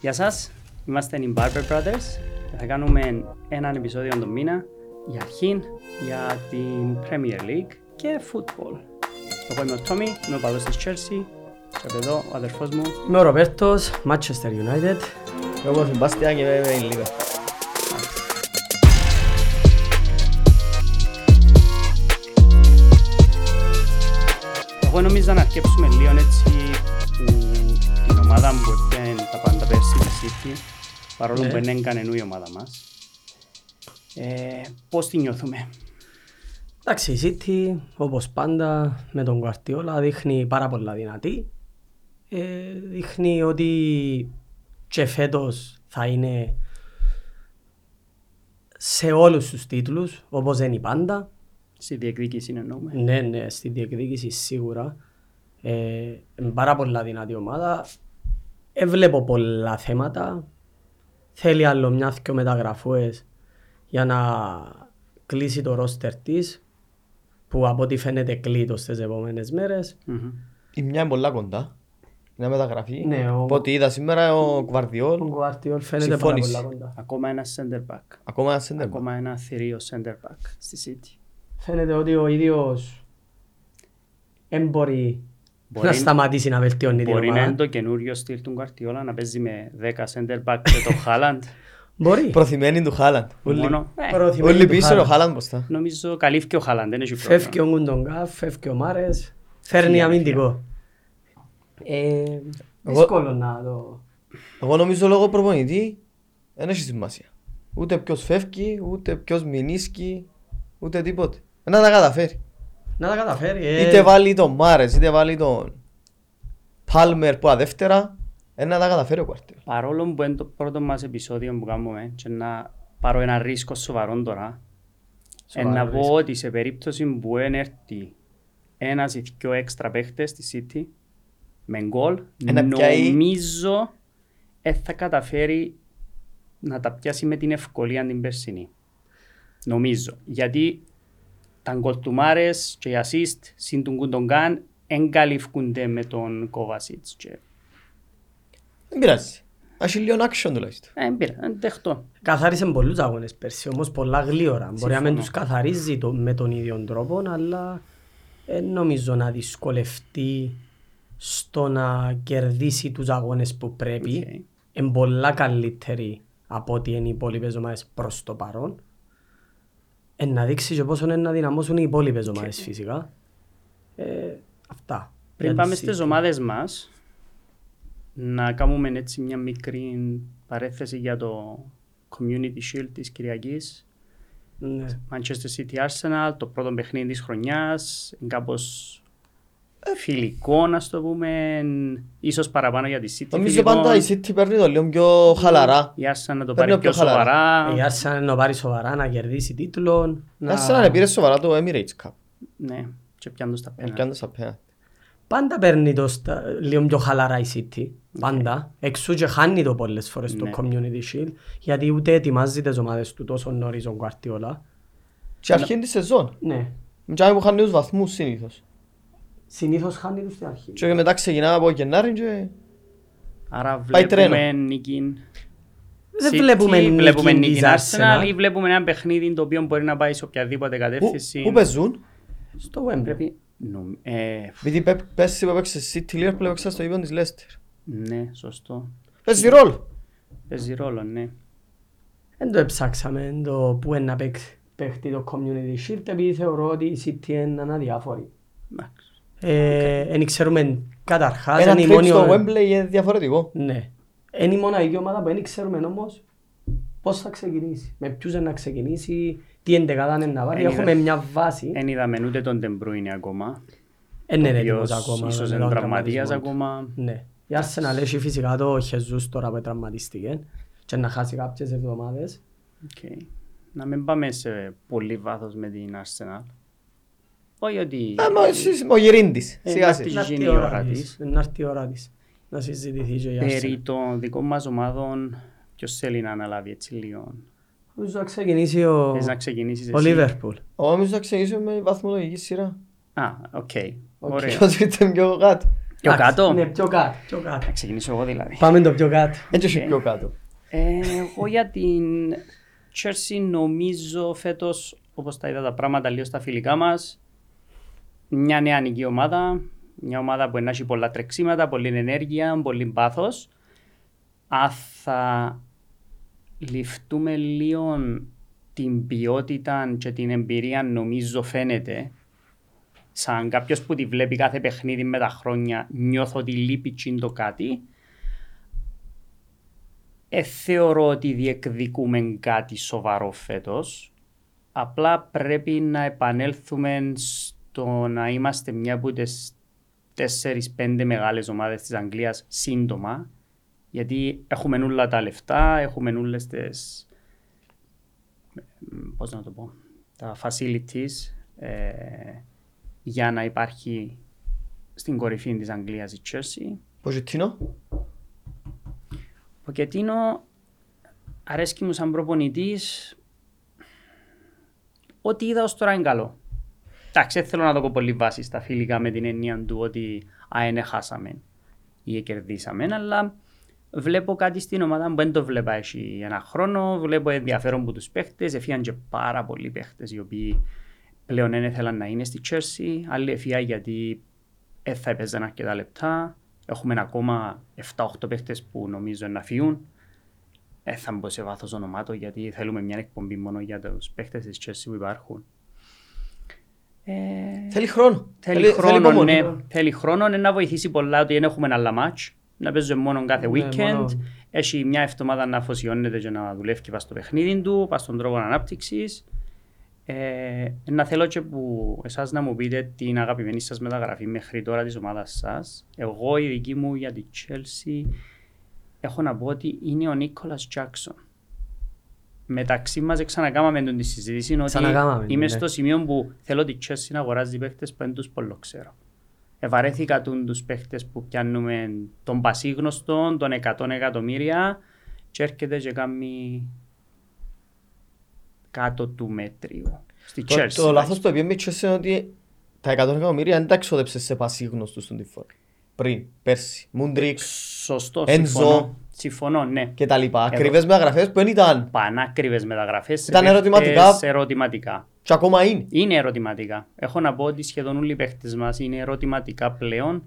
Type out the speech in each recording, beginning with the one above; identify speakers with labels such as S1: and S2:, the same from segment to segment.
S1: Γεια σας, είμαστε οι Barber Brothers. Θα κάνουμε έναν επεισόδιο τον μήνα για αρχήν, για την Premier League και football. Εγώ είμαι ο Τόμι, είμαι ο παλός της Chelsea και από εδώ ο αδερφός μου.
S2: Είμαι ο Ροπέρτος, Manchester United.
S3: Εγώ είμαι Μπάστιαν και είμαι η Λίβερ.
S1: Εγώ νομίζω να αρκέψουμε λίγο έτσι που την ομάδα μου που έπαιρνε τα πάντα πέρσι τη City παρόλο
S3: Ναι.
S1: που δεν έκανε η ομάδα μας. Ε, πώς τη νιώθουμε.
S2: Εντάξει, η City, όπως πάντα, με τον Guardiola δείχνει πάρα πολλά δυνατή. Ε, δείχνει ότι και φέτος θα είναι σε όλους τους τίτλους, όπως δεν είναι πάντα.
S1: Στη διεκδίκηση εννοούμε.
S2: Ναι, ναι, στη διεκδίκηση σίγουρα. Ε, είναι πάρα πολλά δυνατή ομάδα. Ε, βλέπω πολλά θέματα. Θέλει άλλο μιας δυο μεταγραφές για να κλείσει το ρόστερ της που από ό,τι φαίνεται κλείτος στις επόμενες μέρες.
S1: Μμμ.
S3: Η μια είναι πολλά κοντά. Είναι μεταγραφή.
S2: Ναι, ο-
S3: Από ό,τι είδα σήμερα ο Κουβαρδιόλ.
S2: Ο Γκουαρτιόλ φαίνεται πάρα
S3: Συμφώνεις.
S2: πολλά κοντά.
S1: Ακόμα ένα center back.
S3: Ακόμα ένα σέντερ.
S1: Ακόμα ένα θηρίο center back στη City.
S2: Φαίνεται ότι ο ίδιος δεν μπορεί,
S1: Μπορεί-
S2: να σταματήσει να βελτιώνει την
S1: Μπορεί να είναι
S2: ομάδα.
S1: το καινούριο στυλ του Γκαρτιόλα να παίζει με 10 center back και το Χάλαντ.
S2: Μπορεί.
S3: Προθυμένη του Χάλαντ. Όλοι-
S1: Μόνο. ε,
S2: Προωθημένη
S3: Όλοι
S2: του
S3: πίσω
S2: Χάλαντ.
S3: ο Χάλαντ μπροστά.
S1: Νομίζω καλύφθηκε ο Χάλαντ, δεν έχει
S2: Φεύγει
S1: πρόβλημα.
S2: ο Γκουντονγκά, φεύγει ο Μάρες, φέρνει αμυντικό. Ε, δύσκολο να το...
S3: Εγώ νομίζω λόγω προπονητή δεν έχει σημασία. Ούτε ποιος φεύγει, ούτε ποιος μηνίσκει, ούτε τίποτε. Να τα καταφέρει.
S2: Να τα καταφέρει. Ε,
S3: Είτε βάλει τον Μάρες, είτε βάλει τον Πάλμερ που αδεύτερα, ε, να τα καταφέρει ο Κουαρτιόλ.
S1: Παρόλο που είναι το πρώτο μας επεισόδιο που κάνουμε και να πάρω ένα ρίσκο σοβαρό τώρα, ε, να πω ότι σε περίπτωση που δεν έρθει ένας ή δυο έξτρα παίχτες στη City με γκολ,
S3: Ένα πιαεί.
S1: νομίζω ε, θα καταφέρει να τα πιάσει με την ευκολία την περσινή. Νομίζω. Γιατί τα γκολ του Μάρες και οι assist συν τον Κουντογκάν εγκαλυφκούνται με τον Κόβασιτς. Και...
S3: Δεν πειράζει. Έχει λίγο action τουλάχιστον.
S1: Ε, εμπειρά, εν δεχτώ.
S2: Καθάρισε πολλούς αγώνες πέρσι, όμως πολλά γλύωρα. Μπορεί να μην
S1: Συμφωνώ.
S2: τους καθαρίζει το, με τον ίδιο τρόπο, αλλά ε, νομίζω να δυσκολευτεί στο να κερδίσει τους αγώνες που πρέπει.
S1: Οκ.
S2: Είναι πολλά καλύτερη από ό,τι είναι οι υπόλοιπες ομάδες προς το παρόν. Ε, να δείξεις και πόσο είναι να δυναμώσουν οι υπόλοιπες ομάδες φυσικά. Ε, αυτά.
S1: Πριν
S2: Για τη
S1: πάμε στις
S2: City.
S1: ομάδες μας, να κάνουμε έτσι μια μικρή παρέθεση για το Community Shield της Κυριακής.
S2: Ναι.
S1: Manchester City Arsenal, το πρώτο παιχνίδι της χρονιάς, είναι κάπως φιλικό να στο πούμε, ίσως παραπάνω για τη City
S2: Ε,
S3: Νομίζω
S1: φιλικό.
S3: πάντα η City παίρνει το λίγο πιο χαλαρά.
S1: Η Arsenal να το
S3: Παίρνω
S1: πάρει πιο
S3: πιο χαλαρά. Ε,
S1: σοβαρά.
S2: Η Arsenal να πάρει σοβαρά, να κερδίσει τίτλο.
S3: Να σε να πήρε σοβαρά το Emirates Cup.
S1: Ναι, και πιάνω στα πέρα.
S3: Ελκιάντος απέναντι.
S2: Πάντα παίρνει το στα... λίγο πιο χαλαρά η City. Πάντα. Εξού και χάνει το πολλές φορές το
S1: Ναι.
S2: Community Shield. Γιατί ούτε ετοιμάζεις τις ομάδες του τόσο νωρίς ο Guardiola.
S3: Και αρχήν τη σεζόν.
S2: Ναι.
S3: Μην τσάμε που χάνει τους βαθμούς συνήθως.
S2: Συνήθως χάνει τους στην αρχή.
S3: Και μετά ξεκινάμε από Γενάρη και...
S1: Άρα
S3: Πάει
S1: βλέπουμε
S3: τρένο.
S1: νίκη.
S2: Δεν
S1: City,
S2: βλέπουμε
S1: βλέπουμε
S2: νίκη της Arsenal.
S1: ή βλέπουμε ένα παιχνίδι το οποίο μπορεί να πάει σε οποιαδήποτε
S3: Πού-
S1: κατεύθυνση.
S3: Πού παίζουν.
S2: Στο Wembley.
S1: Πρέπει. νομ- ε,
S3: Γιατί πέ- πέρσι που έπαιξε City Liverpool έπαιξε στο γήπεδο της Leicester.
S1: ναι, σωστό.
S3: Παίζει ρόλο.
S1: Παίζει ρόλο, ναι.
S2: Δεν το έψαξαμε το που είναι να παίξ- παίχτει το community shield επειδή θεωρώ ότι η City είναι αναδιάφορη.
S1: Εντάξει.
S2: Ε, Εν ξέρουμε καταρχάς,
S3: Ένα
S2: είναι η
S3: trip
S2: μόνη
S3: στο
S2: ο-
S3: Wembley είναι διαφορετικό.
S2: Ναι. Είναι η μόνα η ομάδα που δεν ξέρουμε όμως πώς θα ξεκινήσει, με ποιους είναι να ξεκινήσει, τι εντεκάδα είναι να πάρει.
S1: Εν
S2: Έχουμε
S1: είδα-
S2: μια βάση. Ε,
S1: Δεν είδαμε ούτε τον Τεμπρούινε ακόμα.
S2: Δεν είναι
S1: Ποιος
S2: έτοιμος Ναι, ακόμα.
S1: Ίσως
S2: με
S1: είναι
S2: τον
S1: τραυματίας
S2: τραυματισμό του.
S1: ακόμα.
S2: Ναι. Η Arsenal έχει φυσικά το Jesus τώρα που τραυματίστηκε και να χάσει κάποιες εβδομάδες.
S1: Οκ. Να μην πάμε σε πολύ βάθος με την Arsenal. Όχι ότι.
S3: Ε, μα εσύ- Ο Γυρίντης.
S1: Ε,
S3: Σιγά
S1: να
S3: σιγά.
S1: τη-
S2: Να έρθει
S1: γίνει
S2: η
S1: η
S2: ώρα
S1: ώρα
S2: της.
S1: της.
S2: Να έρθει η ώρα της. Να συζητηθεί και η Arsenal.
S1: Περί των δικών μας ομάδων, ποιος θέλει να αναλάβει έτσι λίγο.
S2: Νομίζω να ξεκινήσει ο,
S1: Θες να ξεκινήσεις εσύ.
S2: ο Λίβερπουλ.
S3: Εγώ νομίζω θα ξεκινήσουμε με βαθμολογική σειρά.
S1: Α, οκ. Ωραία.
S3: Ποιος ήταν πιο κάτω.
S1: Πιο
S2: Εντάξει,
S1: κάτω.
S2: Ναι, πιο κάτω. Πιο κάτω.
S1: Να ξεκινήσω εγώ δηλαδή.
S2: Πάμε το πιο κάτω.
S3: Έτσι όχι πιο κάτω.
S1: Ε, εγώ για την Chelsea νομίζω φέτος, όπως τα είδα τα πράγματα λίγο στα φιλικά μας, μια νεανική ομάδα. Μια ομάδα που έχει πολλά τρεξίματα, πολλή ενέργεια, πολύ πάθος. Αν θα ληφτούμε λίγο την ποιότητα και την εμπειρία, νομίζω φαίνεται. Σαν κάποιος που τη βλέπει κάθε παιχνίδι με τα χρόνια, νιώθω ότι λείπει τσιν το κάτι ε, θεωρώ ότι διεκδικούμε κάτι σοβαρό φέτος. Απλά πρέπει να επανέλθουμε στο να είμαστε μια από τις 4-5 μεγάλες ομάδες της Αγγλίας σύντομα. Γιατί έχουμε όλα τα λεφτά, έχουμε όλες τις... μ, Πώς να το πω... Τα facilities ε, για να υπάρχει στην κορυφή της Αγγλίας η Chelsea.
S3: Ποζιτίνο.
S1: Ποκετίνο αρέσκει μου σαν προπονητής ό,τι είδα ως τώρα είναι καλό. Εντάξει, δεν θέλω να το πω πολύ βάση στα φιλικά με την έννοια του ότι αένε χάσαμε ή κερδίσαμε, αλλά βλέπω κάτι στην ομάδα που δεν το βλέπα έχει ένα χρόνο, βλέπω ενδιαφέρον που τους παίχτες, έφυγαν και πάρα πολλοί παίχτες οι οποίοι πλέον δεν ήθελαν να είναι στη Chelsea, άλλοι έφυγαν γιατί ε, θα έπαιζαν αρκετά λεπτά. Έχουμε ακόμα 7-8 παίχτες που νομίζω να φύγουν. Ε, θα μπω σε βάθος ονομάτων γιατί θέλουμε μια εκπομπή μόνο για τους παίχτες της Chelsea που υπάρχουν. Ε,
S3: Θέλει χρόνο.
S1: θέλει, χρόνο,
S3: υπομονή.
S1: ναι, θέλει χρόνο ναι, να βοηθήσει πολλά ότι δεν έχουμε άλλα μάτς, να παίζουμε μόνο κάθε
S2: Ναι,
S1: weekend.
S2: μόνο.
S1: Έχει μια εβδομάδα να αφοσιώνεται και να δουλεύει και πας στο παιχνίδι του, πας στον τρόπο ανάπτυξης. Ε, να θέλω και που εσάς να μου πείτε την αγαπημένη σας μεταγραφή μέχρι τώρα της ομάδας σας. Εγώ η δική μου για τη Chelsea έχω να πω ότι είναι ο Νίκολας Τζάξον. Μεταξύ μας ξανακάμαμε τον τη συζήτηση ότι
S2: Ξανακάμαμε,
S1: είμαι
S2: ναι.
S1: στο σημείο που θέλω τη Chelsea να αγοράζει παίχτες που δεν τους πολλό ξέρω. Ευαρέθηκα τον τους παίχτες που πιάνουμε τον πασίγνωστον, των 100 εκατομμύρια και έρχεται και κάνει κάτω του μέτριου. Στη
S3: Το,
S1: Chelsea.
S3: το λάθος που έπιαμε η Chelsea είναι ότι τα 100 εκατομμύρια δεν τα ξόδεψε σε πασίγνωστους στον τυφό. Πριν, πέρσι, Μουντρίξ
S1: Σωστό,
S3: Enzo.
S1: συμφωνώ. Συμφωνώ, ναι.
S3: και τα λοιπά.
S1: Εδώ.
S3: Ακριβές μεταγραφές που δεν ήταν
S1: Πανάκριβες μεταγραφές. σε
S3: Ήταν
S1: παίχτες,
S3: ερωτηματικά.
S1: σε ερωτηματικά.
S3: και ακόμα είναι.
S1: Είναι ερωτηματικά. Έχω να πω ότι σχεδόν όλοι οι παίχτες μας είναι ερωτηματικά πλέον.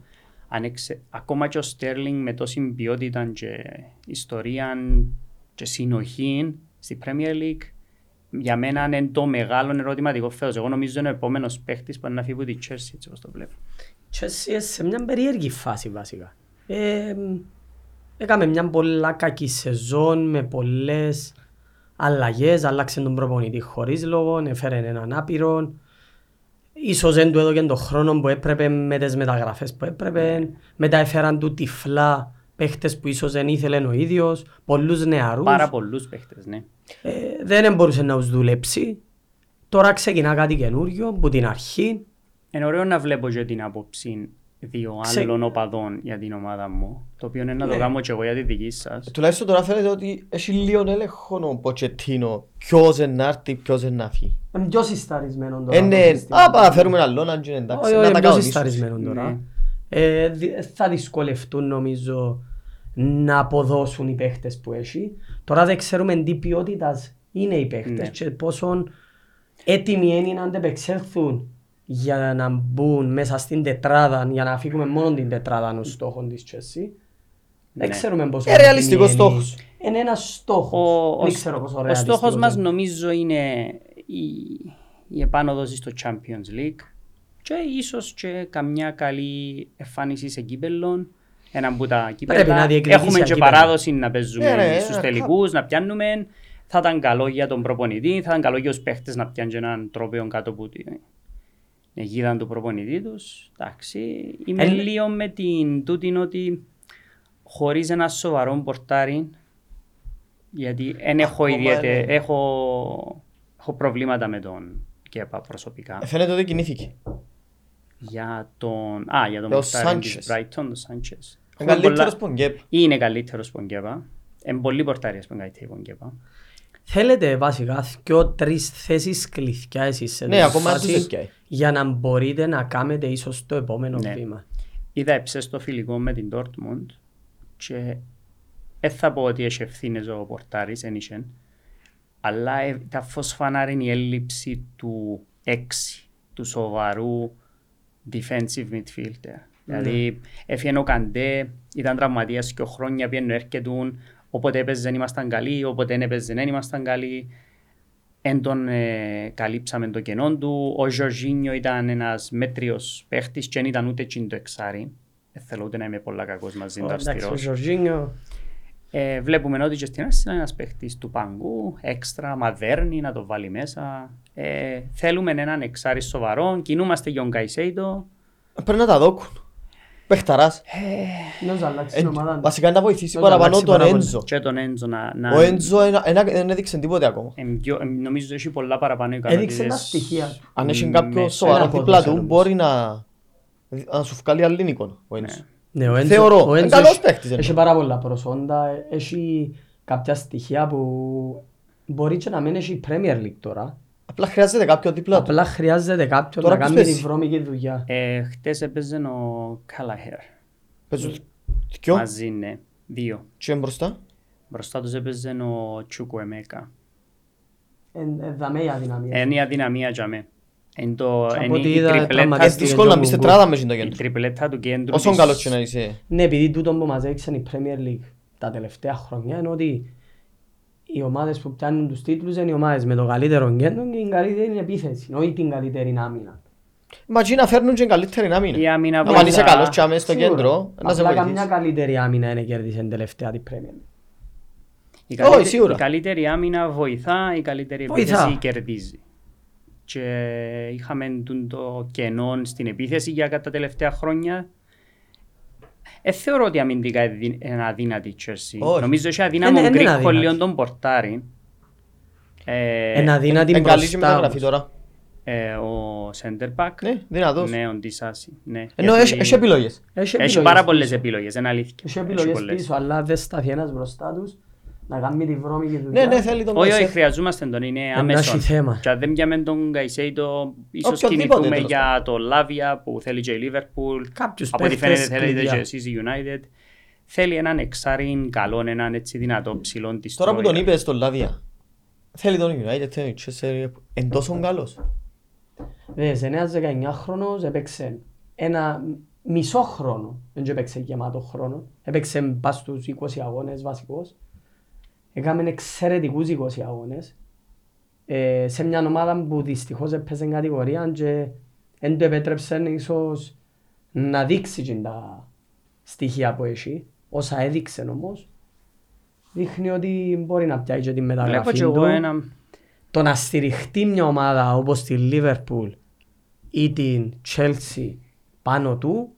S1: Αν εξε- Ακόμα και ο Στέρλινγκ με τόση ποιότητα και ιστορία και συνοχή στη Premier League, για μένα είναι το μεγάλο ερωτηματικό φέτος. Εγώ νομίζω είναι ο επόμενος παίχτης που να φύγει από τη Chelsea, έτσι όπως το βλέπω.
S2: Chelsea σε μια περίεργη φάση βασικά. Ε, μ, έκαμε μια πολλά κακή σεζόν με πολλές αλλαγές. Άλλαξε τον προπονητή χωρίς λόγο, έφερε έναν άπειρο. Ίσως δεν του έδωκε τον χρόνο που έπρεπε με τις μεταγραφές που έπρεπε. Μετά έφεραν του τυφλά παίχτες που ίσως δεν ήθελε ο ίδιος. Πολλούς νεαρούς.
S1: Πάρα πολλούς παίχτες, ναι.
S2: Ε, δεν μπορούσε να τους δουλέψει. Τώρα ξεκινά κάτι καινούριο που την αρχή.
S1: Είναι ωραίο να βλέπω και την άποψη δύο
S2: Ξε-
S1: άλλων οπαδών για την ομάδα μου, το οποίο είναι να το
S2: Ναι.
S1: κάνω και εγώ για τη δική σας.
S3: Τουλάχιστον τώρα φαίνεται ότι έχει λίγο έλεγχο ο Ποτσετίνο ποιος να έρθει, ποιος να φύγει.
S2: Είναι πιο συσταρισμένο
S3: Ε,
S2: τώρα. το
S3: Είναι,
S2: σύστημα.
S3: α, πα, φέρουμε ένα λόγο, αν εντάξει,
S2: Όχι,
S3: να
S2: όχι,
S3: τα
S2: πιο
S3: κάνουμε.
S2: συσταρισμένο
S1: Ναι.
S2: τώρα. Ε, δι- θα δυσκολευτούν νομίζω να αποδώσουν οι παίχτες που έχει. Τώρα δεν ξέρουμε τι ποιότητας είναι οι παίχτες
S1: Ναι.
S2: και πόσο έτοιμοι είναι να αντεπεξέλθουν για να μπουν μέσα στην τετράδα, για να φύγουμε μόνο την τετράδα των στόχων της Chelsea.
S1: Ναι.
S2: Δεν ξέρουμε πόσο
S3: Ε, ρεαλιστικός
S2: έτοιμοι είναι.
S3: στόχος.
S2: Είναι ένας στόχος.
S1: ο,
S2: Δεν ξέρω πόσο
S1: ο
S2: ρεαλιστικός
S1: στόχος μας
S2: είναι.
S1: νομίζω είναι η, η επάνωδος στο Champions League και ίσως και καμιά καλή εμφάνιση σε κύπελλον. Ένα από τα κύπελλα.
S2: να διεκδικήσει
S1: Έχουμε
S2: ένα
S1: και
S2: κύπελλο.
S1: παράδοση να παίζουμε
S3: Ε, ρε,
S1: στους
S3: ένα
S1: τελικούς, να πιάνουμε. Θα ήταν καλό για τον προπονητή, θα ήταν καλό για τους παίχτες να πιάνουν και έναν τρόπαιο κάτω από την αιγίδα του προπονητή τους. Εντάξει, είμαι
S2: Εν-
S1: λίγο με την τούτην ότι χωρίς ένα σοβαρό πορτάρι γιατί δεν έχω
S3: Ακόμα
S1: ιδιαίτερα.
S3: είναι.
S1: Έχω, έχω προβλήματα με τον ΚΕΠΑ προσωπικά.
S3: Φαίνεται ότι κινήθηκε.
S1: για τον. Α, για τον
S3: Το
S1: Μουτάρεν τη
S3: Sanchez.
S1: Brighton, τον Σάντσε.
S3: Ε, Ο καλύτερος που γκέπ.
S1: Είναι καλύτερος που ΚΕΠΑ. Είναι πολύ πορτάρια που είναι καλύτερο που ΚΕΠΑ.
S2: Θέλετε βασικά δυο τρεις θέσεις κλειδιά εσείς σε
S3: Ναι,
S2: τη
S3: ακόμα
S2: φάση
S3: τους έφτιαει.
S2: για να μπορείτε να κάνετε ίσως το επόμενο
S1: Ναι.
S2: βήμα.
S1: Είδα στο φιλικό με την Dortmund και δεν θα πω ότι έχει ευθύνες ο Πορτάρης, δεν είχε. Αλλά ε- τα φωσφανάρ είναι η έλλειψη του έξι, του σοβαρού defensive midfielder. Δηλαδή έφυγε ο Καντέ, ήταν τραυματίας και χρόνια πιένουν έρχετουν, όποτε έπαιζε δεν ήμασταν καλοί, όποτε δεν έπαιζε δεν ήμασταν καλοί. Εν τον ε, καλύψαμε το κενό του. Ο Ζορζίνιο ήταν ένας μέτριος παίχτης και δεν ήταν ούτε τσιν το εξάρι. Δεν θέλω ούτε να είμαι πολλά κακός μαζί του
S2: Εντάξει, ο
S1: αυστηρός.
S2: Ζορζίνιο.
S1: Ε, βλέπουμε ότι και στην Άρση είναι ένας παίχτης του παγκού, έξτρα, μαδέρνη, να το βάλει μέσα. Ε, θέλουμε έναν εξάρι σοβαρό, κινούμαστε για τον Καϊσέιτο.
S3: Πρέπει να τα δόκουν. Παιχταράς.
S2: Να τους αλλάξει την
S3: Εν-
S2: ομάδα.
S3: Ε, Βασικά να βοηθήσει
S2: Να τα
S3: παραπάνω
S2: αλλάξει
S3: τον
S2: πάρα πολύ.
S3: Έντζο.
S1: Και τον Έντζο να...
S2: Ναι.
S1: να
S3: Ο Έντζο ένα- ένα- δεν έδειξε τίποτε ακόμα.
S1: εμ, πιο- εμ, νομίζω ότι έχει πολλά παραπάνω ικανότητες.
S2: Έδειξε τα στοιχεία. του.
S3: Αν
S1: με
S3: έχει κάποιο
S1: ναι, σε
S3: σοβαρό
S2: ένα
S3: δίπλα
S2: ποδόσφαιρο
S3: του,
S2: όμως.
S3: μπορεί να, να σου βγάλει άλλη εικόνα ο Έντζο.
S2: Ναι, ο Έντζο-
S3: Θεωρώ.
S2: ο
S3: Είναι
S2: Έντζο
S3: καλός
S2: έχει-
S3: παίκτης, είναι.
S2: Έχει πάρα πολλά προσόντα. ε, Έχει κάποια στοιχεία που μπορεί και να μην έχει η Premier League τώρα.
S3: Απλά χρειάζεται κάποιο δίπλα του.
S2: Απλά χρειάζεται κάποιον
S3: Τώρα
S2: να
S3: ποιος
S2: κάνει τη
S3: παίζει?
S2: βρώμικη δουλειά.
S1: Ε, χτες έπαιζε ο Καλαχέρ. ναι.
S3: Παίζουν δυο
S1: Μαζί είναι δύο.
S3: και μπροστά.
S1: Μπροστά τους έπαιζε ο Τσούκο Εμέκα.
S2: Ε, Δαμέ η αδυναμία.
S1: Ε, Είναι η αδυναμία για με. Είναι το-
S2: Και από
S1: είναι
S2: ό,τι
S1: η
S2: είδα,
S1: τριπλέτα-
S2: τραυματίστηκε
S3: Είναι δύσκολο να μπεις
S2: Γιώργο
S3: τετράδα μέσα στο
S1: η
S3: κέντρο.
S1: τριπλέτα του κέντρου
S3: Όσον
S1: της-
S3: καλός και να είσαι.
S2: Ναι, επειδή τούτο που μας έδειξε η Premier League τα τελευταία χρόνια είναι ότι οι ομάδες που πιάνουν τους τίτλους είναι οι ομάδες με το καλύτερο κέντρο και την καλύτερη επίθεση, όχι την καλύτερη άμυνα.
S3: Μα εκεί να φέρνουν και καλύτερη να
S1: Η άμυνα
S3: Αν
S1: βοηθά.
S3: είσαι καλός και αμέσως στο
S2: Σίγουρα.
S3: κέντρο, να σε
S2: Απλά καμιά
S3: βοηθήσει.
S2: καλύτερη άμυνα είναι κέρδισε τελευταία την Premier League.
S1: Η
S3: Όχι,
S1: καλύτερη,
S3: σίγουρα.
S1: η καλύτερη άμυνα βοηθά, η καλύτερη
S2: Βοηθά.
S1: επίθεση κερδίζει. Και είχαμε τούν το κενό στην επίθεση για τα τελευταία χρόνια. Ε, θεωρώ ότι αμυντικά είναι αδυ- είναι αδύνατη η Τσέρση.
S3: Όχι.
S1: Νομίζω ότι αδύναμο
S2: Είναι- είναι
S1: γκρίκο
S2: αδύνατη.
S1: λίγο τον πορτάρι. Ε,
S2: Ένα δύνατη
S3: Είναι καλή
S2: μπροστά
S3: και μεταγραφή
S2: όμως.
S3: τώρα.
S1: ε, ο Σέντερπακ.
S3: Ναι, δυνατός.
S1: Ναι, ο Ντισάση. Ναι.
S3: Ενώ
S1: Γιατί
S3: έχει έχει επιλογές.
S2: Έχει
S1: έχει
S2: επιλογές
S1: πάρα
S2: πίσω.
S1: πολλές επιλογές, είναι αλήθεια.
S2: Έχει επιλογές
S1: πολλές.
S2: πίσω, αλλά δεν σταθεί ένας μπροστά τους να κάνει τη βρώμικη δουλειά.
S3: Ναι, ναι, θέλει τον
S1: Όχι, όχι,
S3: Μωυσέ.
S1: χρειαζόμαστε τον, είναι
S2: να
S1: άμεσον.
S2: έχει θέμα.
S1: Και αν δεν πιάμε τον Καϊσέιτο, ίσως
S3: Οποιονδήποτε,
S1: κινηθούμε
S3: τέλος
S1: για το Λάβια που θέλει και η Λίβερπουλ.
S2: Κάποιους
S1: Από ό,τι
S2: παίχτες
S1: φαίνεται θέλετε
S2: κλειδιά.
S1: και εσείς η United. Θέλει έναν εξάριν καλό, έναν έτσι δυνατό ψηλό της
S3: Τώρα που τον
S1: τρόικα.
S3: είπες στον Λαβία, θέλει τον United, θέλει τον Chelsea, εν τόσο καλός.
S2: Δες, ένας 19χρονος έπαιξε ένα μισό χρόνο, δεν και έπαιξε γεμάτο χρόνο, έπαιξε πας στους 20 αγώνες βασικός, έκαμε εξαιρετικούς 20 αγώνες, ε, σε μια ομάδα που δυστυχώς έπαιζε κατηγορία και δεν του επέτρεψε ίσως να δείξει και τα στοιχεία που έχει, όσα έδειξε όμως, δείχνει ότι μπορεί να πιάει και τη
S1: Βλέπω
S2: μεταγραφή
S1: και εγώ
S2: του
S1: ένα...
S2: το να στηριχτεί μια ομάδα όπως τη Liverpool ή την Chelsea πάνω του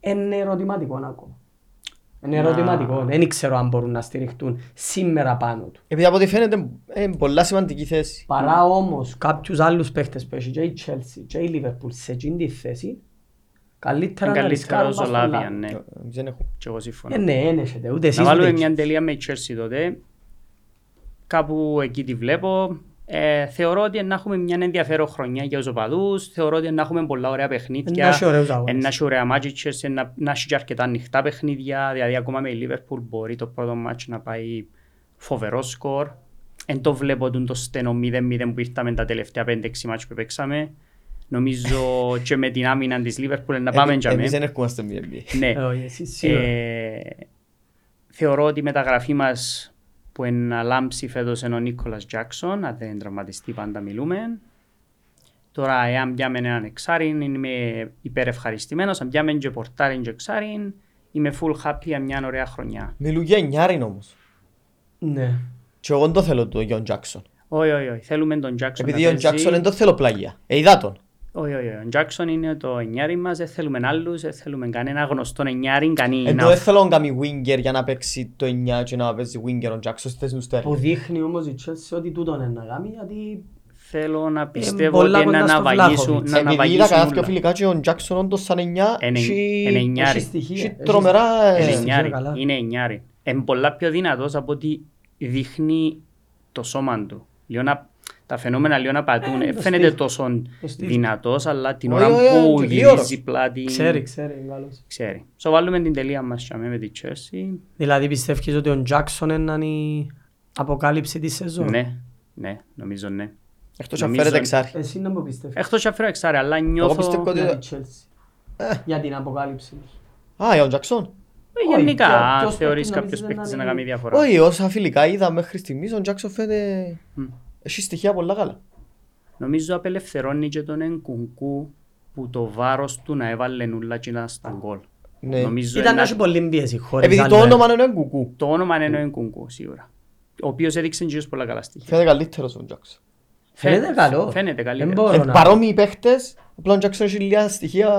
S2: είναι ερωτηματικό ακόμα. Είναι
S1: Να-
S2: ερωτηματικό. Δεν ξέρω αν μπορούν να στηριχτούν σήμερα πάνω του.
S3: Επειδή από ό,τι φαίνεται είναι πολλά σημαντική θέση.
S2: Παρά
S1: Ναι.
S2: όμως κάποιους άλλους παίχτες που έχει και η Chelsea και η Liverpool σε εκείνη τη θέση καλύτερα να
S1: Καλύτερα
S2: ρισκάρουν
S1: ως ο
S2: πάνω
S1: Λάβια, ναι.
S3: Ε, Δεν έχω.
S1: Και εγώ
S2: Ε,
S1: συμφωνώ.
S2: ναι, δεν έχετε. Ούτε εσείς
S1: Να βάλουμε
S2: ούτε
S1: μια
S2: εκεί.
S1: τελεία με η Chelsea τότε. Κάπου εκεί τη βλέπω. Ε, θεωρώ ότι να έχουμε μια ενδιαφέρον χρονιά για τους οπαδούς. Θεωρώ ότι να έχουμε πολλά ωραία παιχνίδια.
S2: Να έχει ωραίους αγώνες.
S1: Ε, Να έχει ωραία μάτια η Chelsea, να- να έχει και αρκετά ανοιχτά παιχνίδια. Δηλαδή ακόμα με η Liverpool μπορεί το πρώτο μάτσο να πάει φοβερό σκορ. Εν το βλέπω τον το στενό 0-0 που ήρθαμε τα τελευταία 5-6 μάτια που παίξαμε. Νομίζω και με την άμυνα της Liverpool να πάμε
S3: Εμεί-
S1: για
S3: Εμείς
S1: μέ.
S3: δεν ερχόμαστε μία NBA.
S1: Ναι.
S2: Ε, όχι, εσείς σίγουρα.
S1: Ε, θεωρώ ότι η μεταγραφή μας που εναλάμψει φέτος είναι ο Νίκολας Τζάξον, αν δεν τραυματιστεί, πάντα μιλούμε. Τώρα, εάν πιάμε έναν εξάριν, είμαι υπερευχαριστημένος. Αν πιάμε και πορτάριν και εξάριν, είμαι full happy για μια ωραία χρονιά.
S3: Μιλούν για εννιάριν όμως.
S2: Ναι.
S3: Και εγώ δεν το θέλω τον Γιον Τζάκσον.
S1: Όχι, όχι, όχι. Θέλουμε τον Τζάξον.
S3: Επειδή ο Τζάκσον δεν το θέλω πλάγια. Ε, είδα τον.
S1: Όχι, όχι. Ο Τζάξον είναι το εννιάρι μας. Δεν θέλουμε άλλους. Δεν θέλουμε κανένα γνωστό εννιάρι. Κανεί.
S3: Ενώ δεν θέλω να κάνει winger για να παίξει το 9 και να παίζει winger ο Τζάκσον στη θέση του Στέρλινγκ.
S2: Που δείχνει όμως η Chelsea ότι τούτον είναι να κάνει γιατί
S1: Θέλω να πιστεύω
S2: Ε, πολλά
S1: ότι να
S2: κοντά στο
S1: αναβαγίσουν.
S2: Βλάχοβιτς.
S1: να
S3: Επειδή
S1: αναβαγίσουν
S3: είδα κανένα πιο
S1: όλα.
S3: φιλικά και ο Τζάκσον όντως σαν 9
S1: Είναι- είναι
S3: έχει
S1: εννιάρι.
S2: έχει στοιχεία.
S3: έχει
S2: έχει
S3: τρομερά...
S1: Είναι
S3: ε,
S2: Έχει
S1: εννιάρη.
S2: καλά.
S1: Είναι εννιάρη. Είναι πολλά πιο δυνατός από ότι δείχνει το σώμα του. Λέω να τα φαινόμενα λίγο να πατούν. Ε, φαίνεται τόσο
S2: Σωστή.
S1: δυνατός, αλλά την
S3: Όχι,
S1: ώρα
S3: όχι,
S1: που
S3: όχι, γλύωρο.
S1: γυρίζει πλάτη.
S2: Ξέρει, ξέρει, είναι καλός.
S1: Ξέρει. So βάλουμε την τελεία μας με τη Chelsea.
S2: Δηλαδή πιστεύεις ότι ο Τζάκσον είναι η αποκάλυψη της σεζόν.
S1: Ναι, ναι, νομίζω ναι.
S3: Εκτός αν
S1: Νομίζω-
S3: φέρεται εξάρχη.
S2: Εσύ να μου πιστεύεις.
S1: Εκτός και αφήνω εξάρι, αλλά νιώθω.
S3: πιστεύω ότι-
S2: Για τη Chelsea. Για την αποκάλυψη.
S3: Α, ο Τζακσόν.
S1: Ε,
S2: Όχι,
S1: Γενικά,
S2: ποιο-
S1: αν
S2: ποιος
S1: θεωρείς
S2: παίκτης
S1: κάποιο
S2: νομίζεις
S1: παίκτης
S2: να
S1: να
S2: είναι-
S1: κάνει διαφορά.
S3: Όχι, όσα φιλικά είδα μέχρι στιγμής, ο Τζάκσον φαίνεται...
S1: Μμ.
S3: Έχει στοιχεία πολλά καλά.
S1: Νομίζω απελευθερώνει και τον Εγκουνκού που το βάρος του να έβαλε νουλά κοινά στον κόλ.
S3: Ναι.
S1: Νομίζω
S2: Ήταν να
S1: ένα-
S2: έχει πολύ πίεση χωρίς
S3: Επειδή το
S2: άλλο
S3: όνομα είναι ο Εγκουκού.
S1: το όνομα είναι ο Εγκουνκού σίγουρα. Ο οποίος έδειξε γύρω πολλά καλά στοιχεία.
S3: Φαίνεται καλύτερος ο Τζάκσον.
S2: Φαίνεται καλό.
S1: Φαίνεται
S2: Δεν
S1: καλύτερο.
S2: μπορώ.
S3: Ε,
S2: να-
S3: Παρόμοιοι παίχτες, απλά ο Τζάκσον έχει λίγα στοιχεία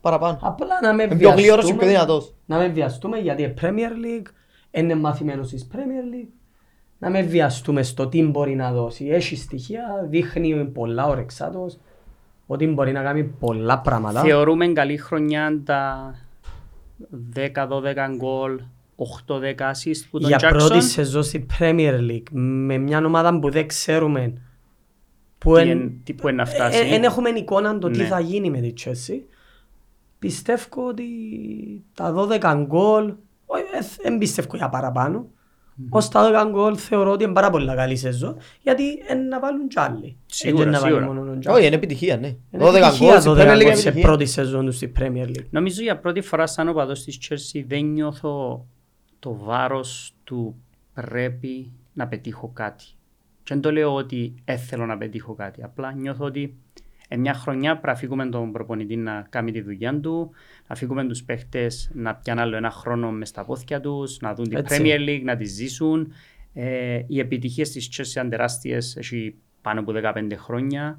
S3: παραπάνω.
S2: Απλά να με
S3: Είναι πιο γλύωρος και
S2: βιαστούμε.
S3: πιο δυνατός.
S2: Να με βιαστούμε γιατί η Premier League είναι μαθημένος της Premier League. Να με βιαστούμε στο τι μπορεί να δώσει. Έχει στοιχεία, δείχνει πολλά ο Ρεξάτος ότι μπορεί να κάνει πολλά πράγματα.
S1: Θεωρούμε καλή χρονιά τα 10-12 γκολ, 8-10 assist που τον
S2: Για πρώτη
S1: Jackson.
S2: σεζόν στη Premier League με μια ομάδα που δεν ξέρουμε που
S1: Τι,
S2: εν,
S1: εν- τι που είναι να
S2: ε,
S1: φτάσει.
S2: ε, εν έχουμε εικόνα το τι
S1: Ναι.
S2: θα γίνει με τη Chelsea. Πιστεύω ότι τα 12 γκολ, όχι, ε, θ- δεν πιστεύω για παραπάνω, ως τα 12 γκολ θεωρώ ότι είναι πάρα πολύ καλή σεζόν, γιατί είναι να βάλουν κι άλλοι.
S1: Σίγουρα,
S2: Είναι να βάλει
S1: σίγουρα.
S2: μόνο ο Τζάλι.
S3: Όχι, είναι επιτυχία, ναι.
S2: Είναι
S3: 12
S2: επιτυχία
S3: γκολ, στην
S2: 12
S3: Premier League
S2: γκολ
S3: είναι
S2: σε
S3: επιτυχία.
S2: πρώτη σεζόν του στη Premier League.
S1: Νομίζω για πρώτη φορά σαν οπαδός της Chelsea δεν νιώθω το βάρος του πρέπει να πετύχω κάτι. Και δεν το λέω ότι έθελω να πετύχω κάτι. Απλά νιώθω ότι ε, μια χρονιά πρέπει να φύγουμε τον προπονητή να κάνει τη δουλειά του, να φύγουμε τους παίχτες να πιάνουν άλλο ένα χρόνο μες στα πόθια τους, να δουν την
S2: Έτσι.
S1: Premier League, να τη ζήσουν. Ε, οι επιτυχίες της Chelsea ήταν τεράστιες, έχει πάνω από 15 χρόνια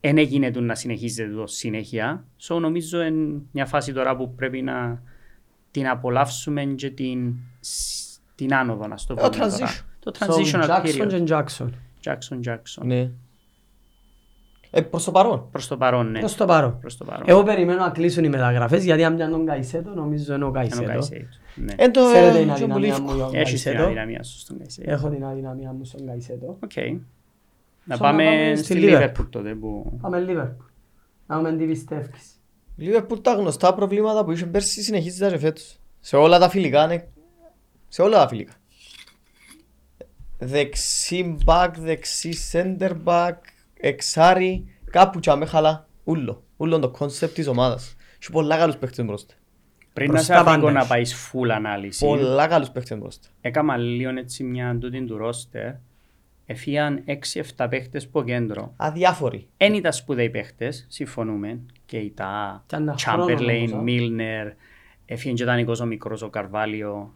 S1: δεν έγινε του να συνεχίζεται το συνέχεια. So, νομίζω είναι μια φάση τώρα που πρέπει να την απολαύσουμε και την, σ- την άνοδο, να στο
S3: Το
S1: πούμε τώρα.
S3: transition.
S1: Το
S2: So,
S1: transitional
S2: Jackson
S1: period.
S2: και Jackson.
S1: Jackson, Jackson.
S3: Ναι. Ε, προς το παρόν.
S1: Προς το παρόν, ναι.
S2: Προς το πάρω.
S1: Προς το παρόν.
S2: Εγώ περιμένω να κλείσουν οι μεταγραφές, γιατί αν πιάνουν τον Καϊσέτο, νομίζω είναι ο
S1: Κάνω
S2: Καϊσέτο.
S1: Καϊσέιτ, ναι.
S3: Εν το
S2: Ξέρετε
S3: ε,
S2: την
S3: πιο πολύ
S2: αδυναμία μου για τον
S1: Έχεις την
S2: Καϊσέτο.
S1: αδυναμία σου στον Καϊσέιτ.
S2: Έχω την αδυναμία μου στον Καϊσέτο.
S1: Οκ. Να
S2: So, να
S1: πάμε
S2: πάμε
S1: στη
S2: στη
S1: Λίβερπουλ τότε που...
S2: Πάμε Λίβερπουλ. Να δούμε τι πιστεύεις.
S3: Λίβερπουλ τα γνωστά προβλήματα που είχε πέρσι συνεχίζεται και φέτος. Σε όλα τα φιλικά, ναι. Σε όλα τα φιλικά. Δεξί μπακ, δεξί σέντερ μπακ, εξάρι, κάπου και αμέχαλα. Ούλο. Ούλο το κόνσεπτ της ομάδας. Έχει πολλά καλούς παίχτες μπροστά.
S1: Πριν να
S2: Προς
S1: σε
S2: τα
S1: αφήνω
S2: πάντα.
S1: να πάεις full ανάλυση,
S3: Πολλά καλούς παίχτες μπροστά.
S1: έκανα λίγο έτσι μια τούτη του ρόστερ. Εφύγαν 6-7 παίχτες από κέντρο.
S3: Αδιάφοροι.
S1: Εν ήταν σπουδαίοι παίχτες, συμφωνούμε. Κεϊτά,
S2: Ήταν ένα χρόνο
S1: Τσάμπερλεϊν,
S2: όμως, α.
S1: Μίλνερ, έφυγε και ο Δανικός ο μικρός, ο Καρβάλιο.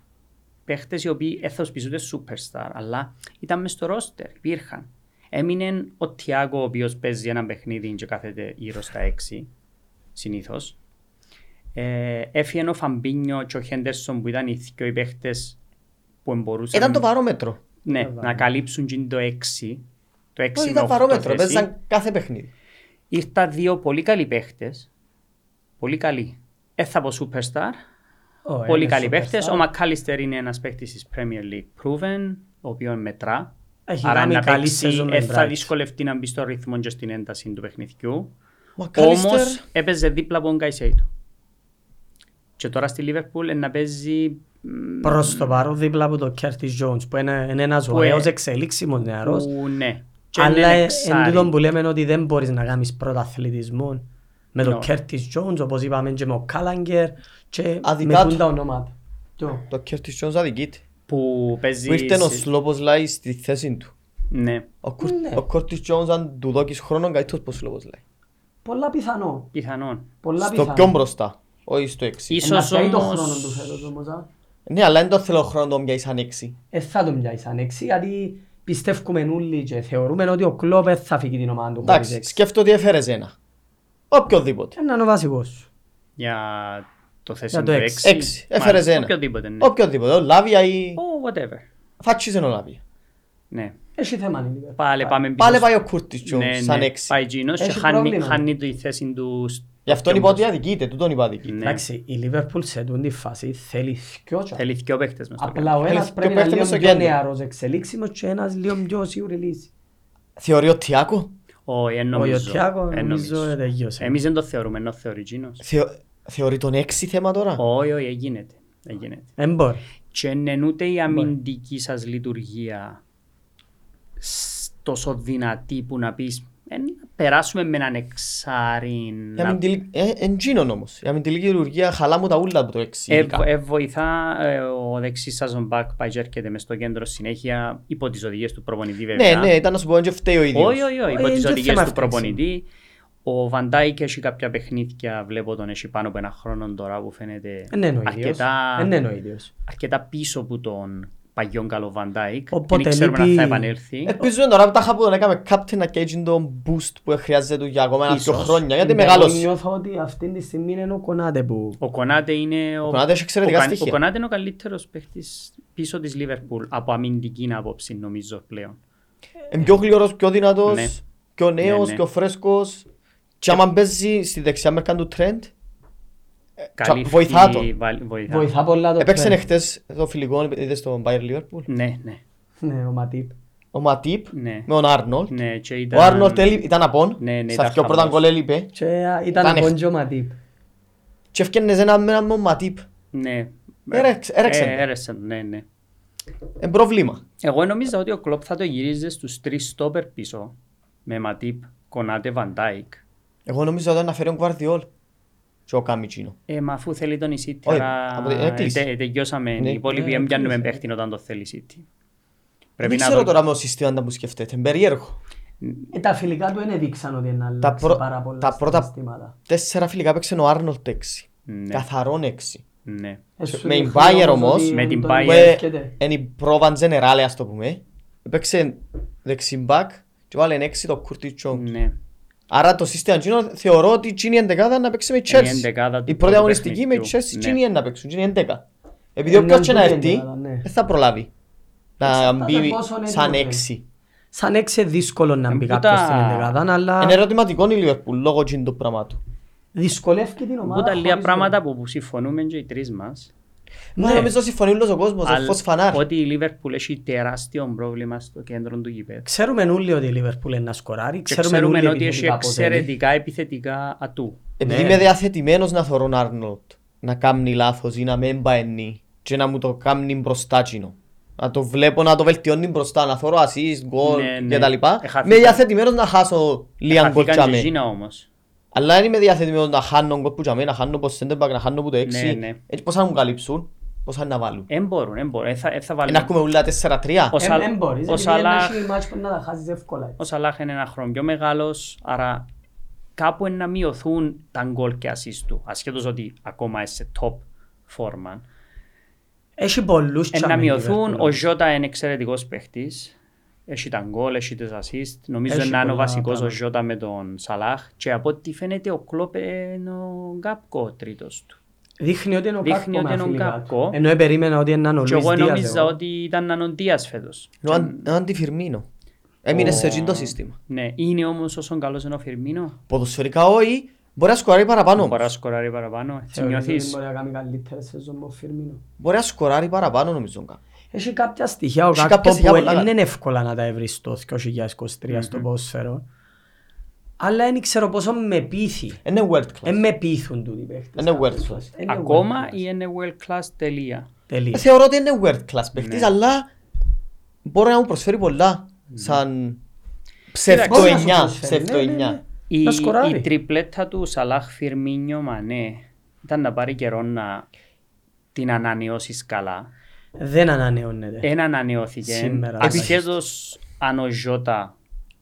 S1: Παίχτε οι οποίοι εθοσπίζονται superstar, αλλά ήταν μες στο ρόστερ, υπήρχαν. Έμεινε ο Τιάγκο, ο οποίος παίζει ένα παιχνίδι και κάθεται γύρω στα έξι, συνήθως. Ε, έφυγε ο Φαμπίνιο και ο Χέντερσον που ήταν οι δύο παίχτες που μπορούσαν
S3: Ήταν το βαρόμετρο.
S1: ναι, να καλύψουν τζιν το 6. Το 6
S3: Όχι,
S1: με
S3: ήταν
S1: 8
S3: βαρόμετρο.
S1: θέση.
S3: Παίζαν κάθε παιχνίδι.
S1: Ήρθαν δύο πολύ καλοί παίχτες. Πολύ καλοί. Ε, θα πω superstar.
S2: Ω,
S1: πολύ
S2: ένας
S1: καλοί παίχτες.
S2: superstar.
S1: Ο Μακάλιστερ είναι ένας παίχτης της Premier League proven, ο οποίο μετρά.
S2: Έχει
S1: Άρα
S2: κάνει
S1: να
S2: καλή
S1: παίξει,
S2: σεζόν με
S1: ε, θα
S2: Brighton.
S1: δυσκολευτεί να μπει στο ρυθμό και στην ένταση του παιχνιδιού. Όμω
S3: Μακάλιστερ.
S1: έπαιζε δίπλα από τον Καϊσέιτο. Και τώρα στη Λίβερπουλ ε, να παίζει. μ,
S2: Προς το παρόν δίπλα από τον Curtis Jones που είναι, είναι ένας
S1: Που, ε,
S2: ωραίος εξελίξιμος νεαρός.
S1: που, ναι. Και
S2: Αλλά
S1: είναι
S2: ε, εν
S1: εξάρι.
S2: τούτον που λέμε ότι δεν μπορείς να κάνεις πρωταθλητισμό με τον
S1: No.
S2: Curtis Jones όπως είπαμε και με ο Κάλαγκερ και με
S3: Αδικά
S2: τούν
S3: του.
S2: τα ονόματα. Ποιο?
S3: Το Curtis Jones αδικείται.
S1: Που παίζεις.
S3: Που ήρθε ο
S1: σε-
S3: Σλόπος Λάι στη θέση του.
S1: Ναι,
S3: Ο Κουρ-
S2: Ναι.
S3: Ο Κόρτις Τζόνς αν του δώκεις χρόνο καλύτερος πως Σλόπος Λάι.
S2: Πολλά πιθανό.
S1: πιθανόν.
S2: Πολλά
S3: Στο
S2: πιθανό.
S3: πιο μπροστά. Όχι στο έξι.
S2: Ε, να
S1: Ίσως
S2: φτιάει το
S1: όμως...
S2: χρόνο του φέτος όμως. α.
S3: Ναι, αλλά δεν το θέλω χρόνο να τον πιάσεις σαν έξι.
S2: Ε, θα τον πιάεις σαν έξι, γιατί πιστεύουμε όλοι και θεωρούμε ότι ο Κλόπ δεν θα φύγει την ομάδα του χωρίς
S3: Εντάξει,
S2: έξι.
S3: σκέφτομαι ότι έφερες ένα. Οποιοδήποτε.
S2: Είναι ο βασικός σου.
S1: για το θέση
S2: Για το
S1: του
S2: έξι.
S1: 6.
S3: Έξι. Έφερες ένα.
S1: Οποιοδήποτε, ναι.
S3: Οποιοδήποτε. Ο Λάβια ή...
S1: Oh, whatever.
S3: Φάτσις είναι ο Λάβια.
S1: Ναι.
S2: Έχει θέμα η Liverpool.
S1: Πάλε πάμε πίσω.
S3: Πάλι πάει ο Κόρτις
S1: Ναι,
S3: Τζόνς σαν
S1: ναι.
S3: έξι.
S1: Πάει Τζίνος και
S2: Έχει
S1: χάνει,
S2: πρόβλημα.
S1: χάνει τη θέση του. σ-
S3: Γι' αυτό είπα ότι αδικείται, του τον είπα αδικείται.
S1: Ναι.
S2: Εντάξει, η Liverpool σε τούν τη φάση θέλει δυο τσάκ.
S1: Θέλει δυο παίχτες μες στο
S2: Απλά ο
S3: Θέλει
S2: ένας
S3: δυο
S2: πρέπει να είναι
S3: παίχτες
S2: λίγο
S3: στο
S2: πιο
S3: κέντρο.
S2: νεαρός εξελίξιμος και ένας λίγο πιο σίγουρη λύση.
S3: Θεωρεί ο Τιάκο.
S1: Όχι, εν
S2: Ο
S1: νομίζω.
S2: Ιωτιάκο
S1: Εν
S2: νομίζω
S1: νομίζω.
S2: ε, τελείωσε.
S1: Εμείς δεν το θεωρούμε, ενώ θεωρεί εκείνος.
S3: Θεω- Θεωρεί τον έξι θέμα τώρα.
S1: Όχι, όχι, εγίνεται. Εγίνεται.
S2: Δεν Ε, μπορεί.
S1: Και εν ούτε η αμυντική σας λειτουργία σ- τόσο δυνατή που να πεις «Ε, να περάσουμε με έναν εξάρι
S3: Η
S1: να
S3: αμυντιλη- ε, Εν τζίνον όμως. Η αμυντική λειτουργία χαλά μου τα ούλα από το έξι.
S1: Ε,
S3: ειδικά.
S1: ε, βοηθά ε, ο δεξής σας ο μπακ πάει και έρχεται μες στο κέντρο συνέχεια υπό τις οδηγίες του προπονητή
S3: Ναι,
S1: βέβαια.
S3: ναι, ήταν να σου πω, δεν φταίει ο ίδιος. Ε,
S1: Όχι, όχι, όχι, υπό
S2: Όχι,
S1: τις
S2: είναι και
S1: οδηγίες
S2: θέμα
S1: του προπονητή. Ο Βαντάικ έχει κάποια παιχνίδια, βλέπω τον έχει πάνω από ένα χρόνο τώρα που φαίνεται
S3: Ε,
S2: Ε, Δεν
S3: ναι,
S2: είναι ο ίδιος. Ε,
S1: αρκετά,
S2: Δεν είναι ο ίδιος.
S1: αρκετά πίσω από τον παγιόν καλό Βαντάικ.
S2: Οπότε
S1: Δεν ξέρουμε αν
S2: λείπει-
S1: θα επανέλθει.
S3: Ελπίζουμε τώρα που τα χάπου τον έκαμε captain να καίει τον boost που χρειάζεται του για ακόμα ένα δύο
S1: Ίσως.
S3: χρόνια. Ε, Γιατί
S2: Ε, Εγώ
S3: μεγάλος.
S2: Νιώθω ότι αυτή τη στιγμή είναι ο Κονάτε που
S1: Ο Κονάτε είναι ο,
S3: Κονάτε έχει εξαιρετικά
S1: ο Κα-
S3: στοιχεία.
S1: ο Κονάτε είναι ο καλύτερος παίχτης πίσω της Λίβερπουλ από αμυντική άποψη νομίζω πλέον.
S3: Είναι πιο γλυκός, πιο
S1: Ναι.
S3: δυνατός, πιο νέος,
S1: ναι.
S3: πιο φρέσκος. Και άμα παίζει στη δεξιά μερικά του τρέντ,
S1: Καλύφθη-
S3: Ε, βοηθά τον.
S1: βα- βοηθά.
S2: βοηθά πολλά το
S3: έπαιξε
S2: τρέντ.
S3: χτες το φιλικό, είδες τον Bayer Liverpool.
S1: Ναι, ναι.
S2: Ναι, ο Ματίπ.
S3: Ο Ματίπ
S1: Ναι.
S3: με τον Άρνολτ.
S1: ναι και ήταν...
S3: Ο Άρνολτ έλει- ήταν απόν,
S1: Ναι, ναι,
S3: στα
S1: ήταν
S3: δυο πρώτα
S1: χαμός.
S3: γκολ έλειπε.
S2: Και α, ήταν
S3: Ήταν
S2: ο Μποντζο Ματίπ.
S3: Και έφτιανες ένα με έναν Ματίπ.
S1: Ναι.
S3: Έρεξε- έρεξε τον.
S1: Ε, έρεξε τον, ναι, ναι.
S3: Είναι πρόβλημα.
S1: Εγώ νόμιζα ότι ο Κλόπ θα το γυρίζε στους τρεις στόπερ πίσω με Ματίπ, Κονάτε, Βαντάικ.
S3: Εγώ νομίζω ότι να φέρει ο Γκουαρδιόλ και ο Καμιτσίνο.
S1: Ε, μα αφού θέλει τον η City,
S3: Όχι,
S1: άρα
S3: από τη- ε, κλείσε.
S1: τε- τελειώσαμε.
S3: Ναι.
S1: Οι υπόλοιποι
S2: Ε,
S1: δεν πιάνουμε
S2: κλείσε.
S1: παίχτη όταν το θέλει η City.
S3: Δεν
S1: να
S3: ξέρω
S1: δω-
S3: τώρα με το σύστημα να μου σκεφτείτε. Είναι περίεργο.
S2: Ε, τα φιλικά του δεν έδειξαν ότι είναι αλλάξει
S3: πρω-
S2: πάρα πολλά
S3: τα πρώτα-
S2: συστήματα.
S3: Τέσσερα φιλικά παίξε ο Άρνολτ έξι.
S1: Ναι,
S3: Καθαρόν έξι.
S1: ναι.
S2: Ε, σου
S3: με την
S2: δείχνει
S3: Bayer
S2: ότι
S3: όμως,
S1: με την
S2: τον
S1: Bayer-
S3: Που,
S1: Ε,
S3: ε,
S2: έρχεται.
S3: Είναι η πρόβαν generale ας το πούμε. Παίξε δεξιμπακ και βάλε έξι το Κουρτίτσο.
S1: ναι.
S3: Άρα το σύστημα εκείνο θεωρώ ότι εκείνη η εντεκάδα να παίξει με η
S1: Είναι η
S3: Chelsea.
S1: εντεκάδα του
S3: Η πρώτη
S1: πρώτου
S3: αγωνιστική με η
S1: παιχνιδιού.
S3: Chelsea
S1: Ναι.
S3: εκείνη είναι να παίξουν. Εκείνη η εντέκα. Επειδή ο
S2: Είναι
S3: ποιος και να
S2: τούτη η
S3: έρθει
S2: εντεκάδα, ναι.
S3: δεν θα προλάβει. Να
S2: Εξαρτάται
S3: μπει
S2: πόσο είναι
S3: σαν
S2: έτοιμος,
S3: έξι.
S2: Σαν έξι δύσκολο να μπει
S1: Εν
S2: κάποιος
S1: τούτα-
S2: στην εντεκάδα,
S3: Είναι
S2: αλλά
S3: ερωτηματικό η Λιβερπούλ λόγω εκείνου του πράγματος.
S2: δυσκολεύει την ομάδα.
S1: Που τα λίγα
S2: χωρίς
S1: πράγματα που που συμφωνούμε και οι τρεις μας.
S3: Μα
S2: Ναι.
S3: νομίζω συμφωνεί όλος ο κόσμος, ο
S1: αλλά
S3: φως φανάρ.
S1: Ότι η Λίβερπουλ έχει τεράστιο πρόβλημα στο κέντρο του γηπέδου.
S2: Ξέρουμε όλοι ότι η Λίβερπουλ είναι να σκοράρει.
S1: Και
S2: Ξέρουμε,
S1: ξέρουμε
S2: όλοι
S1: ότι έχει
S2: επιθετικά αποτελεί.
S1: εξαιρετικά επιθετικά ατού.
S3: Επειδή είμαι διαθετημένος να θωρώ Άρνολτ, να κάνει λάθος ή να με εμπαενεί και να μου το κάνει μπροστά τσινό. Να το βλέπω να το βελτιώνει μπροστά, να θωρώ assist, γκολ
S1: Ναι, ναι.
S3: και τα λοιπά.
S1: Εχάθηκαν.
S3: Είμαι διαθετημένος να χάσω λίγα γκολ
S1: Χαθήκαν και
S3: τσάμε.
S1: εκείνα όμως.
S3: Αλλά δεν είμαι διαθετημένος να χάνω γκολ που τσάμε, να χάνω πως center back, να χάνω που το
S1: Ναι,
S3: έξι.
S1: ναι.
S3: Έτσι πώς θα μου καλύψουν, πώς θα να βάλουν.
S1: Εν μπορούν, εν μπορούν. Ε, θα- ε, θα
S3: Ε,
S1: βάλουν.
S3: Να έχουμε ούλα 4-3.
S1: Ο
S2: Ε,
S1: Σαλ-
S2: δεν μπορείς,
S1: ο
S2: επειδή είναι ένα
S1: Σαλάχ-
S2: χι μάτς που να τα χάσεις εύκολα.
S1: Ο Σαλάχ είναι ένα χρόνο πιο μεγάλος, άρα κάπου είναι να μειωθούν τα γκολ και ασίστ του, ασχέτως ότι ακόμα είσαι σε top φόρμα.
S2: Έχει πολλούς
S1: Ε, να
S2: τσάμε η
S1: μειωθούν,
S2: Liverpool.
S1: ο Ζώτα είναι εξαιρετικός παίχτης, έχει τα γκολ, έχει τις ασίστ, νομίζω
S2: Έχει
S1: να είναι ο
S2: πολλά
S1: βασικός ο
S2: πράγματα.
S1: Ζώτα με τον Σαλάχ και από ό,τι φαίνεται ο Κλόπ είναι ο Γκάπκο ο τρίτος του.
S2: Δείχνει ότι είναι ο
S1: Δείχνει
S2: Κάκκο
S1: ότι
S2: με
S1: είναι ο
S2: αφιλικά.
S1: Κάκκο.
S2: Ενώ περίμενα ότι είναι ο
S1: Και εγώ
S2: Λουίς Δίας
S1: νόμιζα
S2: εγώ.
S1: ότι ήταν ανοντίας φέτος.
S3: Ο Αν- ο Αντιφιρμίνο. Έμεινε σε εκείνο το σύστημα.
S1: Ναι, είναι όμως όσο καλός είναι ο Φιρμίνο.
S3: Ποδοσφαιρικά όχι, μπορεί να σκοράρει παραπάνω
S1: Μπορεί να
S3: όμως.
S1: σκοράρει παραπάνω, έτσι
S2: Θεωρείς ότι
S1: νιώθεις.
S2: μπορεί να κάνει καλύτερη σεζόν από ο Φιρμίνο.
S3: Μπορεί να σκοράρει παραπάνω νομίζω κάπου.
S2: Έχει κάποια στοιχεία ο
S3: Έχει
S2: Κάκκο
S3: κάποια
S2: που
S3: στοιχεία πολλά
S2: δεν
S3: καλά.
S2: είναι εύκολα να τα βρεις το 2023 στο ποδόσφαιρο. Αλλά δεν ξέρω πόσο με πείθει.
S3: Είναι world
S1: Ε, ναι,
S3: class.
S2: Δεν με πείθουν τούτοι οι παίχτες.
S3: Είναι
S2: κάποιες
S3: world class.
S2: φορές. Είναι
S1: Ακόμα
S2: world class.
S1: ή είναι world class τελεία.
S2: Τελεία.
S3: Θεωρώ ότι είναι world class παίχτης, αλλά μπορεί να μου προσφέρει πολλά σαν ψεύτο
S2: Μπορεί να σου
S3: εννιά,
S2: προσφέρει,
S3: ψεύτο
S2: ναι, ναι, ναι.
S3: εννιά.
S1: Η,
S2: Να σκοράρει.
S1: η τριπλέτα του Σαλάχ Φιρμίνιο Μανέ ήταν να πάρει καιρό να την ανανεώσεις καλά.
S2: Δεν ανανεώνεται.
S1: Ένα ανανεώθηκε.
S2: Ε, Σήμερα.
S1: Ασχέτω αν ο Ζώτα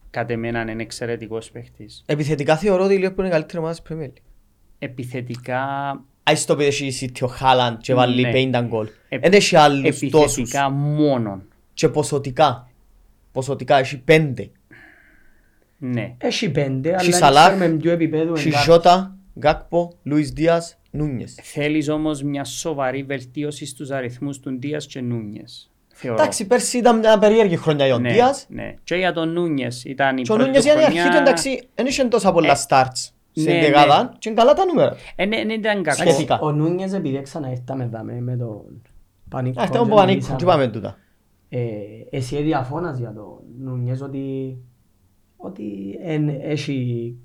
S1: κατ' εμέναν είναι εξαιρετικός παίχτης.
S3: Επιθετικά θεωρώ ότι η Liverpool είναι η καλύτερη ομάδα της Premier League.
S1: Επιθετικά,
S3: Ας το πείτε εσύ η City ο Haaland και
S1: Ναι.
S3: βάλει 50 γκολ.
S1: Επι-
S3: Δεν έχει άλλους τόσους.
S1: επιθετικά μόνον.
S3: Και ποσοτικά. Ποσοτικά έχει πέντε.
S1: Ναι.
S2: Έχει πέντε, αλλά
S3: Έχει
S2: δεν
S3: Σαλάχ,
S2: ξέρουμε ποιο επίπεδο
S3: Έχει
S2: είναι.
S3: Ζώτα, Γκάκπο, Λουίς Δίας, Νούνιες.
S1: Θέλεις όμως μια σοβαρή βελτίωση στους αριθμούς του Ντίας και Νούνιες. Θεωρώ.
S3: Εντάξει, πέρσι ήταν μια περίεργη χρονιά για τον
S1: ναι,
S3: Δίας.
S1: ναι. Και για τον Νούνιες ήταν η
S3: Και ο
S1: πρώτη
S3: Νούνιες
S1: του
S3: για την αρχή
S1: χρονιά.
S3: του εντάξει, δεν είχε τόσα πολλά starts
S1: ναι, ναι.
S3: στην δεκάδα και είναι καλά τα νούμερα.
S1: Ε, ναι, ναι, ήταν κακό.
S3: Σχετικά.
S2: Ο- Ο Νούνιες επειδή ξανά ήρθαμε δάμε με τον πανικό. Ε,
S3: Α, Αυτά Ε, που ανήκουν και πάμε τούτα.
S2: Εσύ διαφώνας για τον Νούνιες ότι ότι εν, έχει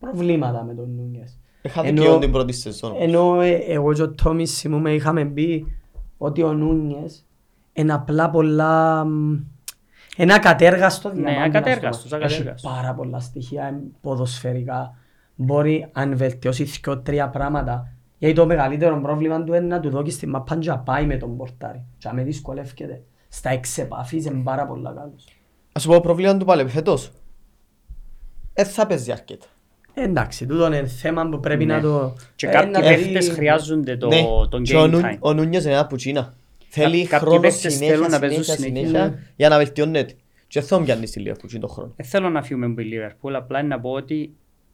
S2: προβλήματα με τον Νούνιες.
S3: Είχα
S2: Ενώ-
S3: δικαίωμα Ε, την πρώτη σεζόν.
S2: Ενώ ε, εγώ και ο Τόμις θυμούμε είχαμε πει ότι ο Νούνιες είναι απλά πολλά... μ, Ένα κατέργαστο διαμάντι. να
S1: Ναι, ακατέργαστος,
S2: πούμε. Έχει
S1: ακατέργαστος.
S2: πάρα πολλά στοιχεία ε, ποδοσφαιρικά. Μπορεί αν βελτιώσει δύο-τρία πράγματα. Γιατί το μεγαλύτερο πρόβλημα του είναι να του δώσει στη μαπάν και να πάει με τον πορτάρι. Και να με δυσκολεύκεται. Στα εξεπαφής είναι πάρα πολλά καλός.
S3: Ας σου πω προβλήμα του παλεπιθέτως. Ε, θα παίζει αρκετά.
S2: Εντάξει, τούτο είναι θέμα που πρέπει
S1: Ναι.
S2: να το...
S1: Και
S2: ε,
S1: κάποιοι
S2: να
S1: παίχτες
S2: δει-
S1: χρειάζονται το,
S3: Ναι,
S1: τον
S3: και ο
S1: game
S3: Νου-
S1: time.
S3: Ο Νούνιος είναι ένα πουτσίνα. Θέλει
S1: κάποιοι
S3: χρόνο
S1: παίκτες θέλουν
S3: συνέχεια,
S1: να παίζουν
S3: συνέχεια,
S1: συνέχεια.
S3: συνέχεια, για να βελτιώνεται. Και θα μου πιάνει στη λίγα πουτσίν τον χρόνο.
S1: Δεν Ε, θέλω να φύγουμε με τη Liverpool, απλά να πω ότι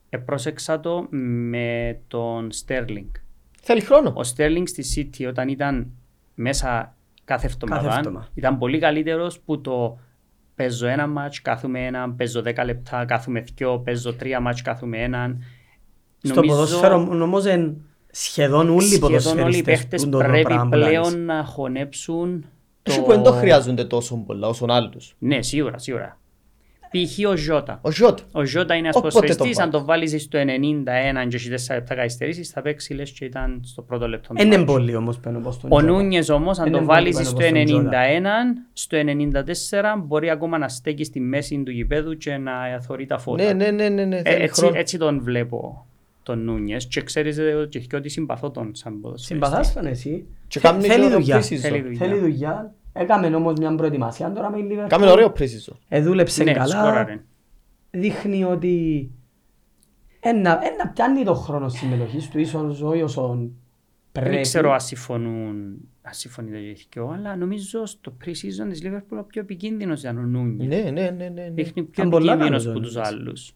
S1: επρόσεξα το με τον Sterling.
S3: Θέλει χρόνο.
S1: Ο Sterling στη City όταν ήταν μέσα κάθε
S2: Κάθε
S1: εβδομάδα
S2: εβδομάδα.
S1: ήταν πολύ καλύτερος που το παίζω ένα μάτς, κάθομαι έναν, παίζω δέκα λεπτά, κάθομαι δυο, παίζω τρία μάτς, κάθομαι έναν.
S2: Στο ποδόσφαιρο όμως εν- σχεδόν όλοι οι
S1: σχεδόν όλοι οι
S2: ποδοσφαιριστές
S1: παίχτες
S2: που το
S1: πρέπει
S2: πράγμα
S1: πλέον να χωνέψουν
S3: Έχει που δεν το χρειάζονται τόσο πολλά όσον άλλους.
S1: Ναι, σίγουρα, σίγουρα. Π.χ. ο Ζώτα.
S3: Ο Ζιώτ.
S1: Ο Ζώτα είναι ένας
S3: Όποτε
S1: ποδοσφαιριστής,
S3: τον
S1: αν το βάλεις στο 91 και έχεις 4 λεπτά καθυστερήσεις, θα παίξει λες και ήταν στο πρώτο λεπτό.
S3: Ε, ναι,
S1: του
S2: Είναι
S1: μάτς.
S2: πολύ όμως πάνω πως τον
S1: Ο
S2: Τζότα.
S1: Νούνιες όμως, αν
S2: Είναι
S1: το
S2: πολύ
S1: βάλεις
S2: πάνω
S1: στο
S2: προς τον
S1: 91,
S2: Τζότα.
S1: στο 94 μπορεί ακόμα να στέκει στη μέση του γηπέδου και να θωρεί τα φώτα.
S3: Ναι, ναι, ναι, ναι, ναι,
S1: Ε,
S3: θέλει
S1: έτσι,
S3: χρόνο.
S1: έτσι τον βλέπω τον Νούνιες και ξέρεις ε, και και ότι συμπαθώ τον σαν ποδοσφαιριστή.
S2: Συμπαθάς τον εσύ.
S3: Και
S2: Θε-
S3: κάνει
S2: Θέλει
S3: και ωραίο
S2: δουλειά.
S3: pre-season.
S1: Θέλει δουλειά.
S2: Θέλει δουλειά. Έκαμε όμως μια προετοιμασία τώρα με η Liverpool.
S3: Κάμε ωραίο pre-season.
S2: Ε, δούλεψε
S1: Ναι,
S2: καλά.
S1: σκόραρε.
S2: Δείχνει ότι ένα, ένα πιάνει το χρόνο συμμετοχής του ίσως όχι όσον
S1: Δεν
S2: πρέπει.
S1: ξέρω αν συμφωνούν, αν συμφωνεί το διεθνικό, αλλά νομίζω στο pre-season της Liverpool ο πιο επικίνδυνος ήταν ο Νούνιες.
S3: Ναι, ναι, ναι, ναι. ναι.
S1: Δείχνει πιο
S2: Ήταν πολλά
S1: επικίνδυνος
S2: καλός ο
S1: από τους
S2: Νούνιες.
S1: άλλους.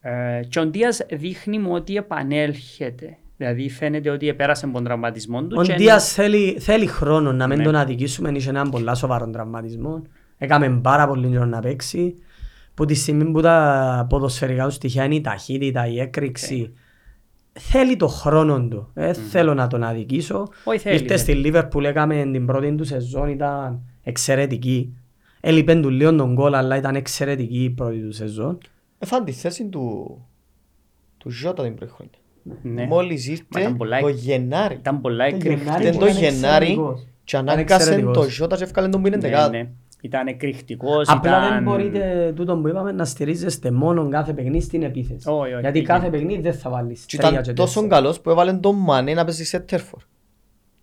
S1: Ε, και ο Ντίας δείχνει μου ότι επανέρχεται. Δηλαδή φαίνεται ότι επέρασε από τον τραυματισμό του.
S2: Ο
S1: και
S2: Ντίας θέλει, θέλει χρόνο να μην
S1: Ναι.
S2: τον αδικήσουμε, είχε έναν πολλά σοβαρό τραυματισμό. Έκαμε πάρα πολύ καιρό να παίξει. Που τη στιγμή που τα ποδοσφαιρικά του στοιχεία είναι η ταχύτητα, η έκρηξη.
S1: Ναι.
S2: Θέλει το χρόνο του. Ε, Θέλω να τον αδικήσω.
S1: Όχι, θέλει,
S2: Ήρθε στη Λίβερπουλ, έκαμε την πρώτη του σεζόν, ήταν εξαιρετική. Έλειπε του λίγο τον κόλ, αλλά ήταν εξαιρετική η πρώτη του σεζόν.
S3: Ε, θα είναι τη θέση του... του Ζιώτα την πρώτη χρονιά.
S1: Ναι.
S3: Μόλις
S1: Μα
S3: ήρθε
S1: ήταν πολλά-
S3: το Γενάρη.
S1: Ήταν πολλά
S2: Το
S1: εκρηκτικό.
S2: Γενάρη
S3: Ήταν το
S2: ήταν
S3: Γενάρη
S2: εξαιρετικός.
S3: και
S2: Ήταν
S3: ανάγκασε
S2: εξαιρετικός.
S3: το Ζιώτα και έφκαλε τον που είναι
S1: Ναι,
S3: δεκάδα.
S1: ναι. Ήταν εκρηκτικός.
S2: Απλά
S1: ήταν-
S2: δεν μπορείτε τούτο που είπαμε να στηρίζεστε μόνο κάθε παιχνίδι στην επίθεση.
S1: Όχι, όχι,
S2: Γιατί
S1: εκεί.
S2: κάθε παιχνίδι δεν θα βάλεις
S3: Και
S2: τρία και
S3: ήταν τόσο
S2: τέσσερα.
S3: καλός που έβαλε τον Μανέ να παίζει σε Τέρφορ.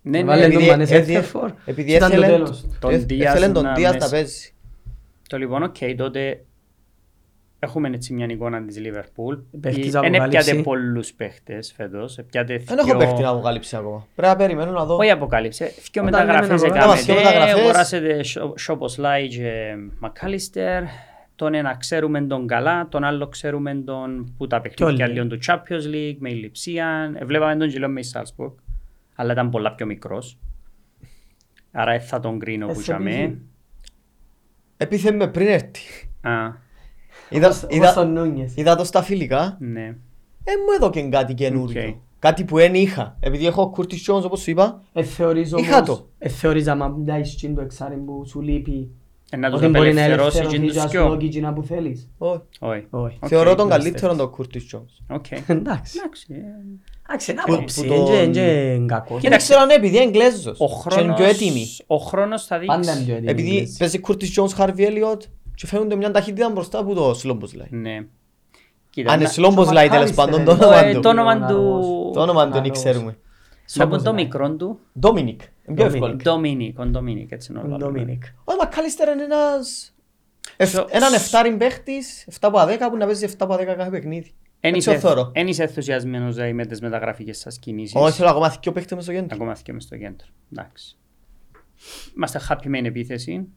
S1: Ναι, ναι,
S2: Βάλε
S1: επειδή-
S2: τον Μανέ σε
S3: έδι-
S2: Τέρφορ,
S3: Επειδή
S2: ήταν το
S3: έθελε
S2: τέλος.
S1: Τον
S3: έθ-
S1: Δίας
S3: έθελε
S1: να
S3: τον Δίας
S1: μέσα.
S3: να παίζει.
S1: Το λοιπόν, οκ, τότε έχουμε έτσι μια εικόνα της Λίβερπουλ.
S2: Παίχτης
S1: Δεν
S2: αποκάλυψη.
S1: έπιατε πολλούς παίχτες φέτος. Έπιατε
S3: Δεν έχω
S1: δυο-
S3: παίχτη να αποκαλύψει ακόμα. Πρέπει να περιμένω να δω.
S1: Όχι αποκάλυψε. Δυο
S2: Όταν λέμε
S1: μεταγραφές
S2: να
S1: έκαμε. Ναι,
S3: αποκαλύψει, δυο μεταγραφές.
S1: Αγοράσετε Σόποσλάι και Μακάλιστερ. ε, Τον ένα ξέρουμε τον καλά, τον άλλο ξέρουμε τον που τα παιχνίδια
S2: όλοι.
S1: λίγο του Champions League, με ηλιψία. Ε, Βλέπαμε τον Γιλόν με η Σάλσπουργκ, αλλά ήταν πολλά πιο μικρός. Άρα ε, θα τον κρίνω
S2: Ε,
S1: που
S2: σε
S1: είχαμε.
S2: πήγε.
S3: Επίθε με πριν έρθει.
S1: Α,
S3: Είδα-
S2: Όπως-
S3: είδα-
S2: όπως τον Νούνιες.
S3: Είδα το στα φιλικά.
S1: ναι.
S3: Ε, μου έδωκε κάτι
S1: Οκ.
S3: καινούριο. Κάτι που δεν είχα. Επειδή έχω Curtis Jones όπως σου είπα.
S2: Ε, θεωρείς
S3: Είχα
S2: όμως-
S3: το.
S2: ε, θεωρείς άμα πιάσεις τσιν το εξάρι που σου λείπει
S1: Ε, Να τους
S2: ότι μπορεί να
S1: απελευθερώσει και
S2: ελευθερωθεί
S1: τους
S2: και ας
S1: δυο.
S2: λόγει να που θέλεις.
S3: Όχι.
S1: Όχι.
S2: Όχι.
S1: Οκ,
S3: Θεωρώ τον
S2: δεν
S3: καλύτερο τον Curtis Jones.
S1: Οκ.
S2: Εντάξει.
S1: Εντάξει. ε,
S2: Εντάξει, είναι
S3: Που-
S2: άποψη.
S3: που
S2: Είναι και-
S3: τον-
S2: είναι και κακό.
S3: Και δεν ξέρω αν είναι επειδή είναι Εγγλέζος.
S1: Ο
S3: Και είναι
S1: χρόνος,
S3: πιο έτοιμοι.
S1: ο χρόνος θα
S2: Πάντα
S1: δείξει.
S2: είναι πιο έτοιμη.
S3: Επειδή παίζει Curtis Jones, Harvey Elliott και φαίνονται μια ταχύτητα μπροστά από το Slombos Light.
S1: Ναι. Κοίτα,
S3: Αν είναι
S1: να-
S3: Slombos Light τέλος
S2: Μακάλιστερ,
S3: πάντων
S2: ε,
S3: το
S1: ε,
S3: όνομα
S1: το
S3: του.
S1: όνομα του.
S3: Το όνομα του δεν
S2: Ανάλογος.
S3: ξέρουμε.
S1: Από το
S2: Slobodan.
S1: μικρό του.
S3: Dominic. Είναι ναι. πιο
S2: Dominic.
S3: εύκολο.
S1: Ντομίνικ, ο Ντομίνικ, έτσι είναι
S2: Ο
S1: όλα.
S2: Ντομίνικ.
S3: Ο Μακάλιστερ είναι ένας... εφ-
S1: Σο-
S3: Έναν εφτάριν παίχτης, 7 από 10 που να παίζει 7 από 10 κάθε παιχνίδι.
S1: Εν
S3: Έτσι το θεωρώ.
S1: είσαι ενθουσιασμένος δηλαδή, με τις μεταγραφικές σας κινήσεις.
S3: Όχι, θέλω ακόμα δύο παίχτες μες στο κέντρο.
S1: Ακόμα και μες στο κέντρο. Εντάξει. Είμαστε happy με την επίθεση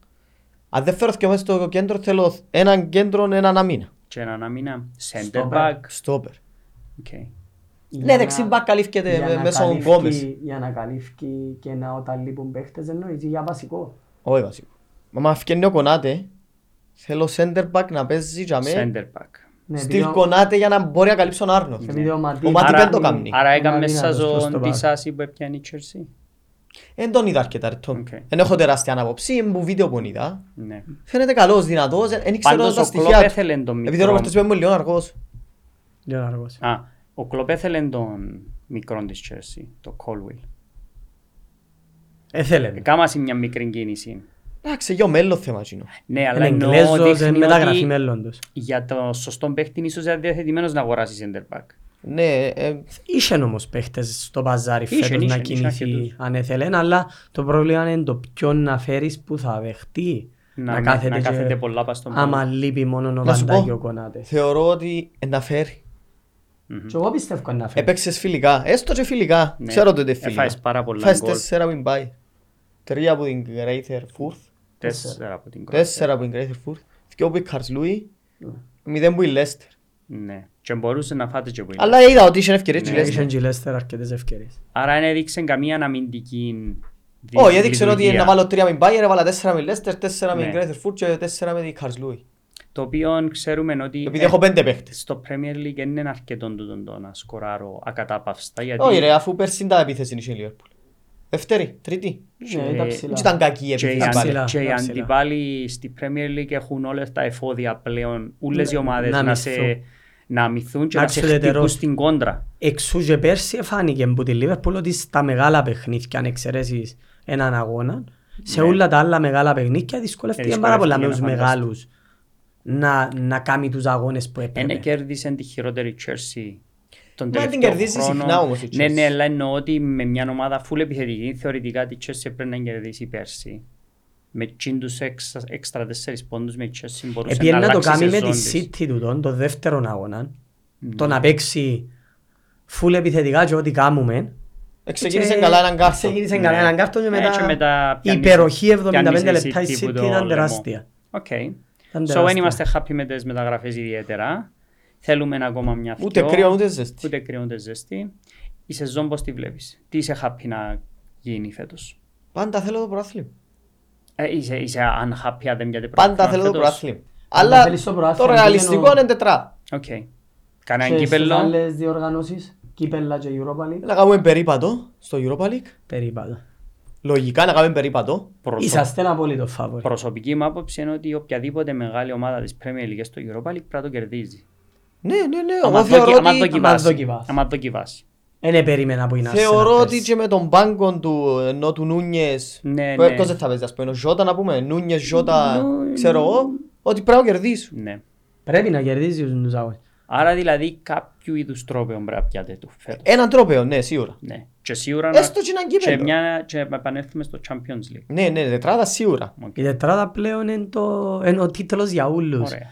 S3: Αν δεν φέρω δύο μέσα στο κέντρο, θέλω έναν κέντρο, έναν αμήνα.
S1: και έναν αμήνα. Center
S2: Στο
S1: back.
S3: Στόπερ.
S1: Οκ.
S2: Για
S3: Ναι,
S2: να-
S3: δεξί μπακ καλύφκεται
S2: για
S3: με-
S2: να
S3: μέσω ο
S2: καλύφκει-
S3: Γκόμες.
S2: Για να καλύφει και να όταν λείπουν παίχτες εννοείς για βασικό.
S3: Όχι βασικό. Μα μα φκένει ο Κονάτε, θέλω center back να παίζει για μέ.
S1: Center back.
S2: Ναι, επειδή
S3: Στυλ
S2: ο-
S3: Κονάτε για να μπορεί να καλύψει τον Άρνο.
S2: επειδή ο Ματί-
S3: Ο Ματί
S1: Άρα-
S3: δεν το κάνει.
S1: Άρα
S2: Είναι
S1: έκαμε
S2: αδύνατος
S1: σας
S2: προς το
S1: ο
S2: παρόν.
S1: Ντισάση που έπιανε η Chelsea.
S3: Εν τον είδα αρκετά ρε Τόμι.
S1: Οκ.
S3: Εν έχω τεράστια αναποψή, εν που βίντεο που εν είδα.
S1: Ναι.
S3: Φαίνεται καλός, δυνατός, εν- εν ήξερα
S1: Πάντως
S3: τα
S1: ο Κλόπ
S3: στοιχεία του.
S1: έθελε τον
S3: Επειδή ο
S1: μικρό.
S3: Ροπέρτος είπε μου λίγο αργός.
S2: Λίγο αργός.
S1: Α, ο Κλόπ έθελε τον μικρό της Chelsea, το Colwell.
S2: Έθελε.
S1: Κάμασε μια μικρή κίνηση.
S3: Εντάξει, για ο μέλλον θέμα εκείνο.
S1: Ναι, αλλά
S2: Είναι
S1: εννοώ
S2: Εγγλέζος,
S1: δείχνει
S2: είναι μεταγραφή
S1: ότι
S2: μέλλοντος.
S1: για το σωστό παίχτη ίσως είναι διαθετημένος να αγοράσεις center back.
S3: Ναι, ε,
S2: Είχε όμως παίχτες στο παζάρι
S1: Είχε,
S2: φέτος
S1: είχε,
S2: να
S1: είχε
S2: κινηθεί
S1: αρκετούς.
S2: αν έθελε, αλλά το πρόβλημα είναι το ποιον να φέρεις που θα δεχτεί
S1: Να,
S2: να κάθεται,
S1: να
S2: και-
S1: κάθεται πολλά πας στον
S2: άμα
S1: πόλο.
S2: λείπει μόνο ο
S3: Να σου
S2: Βαντά
S3: πω.
S2: και ο Κονάτες.
S3: θεωρώ ότι εν να φέρει.
S2: Και εγώ πιστεύω να φέρει.
S3: Έπαιξες φιλικά, έστω και φιλικά.
S1: Ναι.
S3: Ξέρω ότι είναι φιλικά.
S1: Έφαγες πάρα πολλά
S3: Έφαγες
S1: γκολ.
S3: τέσσερα που πάει. Τρία από την Greater Fourth.
S1: Τέσσερα από την Croatia.
S3: Τέσσερα από την Greater Fourth. Δυο που η Καρσλούι. Μηδέν που η Λέστερ.
S1: Ναι. Και μπορούσε να φάτε και που είναι.
S3: Αλλά είδα ότι είχε ευκαιρίες η
S1: Ναι,
S3: Leicester.
S2: Είχε Ε, και η Λέστερ αρκετές ευκαιρίες.
S1: Άρα δεν έδειξε καμία αναμυντική δι-
S3: Όχι, έδειξε ότι
S1: λειτουργία.
S3: να βάλω τρία με την Bayern, έβαλα τέσσερα με τη Leicester, τέσσερα με την
S1: Ναι.
S3: Greater Fourth και τέσσερα με την Καρσλούι.
S1: Το οποίο ξέρουμε ότι ε,
S3: Επειδή έχω πέντε παίχτες.
S1: στο Premier League δεν είναι αρκετό τούτο το να σκοράρω ακατάπαυστα γιατί
S3: Όχι ρε, αφού πέρσι τα επίθεση είχε η Liverpool. Δεύτερη, τρίτη.
S1: Ναι, ήταν ψηλά.
S3: Δεν ήταν κακή η
S1: και οι,
S3: επίθεση.
S1: αν-
S2: ψηλά.
S3: πάλι.
S1: και οι
S2: τα ψηλά.
S1: αντιπάλοι στη Premier League έχουν όλα τα εφόδια πλέον, όλες οι
S2: Ναι,
S1: ομάδες
S2: να
S1: να, σε,
S2: μυθούν.
S1: να μυθούν και
S2: Να
S1: να, σε χτυπούν
S2: εξουδετερώσουν.
S1: στην κόντρα.
S2: Εξού και πέρσι φάνηκε που τη Λίβερπουλ ότι στα μεγάλα παιχνίδια, αν εξαιρέσεις έναν αγώνα, σε
S1: Ναι. Ε,
S2: όλα τα άλλα μεγάλα παιχνίδια δυσκολεύτηκε πάρα πολλά με τους
S1: Δυσκολεύτηκε, να
S2: μεγάλους να, να κάνει τους αγώνες που
S1: Ένα
S2: έπρεπε.
S1: κέρδισε Ε, ναι, τη χειρότερη Chelsea τον
S3: Ναι. Μα
S1: τελευταίο
S3: την κερδίζει
S1: χρόνο.
S3: συχνά όμως η
S1: Ναι,
S3: Chelsea.
S1: ναι, αλλά εννοώ ότι με μια ομάδα φουλ επιθετική θεωρητικά τη Chelsea πρέπει να κερδίσει πέρσι. Με τσιν τους έξα- έξτρα τέσσερις πόντους με η Chelsea μπορούσε
S2: Επειδή
S1: να
S2: να το
S1: αλλάξει
S2: κάνει με
S1: σεζόν
S2: τη
S1: της. Ναι.
S2: City του τον, το δεύτερον αγώνα, το να παίξει φουλ επιθετικά και ό,τι κάνουμε,
S3: Ξεκίνησε
S2: και-
S3: καλά έναν κάρτο.
S2: ξεκίνησε
S1: Ναι.
S2: καλά έναν κάρτο και
S1: Ναι, και μετά
S2: μετά η
S1: πιάνει-
S2: υπεροχή 75
S1: πιάνει η
S2: λεπτά η
S1: City που
S2: City
S1: το
S2: ήταν
S1: λαιμό.
S2: τεράστια.
S1: Οκ.
S2: Ήταν
S1: So, δεν
S2: τεράστια.
S1: είμαστε happy με τις μεταγραφές ιδιαίτερα. Θέλουμε ακόμα μια
S3: Ούτε
S1: θκυο.
S3: κρύο, ούτε ζέστη.
S1: Ούτε κρύο, ούτε ζεστή. Η σεζόν πώς τη βλέπεις. Τι είσαι happy να γίνει φέτος.
S3: Πάντα θέλω το προάθλημα.
S1: Ε, είσαι, είσαι unhappy αν δεν πιάτε
S3: Πάντα
S1: πρωτάθλημα
S3: θέλω το
S1: φέτος.
S3: προάθλημα.
S2: Πάντα
S3: Αλλά
S2: θέλεις το πρωτάθλημα,
S3: το ρεαλιστικό
S2: πήγαινε ο-
S3: είναι τετρά.
S1: Οκ. Κανένα κύπελλο.
S2: διοργανώσεις, κύπελα και Europa League.
S3: Να κάνουμε περίπατο στο Europa League.
S2: Περίπατο.
S3: Λογικά να κάνουμε περίπατο.
S1: Προσω-
S2: Είσαστε ένα απόλυτο φαβορ.
S1: Προσωπική μου άποψη είναι ότι οποιαδήποτε μεγάλη ομάδα της Premier League στο Europa League πρέπει να το κερδίζει.
S3: Ναι, ναι, ναι.
S1: Άμα
S3: Εγώ
S1: δοκι-
S3: θεωρώ
S1: άμα
S3: ότι...
S1: δοκιμάσει.
S2: άμα δοκιμάσει.
S1: Άμα δοκιμάσει.
S2: Δεν επερίμενα Ε, ναι, που είναι
S3: Θεωρώ
S2: Arsenal
S3: ότι
S2: πέρσι.
S3: και με τον πάγκο του, ενώ του Νούνιες,
S1: Ναι,
S3: ποιος
S1: ναι.
S3: ποιος δεν θα παίζεις, ας πούμε, ο Ζώτα να πούμε, Νούνιες, Ζώτα,
S1: Νου-
S3: ξέρω εγώ, ότι πρέπει να κερδίσουν.
S1: Ναι.
S2: Πρέπει να κερδίζει τους αγώνες.
S1: Άρα δηλαδή κάποιο είδους τρόπεων πρέπει να πιάτε του φέτος.
S3: Έναν τρόπαιο, ναι, σίγουρα.
S1: Ναι. Και σίγουρα
S3: Έστω και έναν
S1: και,
S3: κύπελλο.
S1: μια... και να επανέλθουμε στο Champions League.
S3: Ναι, ναι, τετράδα σίγουρα.
S2: Η τετράδα πλέον είναι, το... είναι ο τίτλος για όλους.
S1: Ωραία.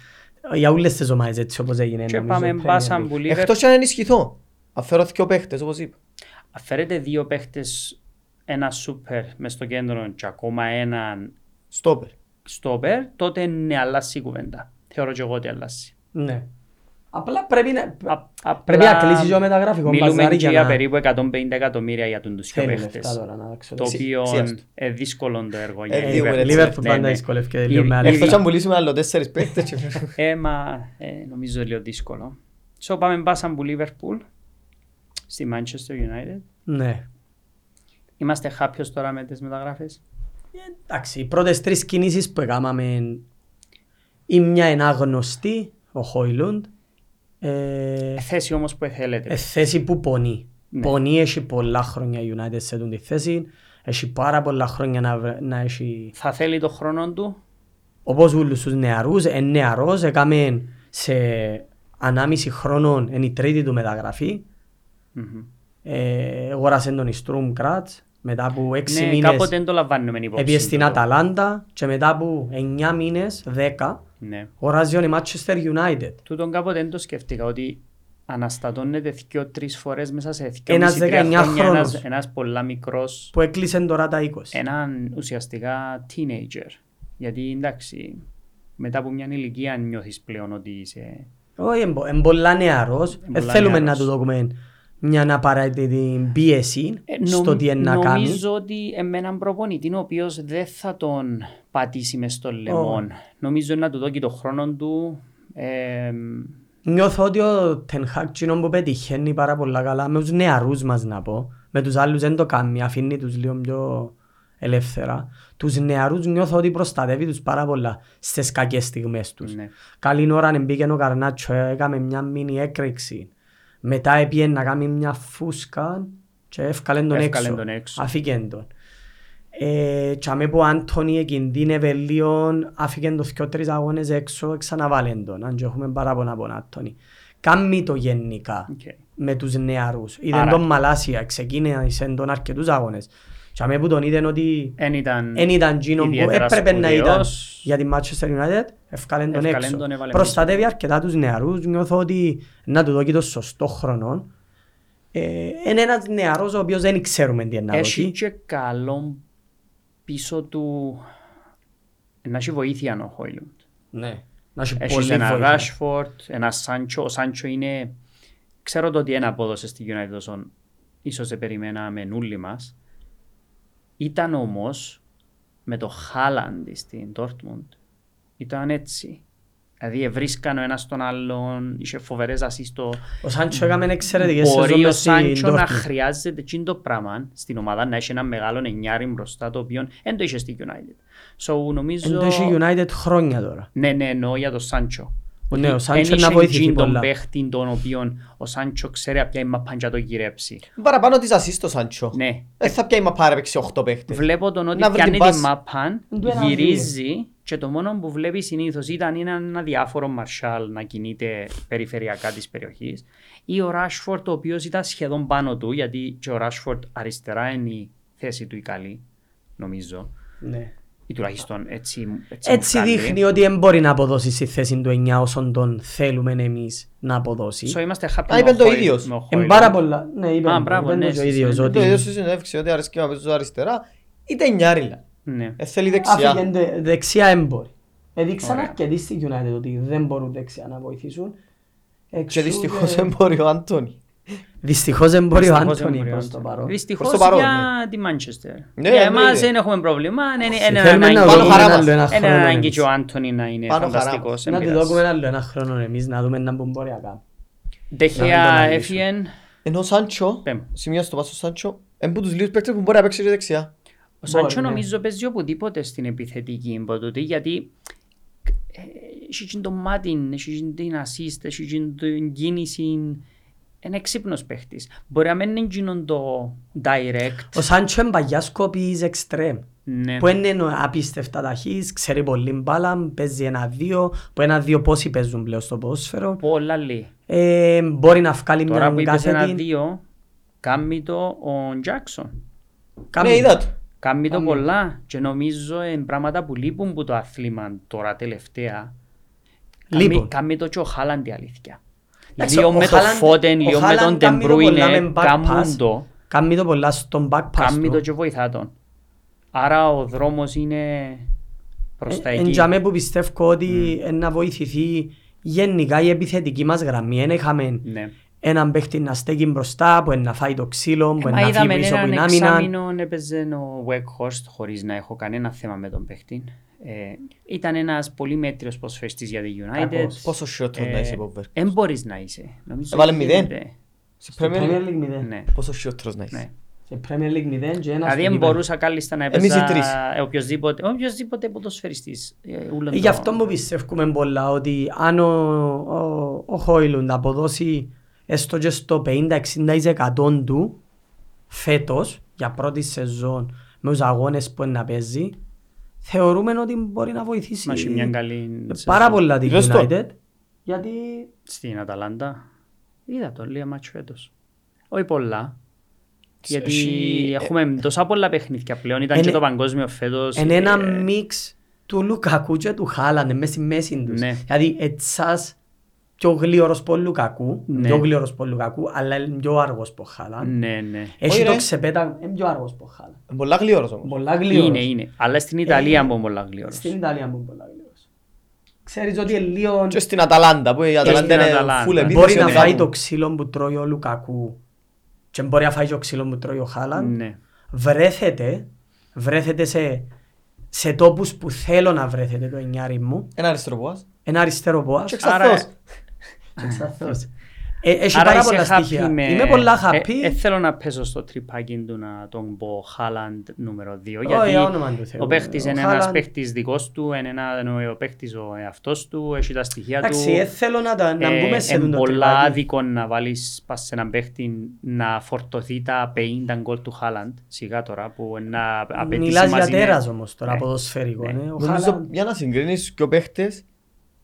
S2: Για όλες τις ομάδες έτσι όπως έγινε.
S1: Και
S2: νομίζω,
S1: πάμε
S2: Premier
S1: μπάσα
S2: League.
S1: που Liverpool.
S3: Εκτός και αν ενισχυθώ. Αφέρω δυο παίχτες, όπως είπα.
S1: Αφαίρετε δύο παίχτες, ένα σούπερ μες στο κέντρο και ακόμα έναν
S3: Στόπερ.
S1: στόπερ, τότε ναι, αλλάζει η κουβέντα. Θεωρώ και εγώ ότι αλλάζει.
S2: Ναι. Απλά πρέπει να...
S1: Α- απλά
S2: Πρέπει να κλείσεις και ο μεταγράφικο
S1: Μιλούμε
S2: μπαζάρι
S1: και
S2: για
S1: για
S2: να-
S1: περίπου 150 εκατομμύρια για τον τους πιο
S2: Θέλει λεφτά
S1: παίχτες.
S2: τώρα να ξέρω.
S1: Το οποίο
S3: Ξιάστο.
S1: είναι δύσκολο το έργο
S3: Ε,
S1: για
S3: δύο
S1: Liverpool.
S3: έτσι.
S2: Λίβερπουλ
S1: Ναι,
S2: πάντα
S1: ναι.
S2: δυσκολεύεται
S1: Ήδη-
S2: λίγο με άλλη.
S1: ήδη-
S3: Εκτός και αν πουλήσουμε άλλο τέσσερις παίχτες και φεύγουν.
S1: Ε, μα ε, νομίζω λίγο δύσκολο. So πάμε μπάσα που Liverpool στη Manchester United.
S2: Ναι.
S1: Είμαστε happy ως τώρα με τις μεταγράφες.
S2: Εντάξει, οι πρώτες τρεις κινήσεις που έκαναμε ή μια ενάγνωστη, ο Χόιλουντ, ε,
S1: Ε, Θέση όμως που θέλετε.
S2: ε, θέση που πονεί.
S1: Ναι.
S2: Πονεί, έχει πολλά χρόνια η United σε τούτη θέση, έχει πάρα πολλά χρόνια να, βρε- να έχει...
S1: Θα θέλει το χρόνο του.
S2: Όπως όλους τους νεαρούς, είναι νεαρός, έκαμε σε ανάμιση χρόνων, είναι η τρίτη του μεταγραφή,
S1: Μμμ.
S2: ε, αγόρασε τον Ιστρούμ Κράτς, μετά από έξι
S1: Ναι,
S2: μήνες
S1: κάποτε δεν το λαμβάνουμε υπόψη. ναι.
S2: έπιες στην
S1: το-
S2: Αταλάντα και μετά από 9 μήνες, 10,
S1: Ναι.
S2: οράζει η Manchester United.
S1: Τούτον κάποτε δεν το σκέφτηκα ότι αναστατώνεται δυο-τρεις φορές μέσα σε δυο
S2: Ένας 19 χρόνος.
S1: Ένας, ένας πολλά μικρός,
S2: που έκλεισε τώρα τα 20.
S1: Ε, έναν ουσιαστικά teenager. Γιατί εντάξει, μετά από μια ηλικία νιώθεις πλέον ότι είσαι...
S2: Όχι, είναι πολλά νεαρός.
S1: Εν
S2: Ε,
S1: πολλά
S2: Θέλουμε να
S1: νεαρός.
S2: του δούμε μια απαραίτητη πίεση
S1: Ε, νομ-
S2: στο τι είναι να κάνει.
S1: Νομίζω ότι με έναν προπονητή ο οποίος δεν θα τον πατήσει μες στο λαιμό. Νομίζω να του δώσει το χρόνο του. ε,
S2: Νιώθω ότι ο Τενχάκ τσινόν που πετυχαίνει πάρα πολλά καλά με τους νεαρούς μας να πω. Με τους άλλους δεν το κάνει, αφήνει τους λίγο πιο ελεύθερα. Τους νεαρούς νιώθω ότι προστατεύει τους πάρα πολλά στις κακές στιγμές τους.
S1: Ναι.
S2: Καλή ώρα να μπήκε ο Καρνάτσο, έκαμε μια μίνι έκρηξη. Μετά έπιε να κάνει μια φούσκα και έφκαλε τον
S1: Έφκαλε
S2: έξω.
S1: τον έξω.
S2: Αφήκε τον. Ε, και αμέ που ο Άντωνι εκινδύνευε λίγο, άφηκε το δυο τρεις αγώνες έξω, ξαναβάλε τον, αν και έχουμε παράπονα από τον Άντωνι. Κάμει το γενικά
S1: Οκ.
S2: με τους νεαρούς. Είδε
S1: Άρα-
S2: τον Μαλάσια, ξεκίνησε τον αρκετούς αγώνες. Και αμέ που τον είδε ότι
S1: Εν ήταν...
S2: δεν ήταν εκείνο που
S1: Ιδιαίτερα
S2: έπρεπε να
S1: σπουδαίος.
S2: ήταν για τη Manchester United, ευκάλεν τον
S1: Ευκάλεν
S2: έξω.
S1: τον, έβαλε
S2: Προστατεύει αρκετά τους νεαρούς, νιώθω ότι να του δώσει το σωστό χρόνο. Ε, είναι ένας νεαρός ο οποίος δεν ξέρουμε τι είναι να
S1: Έχει
S2: δώσει.
S1: και καλό πίσω του... Να έχει βοήθεια ο Χόιλουντ.
S2: Ναι. Να έχει
S1: Έχεις
S2: πολύ
S1: ένα
S2: βοήθεια.
S1: Ράσφορτ, ένα Σάντσο. Ο Σάντσο είναι... Ξέρω το ότι ένα απόδοσε στη United όσον ίσως δεν περιμέναμε όλοι μας. Ήταν όμως με το Χάλαντ στην Dortmund. Ήταν έτσι. Δηλαδή ευρίσκαν ο ένας τον άλλον, είχε φοβερές ασίστο.
S2: Ο Σάντσο έκαμε εξαιρετικές σεζόν
S1: Μπορεί ο
S2: μες στην
S1: Σάντσο να
S2: Dortmund.
S1: χρειάζεται εκείνο το πράγμα στην ομάδα, να έχει ένα μεγάλο εννιάρι μπροστά το οποίο δεν το είχε στη United. So
S2: Εν
S1: νομίζω...
S2: το έχει United χρόνια τώρα.
S1: Ναι, ναι, εννοώ για τον Σάντσο.
S2: Ναι, ο
S1: Εν
S2: Σάντσο
S1: είχε
S2: να βοηθηθεί
S1: εκείνον
S2: πολλά.
S1: τον παίχτη τον οποίο ο Σάντσος ξέρει απ' ποια είμαι παντζα το γυρέψει.
S3: Παραπάνω της ασίστ ο Σάντσο.
S1: Ναι.
S3: Δεν θα πιάει μα πάρε παίξει 8 παίχτες.
S1: Βλέπω τον ότι
S3: Ναι. Να βρει
S1: πιάνει
S3: την
S1: τη
S3: pass.
S1: μαπάν,
S2: Του ένα
S1: γυρίζει και το μόνο που βλέπει συνήθως ήταν είναι ένα διάφορο μαρσάλ να κινείται περιφερειακά της περιοχής ή ο Ράσφορτ ο οποίος ήταν σχεδόν πάνω του γιατί και ο Ράσφορτ αριστερά είναι η θέση του η καλή, νομίζω.
S2: Ναι.
S1: Ή τουλάχιστον έτσι, έτσι, μου
S2: Έτσι
S1: φκάλει.
S2: δείχνει ότι δεν μπορεί να αποδώσει στη θέση του 9 όσον τον θέλουμε εμείς να αποδώσει.
S1: So, είμαστε happy
S3: Α,
S1: με
S3: είπε
S1: ο
S3: το
S1: Χόιλ-
S3: ίδιος.
S1: με ο
S2: Εν
S1: Χόιλ.
S2: πάρα πολλά. Ναι, είπε
S1: Α,
S2: μου,
S1: μπράβο,
S2: είπε μου
S1: ναι,
S2: και ο
S1: στη
S2: ίδιος
S1: συνέντευξη.
S2: ότι
S3: Το ίδιος στη συνέντευξη ότι αρέσκει να παίζει στο αριστερά είτε νιάριλα.
S1: Ναι.
S3: Ε, θέλει δεξιά.
S2: άφηγε δε- δεξιά έμπορη. Έδειξαν
S1: Ωραία.
S2: αρκετοί στη United ότι δεν μπορούν δεξιά να βοηθήσουν. ε,
S3: Και
S1: ναι.
S3: δυστυχώς δεν μπορεί ο Αντώνη.
S2: Δυστυχώς δεν μπορεί ο
S1: Δυστυχώς
S2: Άντωνη
S1: δεν μπορεί ο
S2: προς το
S1: Άντωνη.
S2: παρόν.
S1: Δυστυχώς
S3: Προς το παρόν,
S1: για τη Μάντσεστερ.
S3: Ναι,
S1: Για
S3: ναι,
S1: εμάς
S3: ναι.
S1: δεν έχουμε πρόβλημα. Είναι- Είναι
S2: Θέλουμε
S1: ανάγκη-
S2: να
S3: Πάνω
S2: δούμε
S3: χαρά
S2: ένα
S3: μας.
S2: άλλο ένα
S1: είναι
S2: χρόνο
S1: ανάγκη
S2: εμείς.
S1: και ο Άντωνη να είναι
S3: Πάνω χαρά
S1: φανταστικός.
S3: μας.
S1: εν
S2: Να του
S1: πειράζει.
S2: δώσουμε ένα άλλο ένα χρόνο εμείς να δούμε να μπουν μπορεί να κάνει. Να μην
S1: Δεχεία
S2: τον
S1: έφυγε.
S3: Ενώ ο Σάντσο,
S1: Πέμπ.
S3: σημείο στο πάσο Σάντσο, είναι από τους λίγους παίκτες που μπορεί να παίξει και δεξιά.
S1: Ο Σάντσο
S2: Μπορεί, ναι.
S1: νομίζω παίζει οπουδήποτε στην επιθετική υποτούτη γιατί ε, έχει και το μάτι, έχει και την ασίστ, έχει και την κίνηση. Είναι ξύπνος παίχτης. Μπορεί να μην είναι εκείνον το
S2: Ο
S1: direct.
S2: Σάντσο είναι παγιάς κοπής εξτρέμ.
S1: Ναι.
S2: Που είναι απίστευτα ταχύς, ξέρει πολύ μπάλα, παίζει ένα-δύο, που ένα-δύο πόσοι παίζουν πλέον στο ποδόσφαιρο.
S1: Πολλά λέει.
S2: Ε, μπορεί να βγάλει
S1: Τώρα
S2: μια
S1: που είπες ένα
S2: κάθετη.
S1: δύο, κάμει το ο Τζάκσον.
S2: Κάνει.
S3: Ναι, είδα
S1: Ε,
S3: το.
S1: Κάμει το πολλά και νομίζω είναι πράγματα που λείπουν που το αθλήμα τώρα τελευταία.
S2: Λείπουν.
S1: Κάμει το και ο Χάλαντ η αλήθεια.
S2: Εντάξει,
S1: Λίγο
S2: ο
S1: με τον
S2: Χάλαντ-
S1: Φώτεν,
S2: ο
S1: λίγο με τον
S2: Χάλαντ κάμει το πολλά
S1: Τεμπρούινε,
S2: με back
S1: κάμουν
S2: pass.
S1: το,
S2: Κάνει το πολλά στον back pass
S1: κάμει το
S2: του.
S1: και βοηθά τον. Άρα ο δρόμος είναι προς τα
S2: Ε, Εν
S1: εκεί.
S2: τζαμέ που πιστεύω ότι ε, να βοηθηθεί γενικά η επιθετική μας γραμμή. Εν είχαμε
S1: Ναι.
S2: έναν παίχτη να στέκει μπροστά, που εν να φάει το ξύλο, που
S1: Ε,
S2: εν
S1: Μα
S2: να φύγει
S1: είδαμε
S2: πίσω από
S1: έναν
S2: την άμυνα.
S1: εξάμεινο ναι, έπαιζε ο Wakehorst χωρίς να έχω κανένα θέμα με τον παίχτη. Ε, ήταν ένας πολύ μέτριος προσφεστής για τη United.
S2: Κακός.
S3: Πόσο short να
S1: ε,
S3: είσαι από Βέρκ.
S1: Δεν μπορείς να είσαι. Νομίζω
S3: Έβαλε
S1: ότι
S3: μηδέν.
S1: γίνεται.
S3: Σε
S2: Στην
S3: Premier League,
S2: Premier League 0.
S1: Ναι.
S3: Πόσο short να είσαι.
S1: Ναι.
S2: Σε Premier League 0 και ένας
S1: Δηλαδή
S2: στο
S1: δεν
S2: κύπελλο.
S1: μπορούσα κάλλιστα να
S3: Εμείς οι
S1: έπαιζα
S3: τρεις.
S1: ε, οποιοςδήποτε, οποιοςδήποτε ποδοσφαιριστής. Ε, ούλον
S2: Ε, Γι'
S1: το-
S2: αυτό μου πιστεύουμε πολλά ότι αν ο, ο, ο Χόιλουντ αποδώσει έστω και στο 50-60% του φέτος για πρώτη σεζόν με τους αγώνες που είναι να παίζει θεωρούμε ότι μπορεί να βοηθήσει
S1: Να έχει μια καλή
S2: πάρα
S1: σεζόν.
S2: πολλά τη
S3: Είδες το?
S2: United γιατί
S1: Στην Αταλάντα. Είδα το λίγα μάτς φέτος. Όχι πολλά. Γιατί
S2: ε,
S3: Έχει-
S1: έχουμε τόσα πολλά παιχνίδια πλέον. Ήταν
S2: Είναι-
S1: και το παγκόσμιο φέτος.
S2: είναι
S1: Ε,
S2: ένα μίξ του Λουκακού και του Χάλανε μέσα στη μέση τους.
S1: Ναι.
S2: Δηλαδή ετσάς πιο γλίωρος από Λουκακού,
S1: Ναι.
S2: πιο γλίωρος από Λουκακού, αλλά είναι πιο αργός από Χάλαν.
S1: Ναι, ναι.
S2: Έχει
S3: Όχι,
S2: το
S3: ρε.
S2: ξεπέτα, είναι πιο αργός από Χάλα.
S3: Είναι Ε, πολλά γλυόρος όμως.
S2: Πολλά γλύωρος.
S1: Είναι, είναι. Αλλά στην Ιταλία μου πολλά γλυόρος.
S2: Ε, Στην Ιταλία μου πολλά γλύωρος. Ξέρεις ότι είναι λίγο...
S3: Και στην Αταλάντα που η Αταλάντα
S1: στην
S3: είναι
S1: Αταλάντα.
S3: φουλ επίθεση.
S2: Μπορεί να
S3: ότι
S2: φάει
S3: κάπου-
S2: το ξύλο που τρώει ο Λουκακού και μπορεί να φάει το ξύλο που τρώει ο Χάλαν.
S1: Ναι.
S2: Βρέθεται, βρέθεται σε, σε τόπους που θέλω να βρέθεται το εννιάρι μου.
S3: Ένα αριστεροπουάς.
S2: Ένα αριστερό πόας.
S3: Και
S1: Άρα
S3: εξαθώς.
S2: Εξαθώς. Ε, Έχει
S1: Άρα
S2: πάρα
S1: είσαι
S2: πολλά
S1: happy
S2: στοιχεία.
S1: με-
S2: Είμαι πολλά
S1: Ε,
S2: happy.
S1: ε, θέλω να παίζω στο τριπάκι του να τον πω Χάλαντ νούμερο 2.
S2: Όχι,
S1: γιατί
S2: ε, όνομα του Θεού.
S1: ο παίχτης είναι
S2: Haaland-
S1: ένας παίχτης δικός του, είναι ένα, είναι ο παίχτης ο εαυτός του, έχει τα στοιχεία του.
S2: Εντάξει, ε, θέλω να, τα, να
S1: Ε,
S2: μπούμε σε
S1: εν
S2: τον
S1: πολλά
S2: τρυπάκι.
S1: άδικο να βάλεις πας σε έναν παίχτη να φορτωθεί τα 50 γκολ του Χάλαντ, σιγά τώρα, που να απαιτήσει
S2: Μιλάς για
S1: μαζί με-
S2: τέρας όμως τώρα,
S1: Ναι.
S2: ποδοσφαιρικό. ναι. Ο
S3: Νομίζω
S2: Haaland-
S3: για να συγκρίνεις και ο παίχτες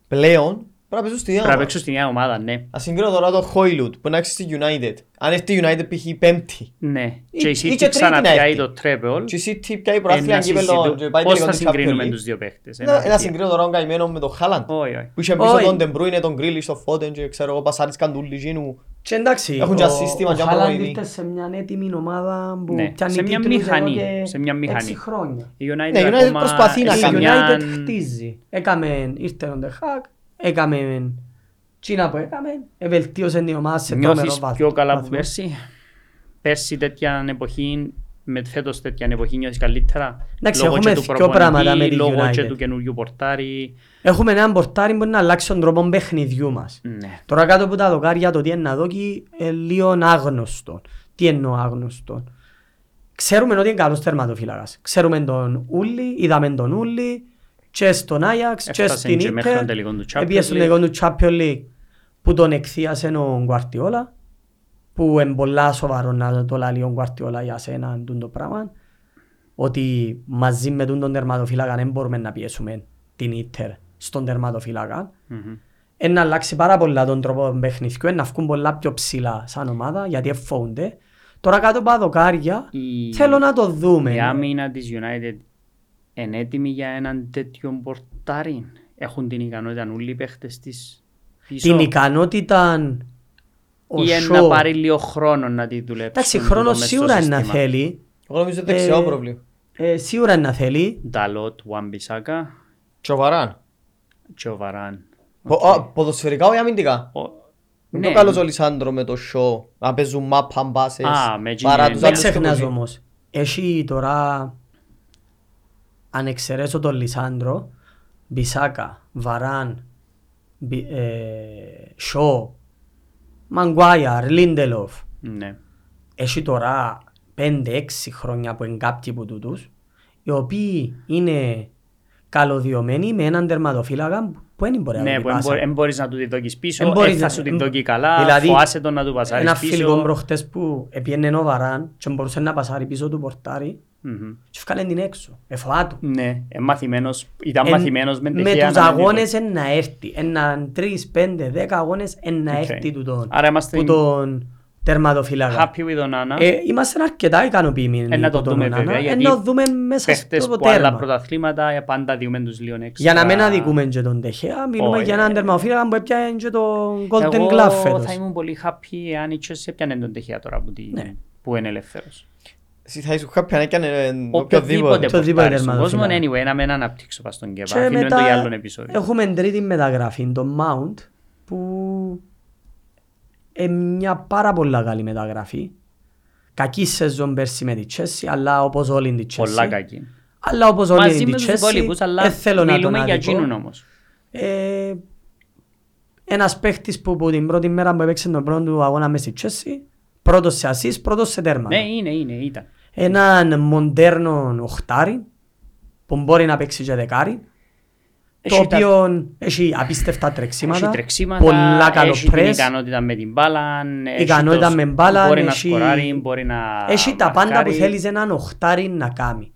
S3: πλέον πρέπει να παίζουν στη
S1: Πρέπει να
S3: διάμα.
S1: παίξω στην ίδια ομάδα, ναι.
S3: Ας συγκρίνω τώρα το Χόιλουτ που να έχεις στη United. Αν έρθει η United π.χ. η πέμπτη
S1: Ναι,
S3: Ή-
S1: και η
S3: ή και
S1: City
S3: τρίτη να
S1: ξαναπιάει
S3: έρθει.
S1: το τρέπεολ.
S3: και η City πια
S1: Ε,
S3: η
S1: να
S3: προάθλια κύπελο και
S1: συζητούμε-
S3: πάει
S1: Πώς
S3: τελικό
S1: θα
S3: της Champions
S1: συγκρίνουμε
S3: League.
S1: τους δύο παίχτες.
S3: Να-
S1: ένα
S3: Να
S1: τέτοιο.
S3: συγκρίνω τώρα τον καημένο με τον Χάλαντ
S1: Όχι, όχι.
S3: που είχε πίσω
S2: Όχι.
S3: τον Ντεμπρούινε, τον Γκρίλις, τον Φόντεν και ξέρω εγώ πασάρις καντούλι γίνου.
S2: Και εντάξει,
S3: Έχουν
S2: ο-
S3: και σύστημα
S2: ο
S3: και
S2: Haaland
S3: προπονητή.
S2: ήρθε σε μια έτοιμη ομάδα που
S1: Ναι,
S2: πιάνει
S1: σε μια
S2: τίτλους εδώ
S1: μηχανή,
S2: και
S1: σε μια μηχανή.
S2: έξι χρόνια.
S1: Η United,
S3: Ναι, η United
S1: ακόμα
S3: προσπαθεί να
S2: Η
S1: έχει
S3: κάνει.
S1: μια-
S2: United χτίζει. Έκαμε, ήρθε ο Ντεχάκ, έκαμε Τσίνα που έκαμε, ευελτίωσε την ομάδα σε τρομερό
S1: Νιώθεις
S2: βάθμο.
S1: πιο καλά που
S2: βαθμό.
S1: πέρσι. Πέρσι τέτοια εποχή, με φέτος τέτοια εποχή νιώθεις καλύτερα.
S2: Εντάξει,
S1: Λόγω
S2: έχουμε
S1: και του
S2: δυο
S1: προπονητή,
S2: πράγματα με τη
S1: Λόγω και
S2: United.
S1: του καινούριου πορτάρι.
S2: Έχουμε έναν πορτάρι που μπορεί να αλλάξει τον τρόπο παιχνιδιού μας.
S1: Ναι.
S2: Τώρα κάτω από τα δοκάρια το τι είναι να δόκει ε, λίγο άγνωστο. Τι εννοώ άγνωστο. Ξέρουμε ότι είναι καλός τερματοφύλακας. Ξέρουμε τον Ούλη, είδαμε τον Ούλη και στον Άγιαξ και
S1: Έφτασε
S2: στην
S1: και μέχρι
S2: Ίντερ.
S1: τον τελικό του Champions
S2: Έπιε στον
S1: League.
S2: τελικό του Champions League που τον εκθίασε ο Γκουαρτιόλα που είναι πολλά σοβαρό να το λέει ο Γκουαρτιόλα για σένα τούτο το πράγμα ότι μαζί με τον τερματοφύλακα δεν μπορούμε να πιέσουμε την Ίντερ στον τερματοφύλακα
S1: Μμμ.
S2: είναι Ε, να αλλάξει πάρα πολλά τον τρόπο παιχνιδιού, ε, να βγουν πολλά πιο ψηλά σαν ομάδα, γιατί εφόούνται. Τώρα κάτω από τα δοκάρια,
S1: Η-
S2: θέλω να το δούμε.
S1: Η άμυνα της United είναι έτοιμη για έναν τέτοιο πορτάρι. Έχουν την ικανότητα όλοι οι παίχτες της πίσω.
S2: Την ικανότητα ο
S1: Ή εν να
S2: Shaw.
S1: πάρει λίγο χρόνο να τη δουλέψει.
S2: Εντάξει, χρόνο σίγουρα είναι να θέλει.
S3: Εγώ νομίζω
S2: Ε,
S3: είναι δεξιό πρόβλημα.
S2: Ε, σίγουρα είναι να θέλει.
S1: Νταλότ, Βαμπισάκα
S3: Και ο Βαράν.
S1: και ο Βαράν.
S3: Πο- α, Ποδοσφαιρικά όχι αμυντικά.
S1: Ο-
S3: Είναι
S1: Ναι.
S3: πιο καλός ο Λισάνδρο με το σοου. Να παίζουν μάπα μπάσες.
S1: Α, με εκείνη-
S3: παρά
S1: με
S3: τους
S2: Δεν
S3: άλλους
S2: ξεχνάς
S3: σκοπούς.
S2: όμως. Έχει τώρα, αν εξαιρέσω τον Λισάνδρο, Μπισάκα, Βαράν, Μπι- ε, Σο, Μαγκουάιαρ, Λίντελοφ.
S1: Ναι.
S2: έχει τώρα 5-6 χρόνια που είναι κάποιοι από τούτους, οι οποίοι είναι καλωδιωμένοι με έναν τερματοφύλακα που δεν μπορεί να
S1: Ναι,
S2: του
S1: που
S2: την πάσα.
S1: δεν μπορείς να του τη δώκεις πίσω,
S2: Εν μπορείς
S1: εν θα
S2: να-
S1: σου
S2: εν-
S1: την δώκει καλά,
S2: δηλαδή,
S1: φοάσαι τον να του πασάρεις
S2: Ένα
S1: πίσω.
S2: φιλικό προχτές που έπιένε ο Βαράν και μπορούσε να πασάρει πίσω του πορτάρι
S1: Μμμ.
S2: και έφκανε την έξω. Εφοά του.
S1: Ναι, ε, μαθημένος, ήταν
S2: Εν-
S1: μαθημένος με
S2: με
S1: τυχαία
S2: τους
S1: να μην
S2: αγώνες εν να έρθει. Έναν 3, 5, 10 αγώνες εν να
S1: Οκ.
S2: έρθει του τον,
S1: Άρα είμαστε
S2: που τον τερματοφύλακα.
S1: Happy with Onana.
S2: Ε, είμαστε αρκετά ικανοποιημένοι
S1: Ε, να το
S2: από τον
S1: δούμε
S2: Onana,
S1: βέβαια,
S2: ε,
S1: γιατί
S2: να δούμε μέσα
S1: Παίχτες
S2: στο
S1: που άλλα
S2: τέρμα.
S1: πρωταθλήματα ε, πάντα διούμε τους λίγο έξω.
S2: Για να μην αδικούμε και τον Τεχέα, μιλούμε
S1: Όχι. ε,
S2: για έναν τερμαφύλακα που έπιανε και τον Golden
S1: Εγώ
S2: Glove φέτος.
S1: θα ήμουν πολύ happy αν η Chelsea έπιανε τον τεχεία τώρα που, τη...
S2: Ναι.
S1: που είναι ελεύθερος.
S3: Εσύ θα είσαι κάποια να έκανε ε,
S1: Οποιοδήποτε
S3: οποιοδήποτε.
S1: πορτάρι στον κόσμο,
S2: τερματοφύλακα.
S1: anyway, να μην αναπτύξω πας στον Κεβά.
S2: Και
S1: Αφήνουμε το για άλλον
S2: μετά
S1: επεισόδιο.
S2: έχουμε τρίτη μεταγραφή, τον Mount, που είναι μια πάρα πολλά καλή μεταγραφή. Κακή σεζόν πέρσι με τη Chelsea, αλλά όπως όλοι είναι τη
S1: Πολλά
S2: Chelsea.
S1: κακή.
S2: Αλλά όπως όλοι
S1: Μαζί
S2: είναι
S1: με
S2: τη
S1: τους
S2: Chelsea,
S1: υπόλοιπους, αλλά
S2: δεν θέλω να τον
S1: μιλούμε για εκείνον
S2: αδικώ.
S1: όμως.
S2: Ε, ένας παίχτης που από την πρώτη μέρα που έπαιξε τον πρώτο του αγώνα μες στη Chelsea, πρώτος σε ασίς, πρώτος σε τέρμα.
S1: Ναι, είναι, είναι, ήταν.
S2: έναν μοντέρνο οχτάρι που μπορεί να παίξει και δεκάρι το
S1: Έχει τα-
S2: οποίο έχει απίστευτα
S1: έχει
S2: τρεξίματα,
S1: τρεξίματα,
S2: πολλά καλό
S1: έχει την
S2: press,
S1: ικανότητα με την μπάλα, έχει
S2: Ικανότητα
S1: το-
S2: με μπάλα,
S1: μπορεί να
S2: έχει-
S1: σκοράρει, μπορεί να
S2: έχει τα πάντα που
S1: μαρκάρει.
S2: θέλεις έναν οχτάρι να κάνει.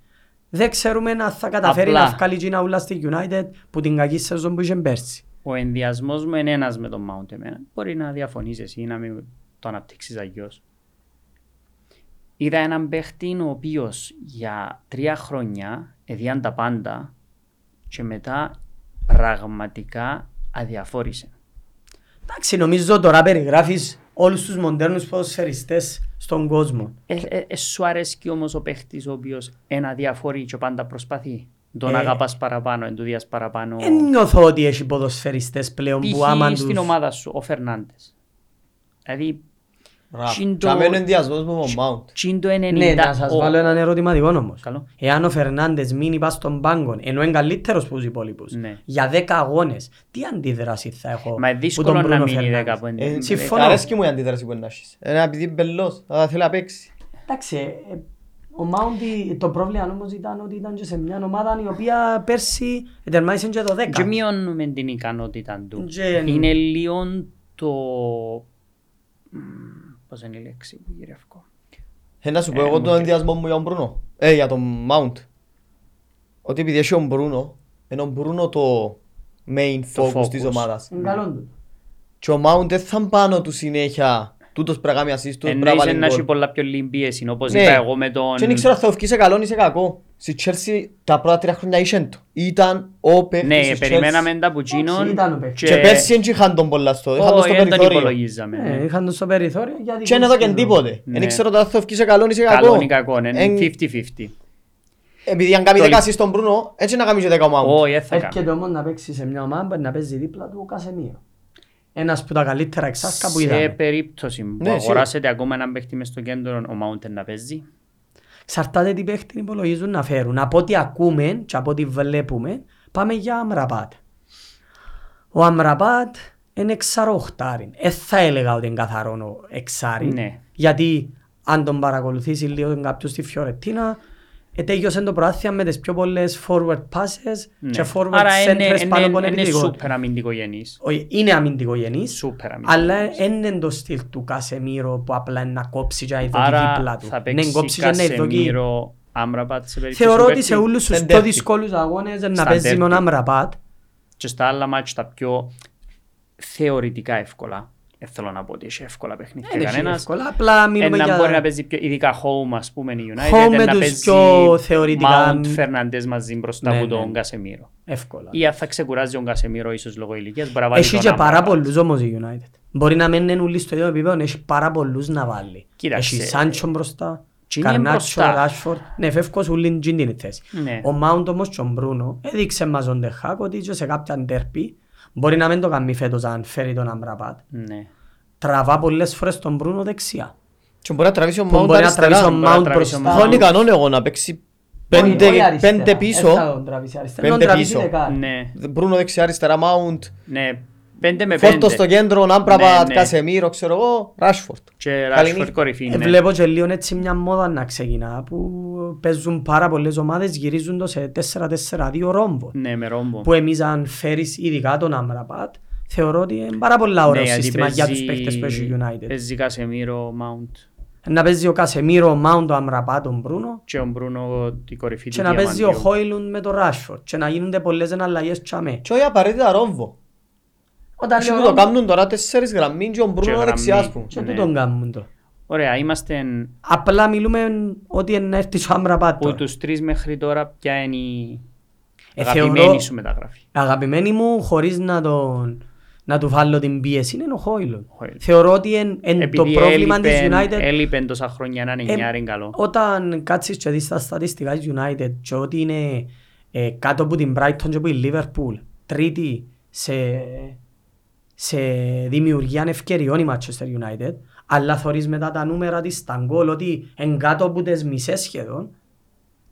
S2: Δεν ξέρουμε αν θα καταφέρει
S1: Απλά.
S2: να βγάλει την ούλα στη United που την κακή σεζόν που είχε πέρσι.
S1: Ο ενδιασμός μου είναι ένας με τον Mount εμένα. Μπορεί να διαφωνείς εσύ, να μην το αναπτύξεις αγιώς. Είδα έναν παίχτη ο οποίος για τρία χρόνια εδιάν τα πάντα και μετά πραγματικά αδιαφόρησε.
S2: Εντάξει, νομίζω τώρα περιγράφεις όλους τους μοντέρνους ποδοσφαιριστές στον κόσμο.
S1: Ε, ε, ε, σου αρέσκει όμως ο παίχτης ο οποίος ένα διαφορεί και πάντα προσπαθεί. Τον
S2: Ε.
S1: αγαπάς παραπάνω, εντουδία παραπάνω.
S2: Δεν νιώθω ότι έχει ποδοσφαιριστές πλέον που άμα
S1: Π.χ.
S2: τους...
S1: στην ομάδα σου, ο Φερνάντες. Δηλαδή,
S3: Ραφ.
S4: Συν το-
S3: Για μένα είναι διασμός μου με τον Mount.
S4: Τι είναι το 90.
S2: Ναι, να σας
S4: ο-
S2: βάλω έναν ερωτηματικό όμως.
S1: Καλό.
S2: Εάν ο Φερνάντες μείνει πας στον πάγκο, ενώ είναι καλύτερος που τους υπόλοιπους,
S1: Ναι.
S2: για 10 αγώνες, τι αντίδραση θα έχω
S1: Μα είναι δύσκολο να
S2: Μπρούνο
S1: μείνει
S2: Φερνάνδες.
S1: δέκα που είναι.
S3: Ε,
S1: Ε,
S2: συμφωνώ.
S3: Αρέσκει μου η αντίδραση που είναι να έχεις. Ένα επειδή είναι μπελός, θα θέλει να παίξει.
S2: Εντάξει, ε, ο Μάουντι το πρόβλημα όμως ήταν ότι ήταν και σε μια ομάδα η οποία πέρσι τερμάτισε και το 10.
S1: Και μειώνουμε την ικανότητα του.
S2: Και-
S1: Είναι λίγο το... Μμμ, Πώς είναι η λέξη που γυρεύω.
S3: Ε, να σου πω εγώ τον ενδιασμό μου για τον Μπρούνο. Ε, για τον Mount. Ότι επειδή έχει ο Μπρούνο, ενώ ο Μπρούνο το main
S1: Το
S3: focus
S1: focus.
S3: της ομάδας.
S2: Είναι καλό του.
S3: Και ο Mount δεν θα είναι πάνω του συνέχεια. Τούτος πρέπει να κάνει assist, τούτος πρέπει να
S1: Εννοείς
S3: βάλει
S1: Ε, ναι, να έχει
S3: γκολ.
S1: πολλά πιο λίγη πίεση, όπως
S3: Ναι.
S1: είπα εγώ με τον...
S3: Και δεν ξέρω αν θα βγει σε καλό ή σε κακό. Στη Chelsea τα πρώτα τρία χρόνια είχε το. Ήταν ο παίκτης
S1: Ναι,
S3: της Chelsea.
S1: περιμέναμε τα που
S2: Εντάξει,
S1: γίνον
S2: ήταν ο παίκτης.
S3: Και πέρσι δεν είχαν τον πολλά στο, είχαν τον
S1: Όχι,
S3: στο
S1: δεν τον
S3: περιθώριο.
S1: υπολογίζαμε.
S2: Ε,
S1: ναι.
S2: Είχαν το στο περιθώριο γιατί...
S3: Και δεν έδωκαν τίποτε.
S1: Ναι.
S3: Δεν ξέρω τώρα αν θα βγει σε καλό ή
S2: Ε,
S3: σε κακό.
S1: Καλό ή κακό, ναι,
S3: Εν-
S1: είναι 50-50.
S3: Επειδή αν κάνει
S1: Το-
S3: 10 assist στον Μπρούνο, έτσι να κάνει και 10 ο Mount.
S1: Όχι, δεν ε, θα κάνω.
S2: Έρχεται όμως να παίξει σε μια ομάδα που να παίζει δίπλα του ο Κασεμίρο. Ένας που τα καλύτερα εξάσκα που
S1: Σε
S2: είδαμε.
S1: περίπτωση που
S3: Ναι, σίγουρα.
S1: αγοράσετε ακόμα έναν παίχτη μες στο κέντρο, ο Mountain να παίζει.
S2: Εξαρτάται τι παίχτη υπολογίζουν να φέρουν. Από ό,τι ακούμε και από ό,τι βλέπουμε, πάμε για Αμραμπάτ. Ο Αμραμπάτ είναι εξαροχτάρι. Ε, θα έλεγα ότι είναι καθαρό εξάρι.
S1: Ναι.
S2: Γιατί αν τον παρακολουθήσει λίγο κάποιος στη Φιωρετίνα, ε, τέλειωσε το προάθεια με τις πιο πολλές forward passes
S1: Ναι.
S2: και forward
S1: Άρα είναι-
S2: centers πάνω από
S1: είναι- είναι
S2: επιθετικό.
S1: σούπερ αμυντικογενής.
S2: Όχι, είναι αμυντικογενής,
S1: Σούπερ
S2: αλλά
S1: αμυντικογενής.
S2: είναι το στυλ του Κασεμίρο που απλά είναι να κόψει και να ειδωκεί δίπλα
S1: Άρα
S2: του.
S1: θα
S2: Ναι,
S1: παίξει
S2: κόψει και να ειδωκεί.
S1: Κασεμίρο Άμραπατ σε περίπτωση
S2: Θεωρώ
S1: που
S2: ότι
S1: παίξει.
S2: σε όλους τους
S3: Εν
S2: πιο
S3: τέρτη.
S2: δύσκολους αγώνες να
S1: Στα
S2: παίζει με τον
S1: τέρτη.
S2: Αμραπάτ.
S1: και στα άλλα μάτια τα πιο θεωρητικά εύκολα. Δεν θέλω να πω ότι έχει εύκολα παιχνίδια
S2: Ε, Δεν είναι
S1: κανένας.
S2: εύκολα, απλά μιλούμε
S1: Ένα μπορεί Ε, να
S2: για...
S1: παίζει πιο, ειδικά home ας πούμε η United,
S2: Home
S1: ένα
S2: με τους
S1: παίζει
S2: πιο θεωρητικά-
S1: Mount Fernandes μαζί μπροστά
S2: Ναι,
S1: από
S2: ναι.
S1: τον Κασεμίρο.
S2: Εύκολα.
S1: Ή αν θα ξεκουράζει τον Κασεμίρο ίσως λόγω ηλικίας, μπορεί να βάλει
S2: Έχει
S1: τον
S2: και
S1: Άμραμπατ.
S2: πάρα πολλούς όμως η United. Μπορεί να μην είναι όλοι στο ίδιο επίπεδο, έχει πάρα πολλούς να βάλει.
S1: Κοίταξε,
S2: Έχει Σάντσο μπροστά,
S1: τζιν είναι
S2: Καρνάτσο,
S1: μπροστά.
S2: Ράσφορτ. Ναι, φεύγω σου λύνει τζιν την θέση.
S1: Ναι.
S2: Ο Μάουντ όμως και ο Μπρούνο έδειξε μας τον Τεχάκ ότι και σε κάποια ντέρπι μπορεί να μην το κάνει φέτος αν φέρει τον Αμπραπάτ.
S1: Ναι.
S2: Τραβά πολλές φορές τον Μπρούνο δεξιά.
S3: Και μπορεί να τραβήσει ο
S2: Που
S3: Mount
S2: Μπορεί να τραβήσει
S3: αριστερά.
S2: τον
S1: μπορεί να
S2: Μάουντ
S1: τραβήσει ο
S2: μπροστά.
S1: Mount.
S3: Θα είναι ικανόν εγώ να παίξει
S2: Όχι,
S3: πέντε-
S2: όχι αριστερά.
S3: πέντε
S2: Ε, θα
S3: πίσω.
S2: τον τραβήσει αριστερά. Να τον
S3: Πέντε
S2: τραβήσει
S3: πίσω.
S2: δεκάρι.
S1: Ναι.
S3: Μπρούνο δεξιά αριστερά, Mount.
S1: Ναι. Πέντε με πέντε.
S3: Φόρτο στο κέντρο,
S1: Ναι,
S3: Άμπραπα,
S1: ναι.
S3: Κασεμίρο, ξέρω εγώ, Ράσφορτ.
S1: Και
S3: Καλή
S1: Rashford
S3: νύχτα.
S1: κορυφή.
S2: Ε,
S1: ναι.
S2: Βλέπω και λίγο έτσι μια μόδα να ξεκινά που παίζουν πάρα πολλές ομάδες γυρίζουν το σε 4-4-2 ρόμβο.
S1: Ναι, με ρόμπο.
S2: Που εμείς αν φέρεις ειδικά τον Αμραπάτ θεωρώ ότι είναι πάρα πολλά ωραίο
S1: Ναι, γιατί
S2: σύστημα για τους
S1: παίζει-
S2: παίχτες που έχει η United.
S1: Παίζει Κασεμίρο, Mount
S2: Να παίζει ο Κασεμίρο, ο Μάουντ, ο Αμραπάτ, ο Μπρούνο
S1: και ο Μπρούνο την κορυφή του
S2: και να παίζει ο
S1: Διαμαντίου.
S2: Χόιλουν με τον Ράσφορτ και να γίνονται πολλές εναλλαγές τσαμέ.
S3: Και όχι απαραίτητα ρόμβο.
S2: Όταν
S3: Εσύ που το κάνουν τώρα τέσσερις γραμμή και ο Μπρούνο
S1: γραμμή.
S3: δεξιάς, ας πούμε.
S2: Και
S1: Ναι.
S2: που τον κάνουν το.
S1: Ωραία, είμαστε
S2: Απλά μιλούμε ότι είναι να έρθει ο Αμραπάτ
S1: από
S2: τώρα.
S1: τους τρεις μέχρι τώρα ποια είναι η
S2: Ε, θεωρώ-
S1: αγαπημένη σου μεταγραφή.
S2: Αγαπημένη μου, χωρίς να, τον, να του βάλω την πίεση, είναι ο Χόιλον.
S1: Χόιλον.
S2: Θεωρώ ότι εν, εν το
S1: Ε, Επειδή
S2: πρόβλημα της
S1: έλειπεν-
S2: United...
S1: έλειπεν τόσα χρόνια έναν
S2: εν-
S1: εννιάριν καλό.
S2: Όταν κάτσεις και δεις τα στατιστικά της United και ότι είναι ε, κάτω από την Brighton και από η Liverpool, τρίτη σε, σε δημιουργία ευκαιριών η Manchester United, αλλά θωρείς μετά τα νούμερα της στα γκολ ότι εν κάτω από τις μισές σχεδόν,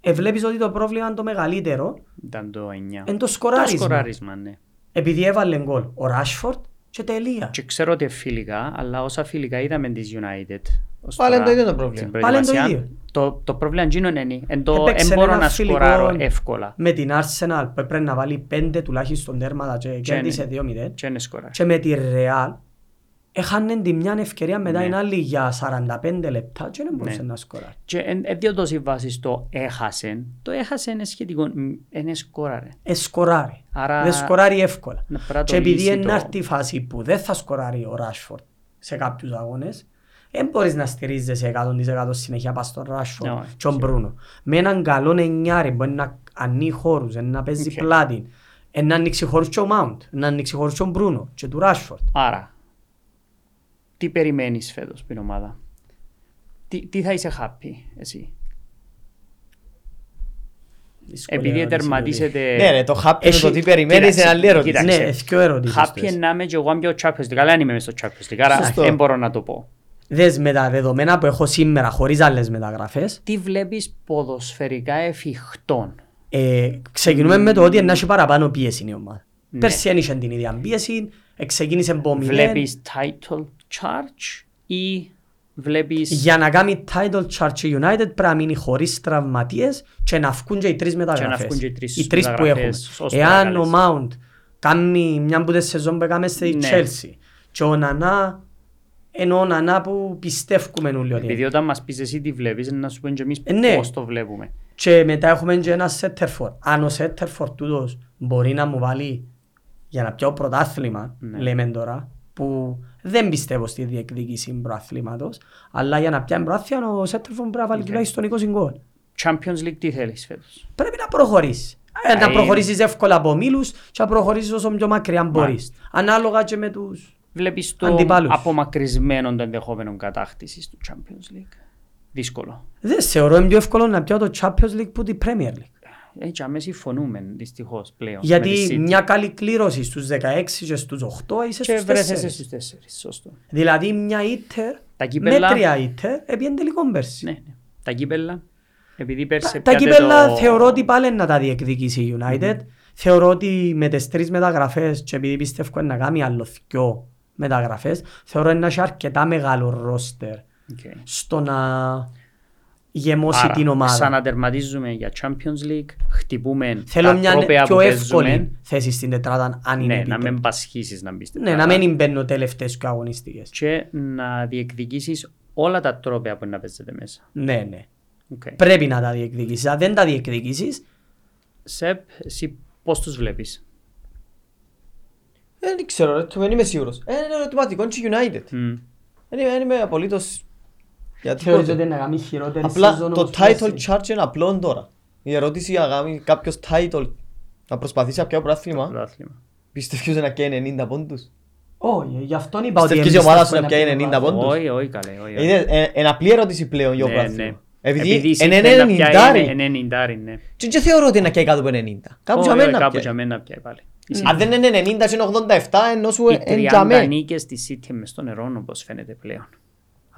S2: ε, βλέπεις ότι το πρόβλημα είναι το μεγαλύτερο,
S1: Ήταν το 9.
S2: είναι το
S1: Το
S2: σκοράρισμα.
S1: σκοράρισμα, ναι.
S2: Επειδή έβαλε γκολ ο Ράσφορτ και τελεία.
S1: Και ξέρω ότι είναι φιλικά, αλλά όσα φιλικά είδαμε της United. ως
S3: Πάλι
S1: τώρα
S3: το ίδιο το πρόβλημα.
S1: στην
S2: Πάλι το
S1: προετοιμασία,
S2: ίδιο.
S1: Το, το πρόβλημα γίνον είναι. Εν το,
S2: Έπαιξε
S1: εν μπορώ
S2: ένα
S1: να
S2: φιλικό
S1: σκοράρω εύκολα.
S2: Με την Arsenal που έπρεπε να βάλει πέντε τουλάχιστον τέρματα και
S1: ναι.
S2: κέρδισε 2-0.
S1: Και είναι σκοράρ.
S2: Και με τη Real έχανε τη μια ευκαιρία μετά
S1: Ναι.
S2: την άλλη για 45 λεπτά και δεν μπορούσε
S1: Ναι.
S2: να σκοράρει.
S1: Και εν, εν δύο τόση βάση στο έχασεν. Το έχασεν είναι σχετικό. Είναι σκοράρε.
S2: Ε, σκοράρει.
S1: Άρα-
S2: Δεν σκοράρει εύκολα.
S1: Να πρέπει να
S2: Και
S1: το
S2: επειδή
S1: λύσει
S2: είναι
S1: το-
S2: αυτή η φάση που δεν θα σκοράρει ο Ράσφορτ σε κάποιους αγώνες, δεν μπορείς να στηρίζεσαι 100% συνέχεια πας στον Ράσφορτ
S1: Ναι,
S2: και τον Μπρούνο. Με έναν καλό εννιάρι μπορεί να ανοίγει χώρους, ε, να παίζει
S1: Οκ.
S2: πλάτη, ε, να ανοίξει χώρους και ο Μάουντ, να ανοίξει χώρους και ο Μπρούνο και του Ράσφορτ.
S1: Άρα, τι περιμένεις φέτος από την ομάδα. Τι, τι θα είσαι happy εσύ.
S2: Δύσκολη
S1: Επειδή
S2: ερώτηση,
S1: τερματίσετε...
S3: Ναι, ρε, το happy είναι το τι περιμένεις
S1: Κοίταξε,
S3: είναι άλλη ερώτηση.
S2: Λουκί.
S1: κοίταξε.
S2: Ναι, ευκαιό ερώτηση.
S1: Happy να είμαι και εγώ αν πιω Champions League, αλλά δεν είμαι μες στο Champions League, άρα
S3: Σωστό.
S1: δεν μπορώ να το πω.
S2: Δες με τα δεδομένα που έχω σήμερα χωρίς άλλες μεταγραφές,
S1: Τι βλέπεις ποδοσφαιρικά εφικτόν.
S2: ε, ξεκινούμε με το ότι να έχει παραπάνω πίεση η ομάδα.
S1: Ναι.
S2: Πέρσι δεν είχε την ίδια πίεση, ε, ξεκίνησε από μηδέν.
S1: Βλέπεις title charge ή βλέπεις...
S2: Για να κάνει title charge η United πρέπει να μείνει χωρίς τραυματίες και να βγουν και οι τρεις μεταγραφές.
S1: βγουν και οι τρεις
S2: οι τρεις που έχουμε.
S1: μεταγραφές, ως
S2: Εάν ο
S1: παρακαλείς.
S2: Mount κάνει μια από τις σεζόν που έκαμε στη
S1: Ναι.
S2: Chelsea και ο Νανά ενώ ο Νανά που πιστεύουμε όλοι ότι
S1: Επειδή
S2: είναι.
S1: όταν μας πεις εσύ τι βλέπεις, να σου πούμε και εμείς
S2: Ε, ναι.
S1: πώς το βλέπουμε.
S2: Και μετά έχουμε και ένα Σέτερφορ. Αν ο Σέτερφορ τούτος μπορεί να μου βάλει για να πιω πρωτάθλημα,
S1: Ναι.
S2: λέμε τώρα, που δεν πιστεύω στη διεκδίκηση πρωταθλήματος, αλλά για να πιάνει πρωτάθλημα ο Σέτερφορ πρέπει να
S1: Ναι.
S2: βάλει τουλάχιστον 20 γκολ.
S1: Champions League τι θέλεις φέτος.
S2: πρέπει να προχωρήσεις. Ε,
S1: Α,
S2: να
S1: είναι.
S2: προχωρήσει εύκολα από μήλου και να προχωρήσεις όσο πιο μακριά μπορείς. Ανάλογα και με τους.
S1: Βλέπεις το
S2: Αντιπάλους.
S1: απομακρυσμένο των ενδεχόμενων κατάκτησης του Champions League. Δύσκολο.
S2: Δεν θεωρώ είναι πιο εύκολο να πιω το Champions League που την Premier League.
S1: Έτσι, αμέσως συμφωνούμε δυστυχώς πλέον. με τη
S2: Γιατί
S1: City.
S2: μια καλή κλήρωση στους 16 και στους 8 είσαι
S1: Και
S2: στους 4.
S1: βρέθεσαι στους τέσσερις, σωστό.
S2: Δηλαδή μια ίτερ,
S1: Τα κύπελλα-
S2: μέτρια ίτερ, επί τελικό πέρσι.
S1: Ναι, ναι. Τα κύπελλα, επειδή πέρσι
S2: Τα- Τα
S1: πιάτε
S2: κύπελλα
S1: το-
S2: θεωρώ ότι πάλι να τα διεκδικήσει η United. Θεωρώ ότι με τις τρεις μεταγραφές και επειδή πιστεύω να κάνει άλλο δυο μεταγραφές, θεωρώ να έχει αρκετά μεγάλο ρόστερ
S1: Οκ.
S2: στο να γεμώσει
S1: Άρα,
S2: την ομάδα.
S1: Ξανατερματίζουμε για Champions League, χτυπούμε
S2: Θέλω
S1: τα
S2: μια
S1: τρόπαια που
S2: πιο
S1: παίζουμε.
S2: εύκολη θέση στην τετράδα αν είναι
S1: Ναι, να
S2: επίπεδο.
S1: μην πασχίσεις να μπεις στην
S2: ναι, να
S1: τετράδα.
S2: μην μπαίνουν τελευταίες και αγωνιστικές.
S1: Και να διεκδικήσεις όλα τα τρόπαια που είναι να παίζετε μέσα.
S2: Ναι, ναι.
S1: Οκ.
S2: Πρέπει να τα διεκδικήσεις. Αν δεν τα διεκδικήσεις,
S1: Σεπ, εσύ πώς τους βλέπεις.
S3: Ναι. Δεν ξέρω, ρε, το- δεν είμαι σίγουρος. Ε, Είναι ερωτηματικό, είναι και United.
S1: Μμ.
S3: Δεν είμαι- δεν είμαι απολύτως... για
S2: θεωρείς
S3: τίποτε.
S2: ότι να κάνει χειρότερη
S3: Απλά
S2: σεζόν
S3: το
S2: όπως
S3: title
S2: πέρσι.
S3: charge είναι απλό τώρα. Η ερώτηση για να κάνει κάποιος title να προσπαθήσει να πιάσει πρωτάθλημα,
S1: Πρωτάθλημα.
S3: πιστεύεις να κάνει 90 πόντους.
S2: Όχι, γι' αυτόν είπα ότι...
S3: Πιστεύεις η
S2: εμείς
S3: ομάδα σου
S2: έχουμε
S3: να πιάνει 90
S2: πόντους.
S3: πόντους.
S1: Όχι, όχι καλέ, όχι, όχι.
S3: Είναι ε, εν απλή ερώτηση πλέον για το
S1: Ναι, ναι.
S3: πρωτάθλημα. Επειδή
S1: η City
S3: είναι
S1: θέλει να πιάει
S3: 90
S1: είναι 90, ναι.
S3: και δεν θεωρώ ότι είναι να πιάει κάτω από 90. Κάπου
S1: Όχι,
S3: για
S1: όχι,
S3: μένα
S1: Κάπου
S3: πιάει.
S1: για μένα πιάει πάλι.
S3: Αν δεν είναι 90 και είναι 87 ενώ σου
S1: Οι
S3: είναι ε, για
S1: 30
S3: μένα.
S1: νίκες της City μες στο νερό όπως φαίνεται πλέον.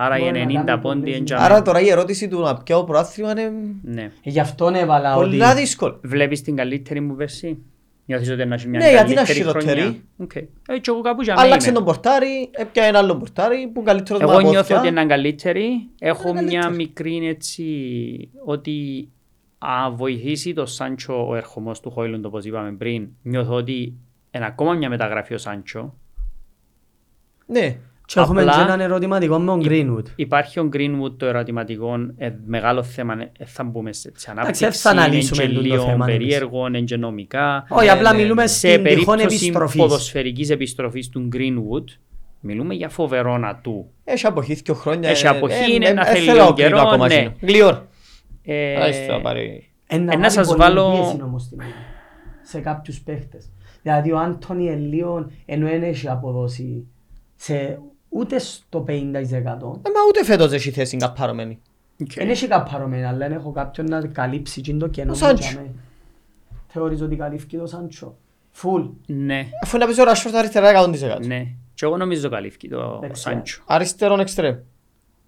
S1: Άρα οι
S2: Μπορεί να
S1: 90
S2: κάνει
S1: πόντι
S2: πολλές
S1: είναι για μένα.
S3: Άρα τώρα η ερώτηση του να πιάω πρωτάθλημα είναι
S1: Ναι.
S2: Γι' αυτόν έβαλα ότι...
S3: πολλά δύσκολη.
S1: Βλέπεις την καλύτερη μου βερσή. Νιώθεις ότι να έχει μια
S3: Ναι, γιατί να
S1: καλύτερη
S3: χειροτερεί.
S1: χρονιά. Οκ. Ε, και εγώ κάπου για μένα
S3: Άλλαξε
S1: είμαι.
S3: τον πορτάρι, έπιανε ένα άλλο πορτάρι που καλύτερο
S1: Εγώ
S3: από
S1: νιώθω
S3: πόθια.
S1: ότι είναι καλύτερη. Έχω
S3: Είναι
S1: μια
S3: καλύτερη.
S1: μικρή έτσι ότι α, βοηθήσει το Σάντσο ο ερχομός του Χόιλουντ όπως είπαμε πριν. Νιώθω ότι είναι ακόμα μια μεταγραφή ο Σάντσο.
S3: Ναι.
S2: Και έχουμε
S1: Απλά- Ε, ναι,
S2: και έναν ερωτηματικό με τον Greenwood.
S1: Υπάρχει ο Greenwood το ερωτηματικό, ε, μεγάλο θέμα, ε, θα μπούμε σε, σε ανάπτυξη,
S2: δεν θα αναλύσουμε
S1: είναι και
S2: τούτο το
S1: λίγο
S2: θέμα εμείς.
S1: περίεργο, είναι και νομικά.
S2: Όχι, απλά
S3: ναι,
S2: μιλούμε
S1: σε
S2: στην τυχόν
S1: περίπτωση
S2: επιστροφής.
S1: ποδοσφαιρικής επιστροφής του Greenwood, μιλούμε για φοβερό ατού.
S3: Έχει αποχή δύο χρόνια.
S1: Έχει
S3: ε,
S1: αποχή,
S3: ε,
S1: είναι
S3: ε,
S1: να
S3: ε,
S1: θέλει
S3: θέλω
S1: λίγο
S3: να κλείνω
S1: καιρό,
S3: ακόμα
S1: ναι.
S3: σύνο. Γλυόρ.
S1: Ε,
S3: Άιστε, θα πάρει.
S1: Ε, να
S2: βάλει
S1: σας
S2: πολλή
S1: βάλω-
S2: πίεση όμως στην ομάδα, Σε κάποιους παίχτες. Δηλαδή ο Άντωνι Ελίον ενώ δεν έχει αποδώσει σε ούτε στο 50%.
S3: Ε, Μα ούτε φέτος έχει θέση καπάρωμένη.
S1: οκ.
S2: Δεν έχει καπαρωμένα, αλλά δεν έχω κάποιον να καλύψει εκείνο το κενό.
S3: Ο
S2: που
S3: Σάντσο.
S2: είχαμε. Θεωρείς ότι καλύφθηκε το Σάντσο. Φουλ.
S1: Ναι,
S3: Αφού να παίζει ο Ράσφορτ αριστερά 100%.
S1: ναι. Και εγώ νομίζω καλύφθηκε το
S2: Δεξιά.
S1: Σάντσο.
S3: Αριστερόν εξτρέμ.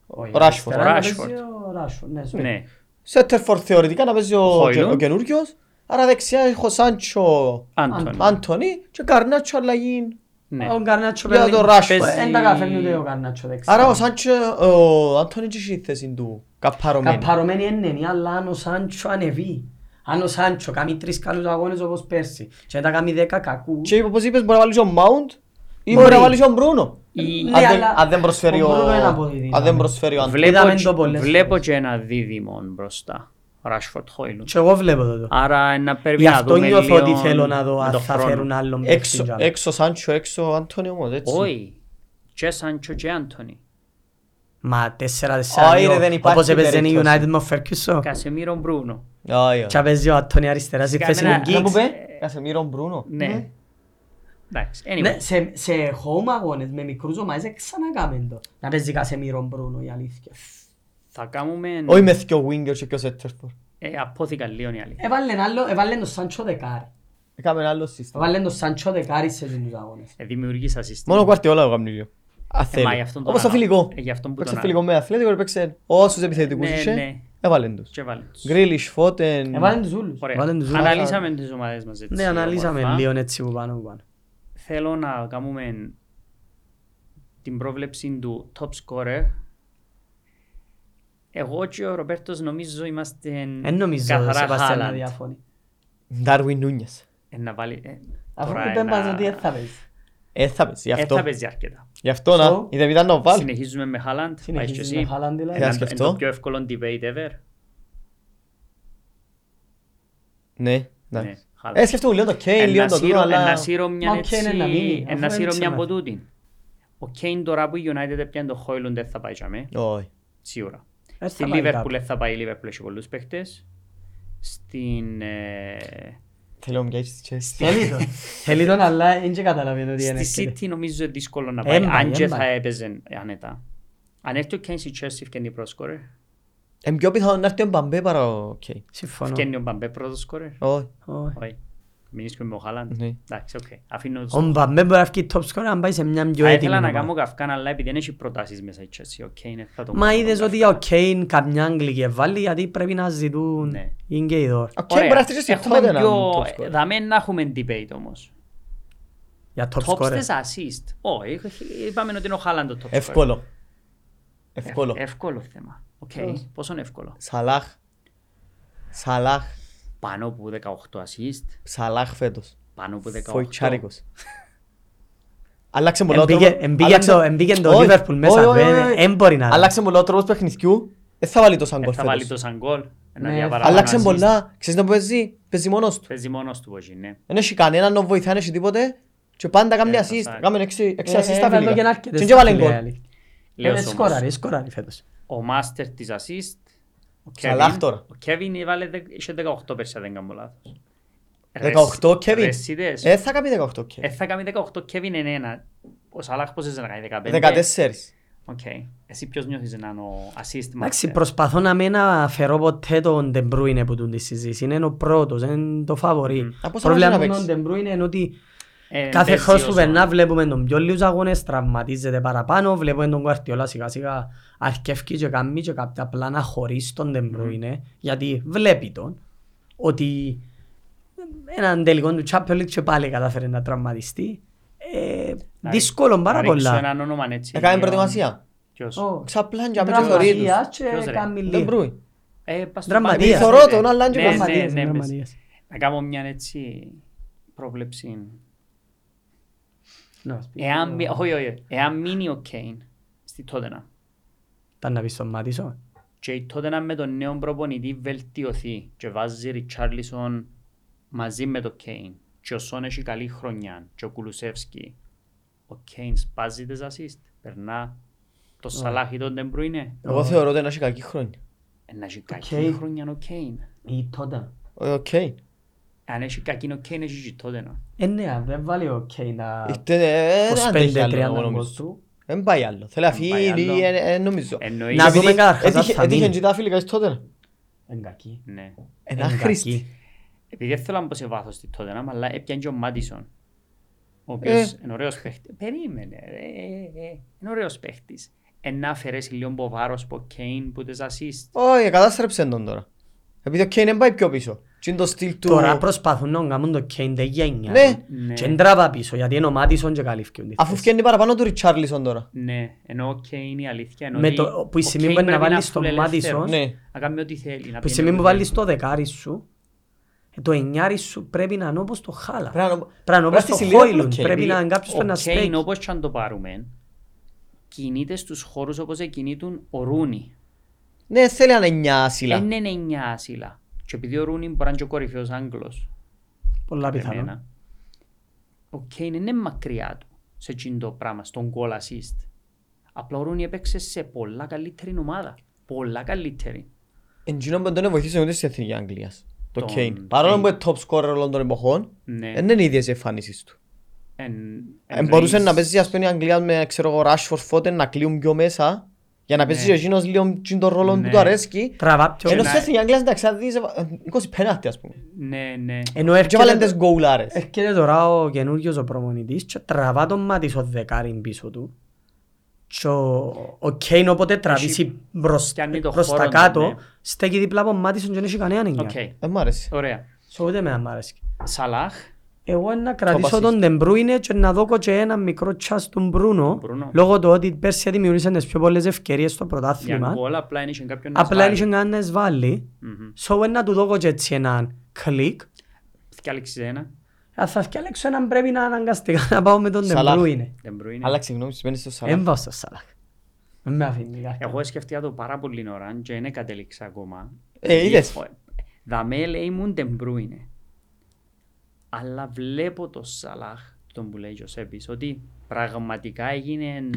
S2: Όχι,
S3: Ο Ράσφορντ.
S2: αριστερά να
S1: Ο
S2: παίζει Ο Ράσφορντ. Ναι, sorry.
S1: Ναι.
S3: Σέτερφορτ θεωρητικά να παίζει ο,
S1: Χόιλουντ.
S3: και- ο καινούριος. Άρα δεξιά έχω Σάντσο
S1: Άντων.
S3: Άντωνη και Καρνάτσο αλλαγή.
S1: Ναι.
S2: Ο Γκαρνάτσο
S3: Για
S2: παίρνει-
S3: τον Ράσφορντ.
S1: παίζει-
S2: Δεν τα καταφέρνει ούτε ο Καρνάτσο δεξιά.
S3: Άρα ο Σάντσο, ο Άντωνη και έχει θέση του καπάρωμένη.
S2: Καπαρωμένη είναι, αλλά αν ο Σάντσο ανεβεί. Αν ο Σάντσο κάνει τρεις καλούς αγώνες όπως πέρσι και να τα κάνει δέκα κακούς.
S3: Και όπως είπες μπορεί να βάλεις ο Μάουντ ή
S2: Μπορεί.
S3: μπορεί να βάλεις ο Μπρούνο.
S1: Η-
S2: Ναι,
S3: Αν δεν-
S2: αλλά
S3: Αν δεν προσφέρει
S2: ο
S3: ο...
S2: Μπρούνο είναι αποδίδυμα.
S1: ναι.
S3: Αν δεν προσφέρει ο Άντωνη.
S1: Βλέπω,
S2: Είδαμε
S1: και-
S2: το πολλές
S1: βλέπω
S2: φορές.
S1: και ένα δίδυμο μπροστά. Ράσφορτ Χόιλουντ.
S2: Και εγώ βλέπω το.
S1: Άρα να πρέπει
S2: Γι'
S1: να
S2: αυτό
S1: δούμε λίγο
S2: νιώθω ότι θέλω να δω
S1: με
S2: αν
S1: τον
S2: θα
S1: χρόνο.
S2: φέρουν άλλον παίκτη.
S3: Έξω-
S2: για μένα.
S3: Έξω Σάντσο, έξω Άντωνη όμως έτσι.
S1: Όχι. Και Σάντσο και Άντωνη.
S2: Μα
S3: Όχι, ρε,
S2: 4-4-2
S3: δεν υπάρχει
S2: όπως έπαιζε η
S3: περίπτωση.
S2: United με ο Φερκιουσό.
S1: Κασεμίρο Μπρούνο.
S3: Όχι, όχι.
S2: Και παίζει ο Αντώνη αριστερά στη θέση
S1: Κάμερα-
S2: του
S3: Ναι. Να που
S2: Γκίξ.
S3: πέ, Κασεμίρο Μπρούνο.
S1: Ναι. Εντάξει.
S2: Ναι,
S1: Anyway.
S2: σε, σε home αγώνες με μικρούς ομάδες δεν ξανακάμε το. Να παίζει Κασεμίρον Μπρούνο η αλήθεια.
S1: Θα κάνουμε
S3: Όχι με δυο wingers και πιο Σέτερφορτ.
S1: ε, απόθηκα λίγο η αλήθεια.
S2: Έβαλεν άλλο, έβαλεν τον Σάντσο δεκάρι.
S3: Έκαμε ένα άλλο σύστημα.
S2: E Έβαλεν τον Σάντσο δεκάρι σε τους αγώνες.
S1: Ε, Δημιουργήσα σύστημα.
S3: Μόνο ο Guardiola το κάνει λίγο. Αν
S1: Ε, μα
S3: θέλει.
S1: γι' αυτόν τον
S3: Όπως στο
S1: άλλο.
S3: φιλικό.
S1: Ε, γι' αυτόν που
S3: Παίξε
S1: τον
S3: φιλικό με αθλέτικο, έπαιξε όσους επιθετικούς
S1: Ναι,
S3: είχε,
S1: ναι. Ε,
S3: έβαλε τους.
S1: Και βάλε τους.
S3: Γκρίλις,
S2: E
S3: Φώτεν,
S4: Έβαλαν τους ούλους.
S1: Ωραία.
S2: Βάλε τους
S1: Αναλύσαμε τις ομάδες μας έτσι.
S2: Ναι, αναλύσαμε
S1: όμορφα.
S2: λίγο έτσι που πάνω που πάνω.
S1: Θέλω να κάνουμε την πρόβλεψη του top scorer. Εγώ και ο Ροπέρτος νομίζω είμαστε
S2: Εν νομίζω ο
S1: καθαρά
S2: Σεβαστιάν να
S1: Haaland.
S2: διαφωνεί.
S3: Ντάρουιν Νούνιες.
S1: Ε, να βάλει... ε,
S4: Αφού
S1: τώρα
S4: μου
S1: ένα-
S4: πέμπαζε ότι δεν θα παίζει.
S3: Ε, θα παίζει, γι'
S1: Ε,
S3: αυτό.
S1: θα παίζει αρκετά.
S3: Γι' αυτό
S4: So-
S3: να, είδε ήταν να βάλει.
S1: Συνεχίζουμε με Χάλαντ. Πάει και
S4: Συνεχίζεις με
S1: εσύ.
S4: Χάλαν δηλαδή.
S3: Ε,
S1: Είναι το- είναι
S3: σκεφτώ.
S1: το πιο εύκολο debate ever.
S3: Ναι, εντάξει.
S1: Ναι, Haaland.
S3: Ε, σκεφτούμε λίγο το Κέιν,
S1: Ένα
S3: λίγο το τούτο,
S1: σύρω-
S3: αλλά...
S1: ένα σύρω μια
S4: Μα ο
S1: έτσι,
S4: Kane είναι να μείνει, αφού
S1: ένα
S4: δεν
S1: σύρω μια
S4: ξανάρθει.
S1: από τούτην. Ο Κέιν τώρα που η United έπιανε το Χόιλουντ δεν θα πάει τζαμέ,
S3: Όχι.
S1: σίγουρα.
S2: Ε, θα
S1: Στην
S2: πάει
S1: Λίβερπουλ
S2: κάπου.
S1: δεν θα πάει, η Λίβερπουλ έχει πολλούς παίχτες. Στην... ε,
S3: Θέλω μια έτσι στη Chelsea.
S4: Θέλει τον. Θέλει τον, αλλά δεν και καταλαβαίνω τι είναι.
S1: Στη City νομίζω είναι δύσκολο να
S2: Ε,
S1: πάει,
S2: έμπαει,
S1: αν και
S2: έμπαει.
S1: θα έπαιζε άνετα. Αν έρθει ο Κέιν στη Chelsea ευκαινεί πρώτο σκορερ,
S3: Είναι Ε, πιο πιθανό να έρθει ο Μπαμπέ παρά ο Κέιν.
S2: Συμφωνώ.
S1: ευκαινεί ο Μπαμπέ πρώτο σκορερ.
S3: Όχι.
S2: Όχι.
S1: Όχι. Μείνεις και με ο Χάλαντ.
S3: Ναι.
S1: Εντάξει, οκ. Αφήνω
S2: Ο Μπαμπέ μπορεί να βγει top scorer αν πάει σε μια πιο
S1: Θα
S2: έτοιμη.
S1: ήθελα να
S2: ομάδα.
S1: κάνω καυκάν, αλλά επειδή δεν έχει προτάσεις μέσα η Chelsea, ο Kane θα τον
S2: Μα
S1: κάνω
S2: είδες ότι
S1: καυκάν.
S2: ο Κέιν καμιά Αγγλική βάλει γιατί πρέπει να ζητούν
S1: Ναι.
S2: είναι και οι δώρ.
S3: Ο Κέιν
S1: Ωραία.
S3: μπορεί να έρθει και στη
S1: Έχουμε
S3: Tottenham,
S1: πιο-
S3: top scorer.
S1: Δαμέ να έχουμε debate όμως.
S2: Για top
S1: Top
S2: scorer.
S1: στις assist. Όχι, όχι, είπαμε ότι είναι ο Χάλαντ ο top scorer.
S3: Εύκολο.
S1: Ε,
S3: Εύκολο.
S1: Εύκολο θέμα. Οκ, πόσο είναι εύκολο.
S3: Σαλάχ. Σαλάχ.
S1: Πάνω από 18 assist,
S3: Σαλάχ φέτος.
S1: πάνω από 18.
S3: Φοητσάρικος. Αλλάξε πολλά ο
S2: Εμπήκε-
S3: τρόπος-
S2: εμπήκε
S3: άλλαξε-
S2: το- Εμπήκε το
S3: Όχι,
S2: Liverpool
S3: όχι,
S2: μέσα.
S3: όχι,
S2: δεν-
S3: όχι.
S2: Δεν μπορεί να αλλάξει.
S3: Άλλαξε πολλά ο τρόπος παιχνιδιού. Δεν θα βάλει τόσα
S1: Ε,
S3: γκολ
S1: Θα βάλει το
S3: φέτος.
S1: σαν γκολ. ένα
S4: Ναι,
S1: διαπαραπάνω
S3: Άλλαξε
S1: assist.
S3: πολλά. Ξέρεις να παίζει. Παίζει μόνος του.
S1: Παίζει μόνος του όχι, ναι.
S3: Δεν έχει κανέναν να βοηθάει, δεν έχει τίποτε. Και πάντα κάνει
S1: Ε,
S3: assist.
S1: σωστά.
S3: Κάμε έξι έξι
S4: Ε,
S3: assist στα
S4: έβαλε το
S3: φιλικά.
S4: και να
S3: Και
S4: έρχεται
S3: δεν
S4: στα
S3: βάλει
S4: φιλικά,
S3: γκολ.
S4: αλήθεια.
S1: Λέω
S2: Ε,
S1: όμως,
S2: σκοράρει, σκοράρει φέτος.
S1: ο μάστερ της assist, ο
S3: Σαλάχ
S1: Kevin.
S3: τώρα.
S1: Ο Kevin έβαλε δε- είχε 18 πέρσι, αν δεν κάνω λάθος.
S3: 18
S1: Ρεσι-
S3: Kevin.
S1: ρεσιδές.
S3: Ε, θα κάνει 18
S1: Ε,
S3: Kevin.
S1: θα κάνει 18, Kevin είναι ένα. Ο Σαλάχ πόσες να κάνει, 15.
S3: 14.
S1: Οκ. Εσύ ποιος νιώθεις να είναι ο assist
S2: Εντάξει,
S1: master?
S2: προσπαθώ να μην αφαιρώ ποτέ τον De Bruyne που τούν τη συζήτηση. Είναι ο πρώτος, είναι το φαβορή.
S1: Μμμ.
S3: Α, πώς θα
S2: Πρόβλημα
S3: μπορεί
S2: με
S3: να
S2: τον De Bruyne είναι ότι
S1: Ε,
S2: κάθε
S1: παίζει
S2: χρόνο που
S1: ως
S2: περνά βλέπουμε τον πιο λίγους αγώνες, τραυματίζεται παραπάνω, βλέπουμε τον Guardiola σιγά σιγά αρκεύκει και κάνει και κάποια πλάνα χωρίς τον De Bruyne, γιατί βλέπει τον ότι έναν τελικό του Champions League και πάλι κατάφερε να τραυματιστεί. Ε,
S1: Να
S2: δύσκολο
S1: ρίξω-
S2: πάρα
S1: να ρίξω
S2: πολλά.
S1: έναν όνομα έτσι.
S3: Έκανε
S1: Ποιο-
S3: προετοιμασία.
S1: ποιος?
S4: Ω,
S3: Ξαπλάν για μένα
S4: τραυματίας
S3: θεωρεί
S4: και
S1: Ποιος, ρε?
S4: κάνει
S3: Δεν
S4: λίγο.
S3: μπρούει.
S1: Ε, πας στο
S2: Δραματίας.
S1: πάλι.
S3: Θεωρώ τον, αλλά είναι και
S1: Ναι, ναι,
S2: Δραματίας,
S1: ναι,
S2: δραματίας.
S1: ναι. Να κάνω μια έτσι πρόβλεψη.
S4: Να, σπίτι.
S1: Εάν μει- όχι, όχι, εάν μείνει ο Κέιν στη Τότενα
S2: Ήταν να πεις στον Μάτισο.
S1: και η Τότενα με τον νέο προπονητή βελτιωθεί και βάζει Ριτσάρλισον μαζί με τον Κέιν και ο Σόν έχει καλή χρονιά και ο Κουλουσεύσκι ο Κέιν σπάζει τις ασίστ, περνά το Σαλάχ ή τον Ντεμπρούινε
S3: Εγώ θεωρώ ότι είναι ένα κακή χρόνια.
S1: να έχει κακή
S4: Kane.
S1: χρονιά ο Κέιν
S4: Ή τότε.
S3: Οκ.
S1: αν έχει κακή ο Κέιν έχει και τότε
S4: Ε, ναι, δεν βάλει ο Κέιν να...
S3: Είτε, ε,
S2: 25,
S3: δεν αντέχει άλλο,
S2: 30
S3: εγώ
S4: γκολ
S3: νομίζω.
S4: του.
S3: Δεν πάει άλλο. Θέλει να
S1: Δεν πάει
S3: φύγει,
S1: άλλο.
S3: ε, ε, νομίζω.
S1: εννοείς
S2: Να δούμε
S3: Επειδή
S2: καταρχάς αν
S3: έτυχε-
S2: θα
S3: Έτυχε
S2: μείνει.
S3: και τα φιλικά τότε.
S4: Είναι κακή.
S1: ναι
S3: Ένα χρήστη.
S1: Επειδή δεν θέλω να μπω σε βάθος στη Tottenham, αλλά έπιανε και ο Μάντισον.
S2: Ε.
S1: Ο οποίος είναι ωραίος παίχτης. Περίμενε, ρε, ε, ε, είναι ωραίος παίχτης. Ε, να αφαιρέσει λίγο από βάρος από Κέιν που τις assist.
S3: Όχι, κατάστρεψε τον τώρα. Επειδή ο Κέιν δεν πάει πιο πίσω. Τι είναι το στυλ του...
S2: Τώρα προσπαθούν να κάνουν το Κέιν δεν γένια.
S3: Ναι.
S1: Ναι.
S2: Και τραβά πίσω γιατί είναι ο Μάτισον και καλύφθηκε.
S3: Αφού φκένει παραπάνω του Ριτσάρλισον τώρα.
S1: Ναι, ενώ ο Κέιν η αλήθεια είναι
S2: Με
S1: ότι
S2: το- που η
S1: ο
S2: στιγμή
S1: Kane
S2: που είναι να
S1: πρέπει
S2: βάλεις
S1: είναι
S2: τον
S1: full ελεύθερος,
S2: Madison,
S3: Ναι.
S1: Να κάνει ό,τι θέλει. να
S2: Που η
S1: πηγαίνει
S2: στιγμή
S1: όπου
S2: που βάλεις
S1: θέλει.
S2: το δεκάρι σου, ε, το εννιάρι σου πρέπει να είναι όπως το χάλα.
S3: Πρέπει να είναι-
S2: Πρέπει να είναι όπως
S3: πρέπει
S2: το
S3: στη σελίδα του
S2: χόιλουν.
S3: Kane.
S2: Πρέπει να είναι κάποιος
S1: Ο
S2: που να
S1: Kane,
S2: σπέκει.
S1: όπως και αν το πάρουμε, κινείται στους χώρους όπως εκινείτουν ο Ρούνι.
S3: Ναι, θέλει ένα εννιά άσυλα.
S1: Είναι εννιά άσυλα. Και επειδή ο Ρούνι μπορεί να είναι και ο κορυφαίος Άγγλος,
S2: Πολλά
S1: για
S2: πιθανό.
S1: μένα. Ο Κέιν είναι μακριά του σε εκείνο το πράγμα, στον goal assist. Απλά ο Ρούνι έπαιξε σε πολλά καλύτερη ομάδα. Πολλά καλύτερη.
S3: Εν κοινό που τον βοηθήσει ούτε στην Εθνική Αγγλίας. Το
S1: Τον
S3: Κέιν.
S1: Kane.
S3: Παρόλο που είναι top scorer όλων των εποχών, ε,
S1: Ναι.
S3: δεν είναι ίδιες οι εμφανίσεις του.
S1: Εν,
S3: Εν Ε, μπορούσε
S1: εννοείς-
S3: να παίζει ας πούμε η Αγγλία με ξέρω εγώ Rashford Foden να κλείουν πιο μέσα για να παίζει και εκείνος λίγο τσιν τον ρόλο
S1: Ναι.
S3: που του αρέσκει.
S2: Τραβά πιο
S3: Ενώ
S1: να-
S3: σε εθνική Αγγλίας εντάξει θα δεις ε, 20 πέναλτι ας πούμε.
S1: Ναι, ναι.
S2: Ενώ
S3: Και βάλαν
S2: έρχεται,
S3: τις
S1: Ε.
S3: γκολάρες.
S2: έρχεται τώρα ο καινούργιος ο προμονητής και τραβά τον Μάτισον δεκάρι πίσω του Και ο- ο Κέιν όποτε τραβήσει προς,
S1: πιάνει το
S2: προς τα
S1: χώρο του,
S2: κάτω,
S1: ναι.
S2: στέκει δίπλα από Μάτισον και δεν έχει κανέναν εννιά.
S1: Οκ.
S3: Δεν μ' άρεσε.
S1: Ωραία.
S2: So, ούτε με μ' αρέσει.
S1: Σαλάχ.
S2: Εγώ να κρατήσω
S3: assist.
S2: τον Ντεμπρούινε και να δω και ένα μικρό τσάς τον Μπρούνο,
S1: Μπρούνο.
S2: λόγω του ότι πέρσι δημιούργησαν τις πιο πολλές ευκαιρίες στο
S1: Για
S2: πρωτάθλημα.
S1: γκολ απλά είναι κάποιον να
S2: Απλά
S1: σβάλει.
S2: είχε κανένα να βάλει.
S1: Μμμ.
S2: So, να του δω και έτσι έναν κλικ.
S1: Θκιάλεξε ένα.
S2: Αν θα φτιάξω έναν πρέπει να αναγκαστικά να πάω με τον
S3: Σαλάχ.
S2: Ντεμπρούινε.
S1: Δεν μπορεί είναι.
S3: Άλλαξε γνώμη, σημαίνει στο Σαλάχ.
S2: Έμβαω στο Σαλάχ. Εν Με αφήνει κάτι.
S1: Εγώ σκεφτεία το πάρα πολύ ώρα και δεν κατέληξα ακόμα.
S3: Ε, είδες.
S1: Ε, Δαμέ λέει μου δεν μπρούινε. Αλλά βλέπω το Σαλάχ, τον που λέει ο Σέπης, ότι πραγματικά έγινε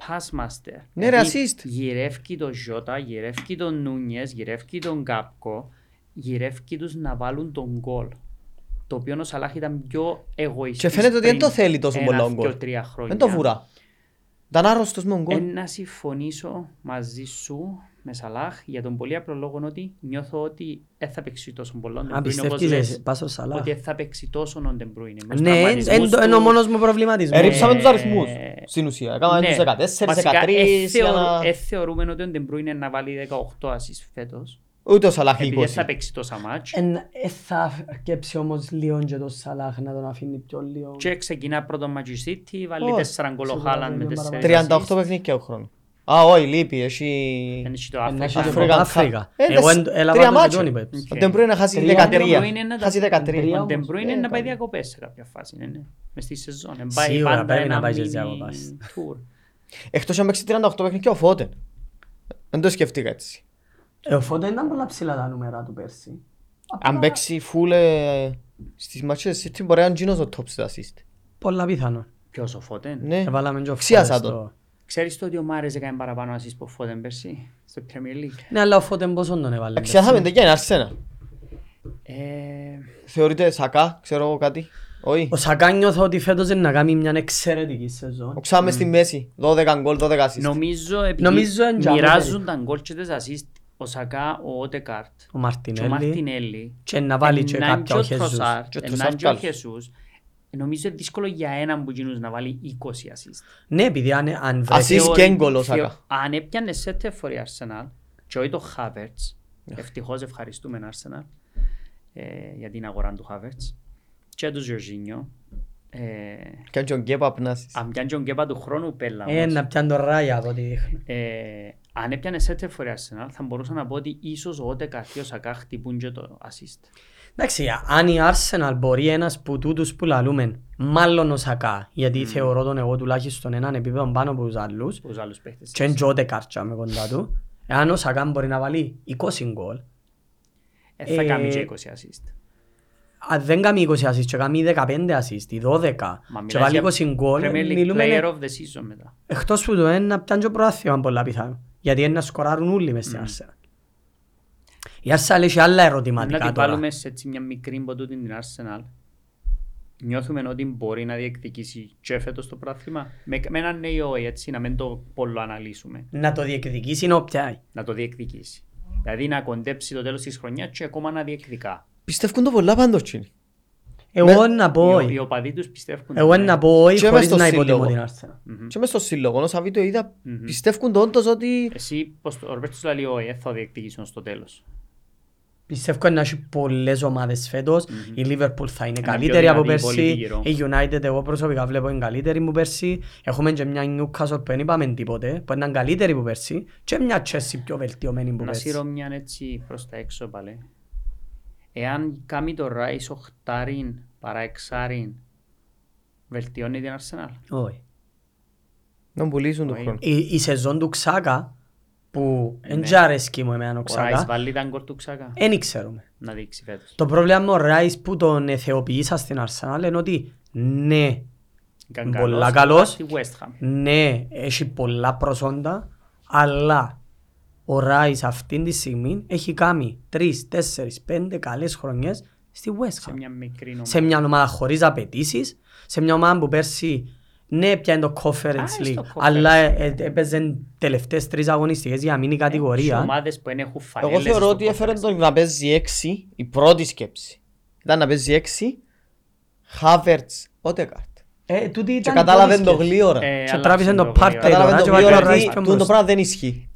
S1: pass master.
S3: Ναι, ρε,
S1: Δηλαδή,
S3: assist.
S1: Γυρεύει τον Ζώτα, γυρεύει τον Νούνιες, γυρεύει τον Κάπκο, γυρεύει τους να βάλουν τον γκολ. Το οποίο ο Σαλάχ ήταν πιο εγωιστής
S3: Και φαίνεται ότι δεν το
S1: πριν
S3: θέλει τόσο
S1: ένα,
S3: πολλά ο
S1: δυο,
S3: γκολ.
S1: τρία χρόνια.
S3: Δεν το βουρά. Ήταν άρρωστος με τον
S1: Ε,
S3: γκολ.
S1: να συμφωνήσω μαζί σου με Σαλάχ για τον πολύ απλό λόγο ότι νιώθω ότι δεν θα παίξει τόσο πολύ ο
S2: Αν
S1: Ντεμπρούινε όπως
S2: πιστεύεις,
S1: λες.
S2: πας στο Σαλάχ.
S1: Ότι δεν θα παίξει τόσο ο Ντεμπρούινε. με τους
S2: Ναι, εν-
S1: τραυματισμούς
S2: εν-
S1: τους.
S2: είναι ο μόνος μου προβληματισμός.
S3: Έριψαμε
S1: ε,
S3: τους αριθμούς, στην ουσία. Έκαναμε
S1: Ναι.
S3: τους 14,
S1: Βασικά,
S3: 13,
S1: ε,
S3: για
S1: θεωρού-
S3: να-
S1: ε, θεωρούμε ότι ο Ντεμπρούινε να βάλει 18 ασίς φέτος.
S3: Ούτε ο Σαλάχ
S1: Επειδή δεν θα
S3: 20.
S1: παίξει τόσα μάτς.
S2: Εν- ε, Θα αρκέψει όμως λίγο και το Σαλάχ να τον αφήνει πιο λίγο.
S1: Και ξεκινά πρώτο μάτς η City, βάλει
S3: Όχι,
S1: 4 γκολ ο
S2: σίγουρα
S1: Χάλαντ με
S2: είναι
S1: 4 ασίς.
S3: 38 παιχνίδια ο χρόνος. Α, όχι, λείπει, έχει...
S1: Δεν έχει το
S2: Εν Ε, να έχει
S1: Africa.
S2: και
S3: Αφρικά.
S2: το Αφρικά.
S3: Ε,
S2: Εγώ
S3: δες,
S2: εν-
S3: τρία
S2: έλαβα το
S3: μάτσο.
S2: Τζόνι Πέπς.
S3: Ο Ντεμπρούιν να χάσει
S2: Τρία
S3: 13. Χάσει
S1: Ο
S3: 13.
S1: Ντεμπρούιν
S2: Ε,
S1: είναι να πάει
S3: κάνει.
S1: διακοπές σε κάποια φάση, ναι, ναι. Μες στη σεζόν. Ε,
S2: Σίγουρα,
S1: πάντα
S2: πρέπει
S1: ένα
S2: να πάει σε
S1: mini
S2: διακοπές.
S1: tour.
S3: Εκτός αν παίξει 38 παιχνίδια ο Φώτεν. Δεν το σκεφτήκα έτσι.
S2: Ε, Ο Φώτα ήταν πολλά ψηλά τα νούμερα του πέρσι.
S3: Αν παίξει φούλε στις μάτσες City μπορεί να είναι γίνος ο top στα assist.
S2: Πολλά πιθανό.
S1: Ποιος ο Φώτεν.
S3: Ναι.
S2: Έβαλαμε και ο
S3: Ξίασα
S2: Φώτας
S3: τον.
S2: στο-
S1: Ξέρεις το ότι ο Μάρες έκανε παραπάνω ασίς που ο Φώτεν πέρσι στο Premier League.
S2: Ναι, αλλά ο Φώτεν πόσο τον έβαλε.
S3: Ξιάσαμε δεν είναι αρσένα.
S1: Ε,
S3: ναι, Θεωρείται σακά, ξέρω εγώ κάτι. Όχι.
S2: Ο Σακά νιώθω ότι φέτος είναι να κάνει μια εξαιρετική σεζόν.
S3: Οξάμε στη μέση. 12 γκολ, 12 assist.
S1: νομίζω επειδή
S2: Νομίζω εν τζάμε
S1: μοιράζουν
S2: περίπου.
S1: τα γκολ και τις ασίστ ο Σακά, ο Ότεκαρτ
S2: Ο
S1: και ο
S2: Μαρτινέλη.
S1: Μαρτινέλη.
S2: Και να βάλει και
S1: έναν
S2: κάποια
S1: και
S2: ο
S1: ο
S2: Χεζούς.
S1: Τροσάρ,
S3: Και ο
S1: έναν
S3: Τροσάρ
S1: και ο
S3: κι άλλος.
S1: Χεσούς. ε, Νομίζω είναι δύσκολο για έναν που γίνους να βάλει 20 ασίστ.
S2: Ναι, επειδή αν, αν
S3: Assist
S2: βρεθεί...
S3: και γκολ ο Σάκα.
S1: Θεω- Αν έπιανες σε τεφορή Αρσενάλ και όχι το Χάβερτς, ευτυχώς ευχαριστούμε Αρσενάλ ε, για την αγορά του Χάβερτς και τους Ζιωζίνιο. Ε,
S3: Και αν και ο Γκέπα πνάσεις.
S1: αν πιάνε και τον κέπα του χρόνου πέλα
S2: Ε,
S1: όμως,
S2: να πιάνε τον Ράια από ό,τι δείχνει.
S1: ε, αν έπιανε σε τεφορή Αρσενάλ θα μπορούσα να πω ότι ίσως ο Ότε καθεί ο Σακά χτυπούν και το assist.
S2: Εντάξει, αν η Arsenal μπορεί ένας που τούτους που λαλούμε, μάλλον ο Σακά, γιατί θεωρώ τον εγώ τουλάχιστον έναν επίπεδο πάνω από τους άλλους,
S1: Τους άλλους παίχτες.
S2: και εν τζότε κάρτσα με κοντά του, εάν ο Σακά μπορεί να βάλει 20 γκολ,
S1: Ε, θα
S2: ε,
S1: κάνει και 20 assist.
S2: αν δεν κάνει 20 assist και κάνει 15 assist ή 12
S1: Μα
S2: και
S1: μιλάς
S2: βάλει
S1: για
S2: 20 γκολ,
S1: Premier League
S2: μιλούμε
S1: player
S2: ε,
S1: of the season μετά.
S2: εκτός που το ένα πιάνε και προάθλημα πολλά πιθανό, γιατί είναι να σκοράρουν όλοι μες στην Arsenal. Η Arsenal έχει άλλα
S1: Να
S2: ερωτηματικά
S1: την
S2: τώρα.
S1: βάλουμε σε έτσι μια μικρή μποτού την Arsenal. Νιώθουμε ότι μπορεί να διεκδικήσει και φέτος το πράθλημα με, με έναν νέο έτσι να μην το πολλοαναλύσουμε.
S2: Να το διεκδικήσει είναι όποια.
S1: Να το διεκδικήσει. Δηλαδή να κοντέψει το τέλος της χρονιάς και ακόμα να διεκδικά.
S3: Πιστεύουν το πολλά πάντως τσίνοι.
S2: Εγώ να πω
S1: Οι,
S2: όχι.
S1: οι οπαδοί τους πιστεύουν.
S2: Εγώ να πω όχι
S3: Και μες
S2: χωρίς
S3: στο
S2: να
S3: σύλλογο.
S2: υποτιμώ την Arsenal.
S3: Και μες στο σύλλογο, ενώ σαν βίντεο είδα, πιστεύουν το όντως ότι...
S1: Εσύ, πως το- ο Ρομπέρτος λέει όχι, ε, θα διεκδικήσουν στο τέλος.
S2: Πιστεύω να έχει πολλές ομάδες φέτος. Η Liverpool θα είναι
S1: πιο
S2: καλύτερη από
S1: δυνατή, πολύ
S2: πέρσι.
S1: γύρω.
S2: Η United εγώ προσωπικά βλέπω είναι καλύτερη από πέρσι. Έχουμε και μια Newcastle που δεν είπαμε τίποτε, που ήταν καλύτερη από πέρσι. Και μια Chelsea πιο βελτιωμένη από
S1: Να σύρω
S2: πέρσι.
S1: μια έτσι προς τα έξω πάλι. Εάν κάνει το Ράις οχτάριν παρά εξάριν, βελτιώνει την Arsenal.
S2: Όχι.
S3: Να πουλήσουν τον
S1: Όχι.
S3: χρόνο.
S2: Η, η σεζόν του Ξάκα, που δεν ναι. αρέσκει μου εμένα ο
S1: Ο Ράις
S2: Ξάκα,
S1: βάλει τα γκολ του Ξάκα
S2: δεν ξέρουμε.
S1: να δείξει φέτος.
S2: Το πρόβλημα με ο Ράις που τον εθεοποιήσα στην Arsenal είναι ότι ναι,
S1: Ήταν
S2: Πολλά
S1: καλός,
S2: καλός.
S1: Στη West Ham.
S2: Ναι, έχει πολλά προσόντα, αλλά ο Ράις αυτή τη στιγμή έχει κάνει 3, 4, 5 καλές χρονιές στη West
S1: Σε
S2: Ham.
S1: μια μικρή ομάδα.
S2: Σε μια ομάδα χωρίς απαιτήσεις, σε μια ομάδα που πέρσι ναι, πιάνε το
S1: Α,
S2: Conference
S1: στο
S2: League,
S1: Conference.
S2: αλλά ε, ε, έπαιζαν τελευταίες τρεις αγωνιστικές για να μείνει η
S1: Σε
S2: κατηγορία.
S1: ομάδες που δεν έχουν φανέλες.
S3: Εγώ θεωρώ
S1: στο
S3: ότι έφερε
S1: conference.
S3: τον να παίζει 6, η πρώτη σκέψη. Ήταν να παίζει 6, Χάβερτς, Ότεκαρτ.
S4: Ε, τούτη
S3: Και
S4: ήταν
S3: κατάλαβε
S4: πολύ
S3: το
S4: σκέψη.
S3: γλίωρα.
S1: Ε,
S2: Και
S1: αλλάξε
S2: τράβησε το
S1: γρήγορα.
S2: πάρτε.
S3: Κατάλαβε
S2: τώρα
S3: το
S2: και
S3: γλίωρα
S2: βάλε
S3: ότι
S2: ράις πιο
S3: τούτο
S2: μπροστά.
S3: πράγμα δεν ισχύει.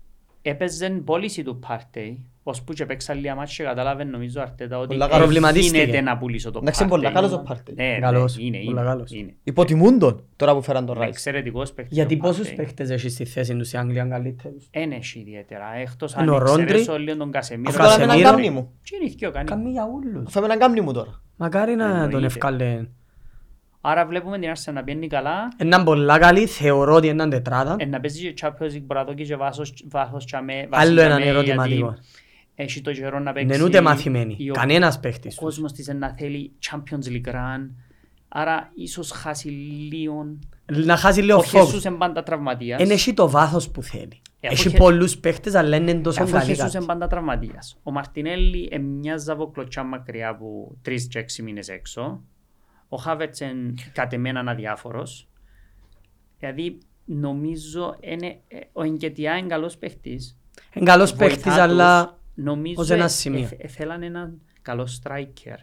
S1: Έπαιζε πώληση του πάρτε, ως που και παίξα λίγα μάτια κατάλαβε νομίζω αρτέτα ότι
S3: Πολλά
S1: ε,
S3: καλός.
S2: Προβληματίστηκε.
S1: γίνεται να πουλήσω το
S3: Εντάξει, είναι
S1: Partey.
S3: πολλά καλός ο Partey.
S1: Ναι, ναι,
S2: Καλός,
S1: είναι,
S2: πολλά
S1: είναι,
S2: καλός.
S1: είναι.
S3: Υποτιμούν τον τώρα που φέραν τον
S1: Είναι
S3: Ράις.
S1: εξαιρετικός παίκτης
S2: Γιατί
S1: ο
S2: πόσους
S1: Partey.
S2: παίχτες έχεις στη θέση τους στην Αγγλία καλύτερους.
S1: Εν έχει ιδιαίτερα, εκτός
S2: Είναι
S1: αν
S2: ο Ρόντρι,
S1: εξαιρέσω λίγο τον Κασεμίρο.
S2: ο
S3: Αυτό να με έναν
S2: Κασεμίρο.
S3: κάμνη μου.
S1: Τι είναι οι δυο κάνει.
S4: Καμία ούλους.
S3: Αυτό με έναν κάμνη μου τώρα.
S2: Μακάρι να τον
S1: Εννοείται.
S2: ευκάλε.
S1: Άρα βλέπουμε την Arsenal να πιένει καλά,
S2: Έναν πολλά καλή, θεωρώ ότι έναν τετράδα.
S1: ε, να παίζει και Champions League μπορεί να δώσει και βάσος- βάθος και αμέ- βάση
S2: Άλλο
S1: και
S2: έναν
S1: αμέ,
S2: ερωτηματικό.
S1: γιατί Έχει το καιρό να παίξει.
S2: Δεν είναι Ναι, ούτε μαθημένοι.
S1: Η ο-
S2: Κανένας
S1: Ο
S2: παίχτης. τους.
S1: κόσμος της να θέλει Champions League run, άρα ίσως χάσει λίγο.
S2: Να χάσει λίγο
S1: Ο
S2: φόβος.
S1: Χεσούς είναι πάντα τραυματίας.
S2: Δεν έχει το βάθος που θέλει.
S1: Ε, αφού
S2: Έχει
S1: χε-
S2: πολλούς παίχτες, αλλά είναι τόσο
S1: Ε, Αφού ο
S2: καλή
S1: Χεσούς
S2: κάποιοι.
S1: είναι πάντα τραυματίας. Ο Μαρτινέλli ε, μια ζαβοκλωτσιά μακριά από τρεις και έξι μήνες έξω. Ο Χάβερτς είναι κατ' εμένα αδιάφορος. Δηλαδή νομίζω είναι, ε, ο Εγκετιά είναι καλός παίχτης.
S2: Είναι καλός
S1: Βοηθά
S2: παίχτης,
S1: τους.
S2: αλλά
S1: νομίζω
S2: ως ένα
S1: ε-
S2: σημείο.
S1: ε- ε- θέλαν έναν καλό striker.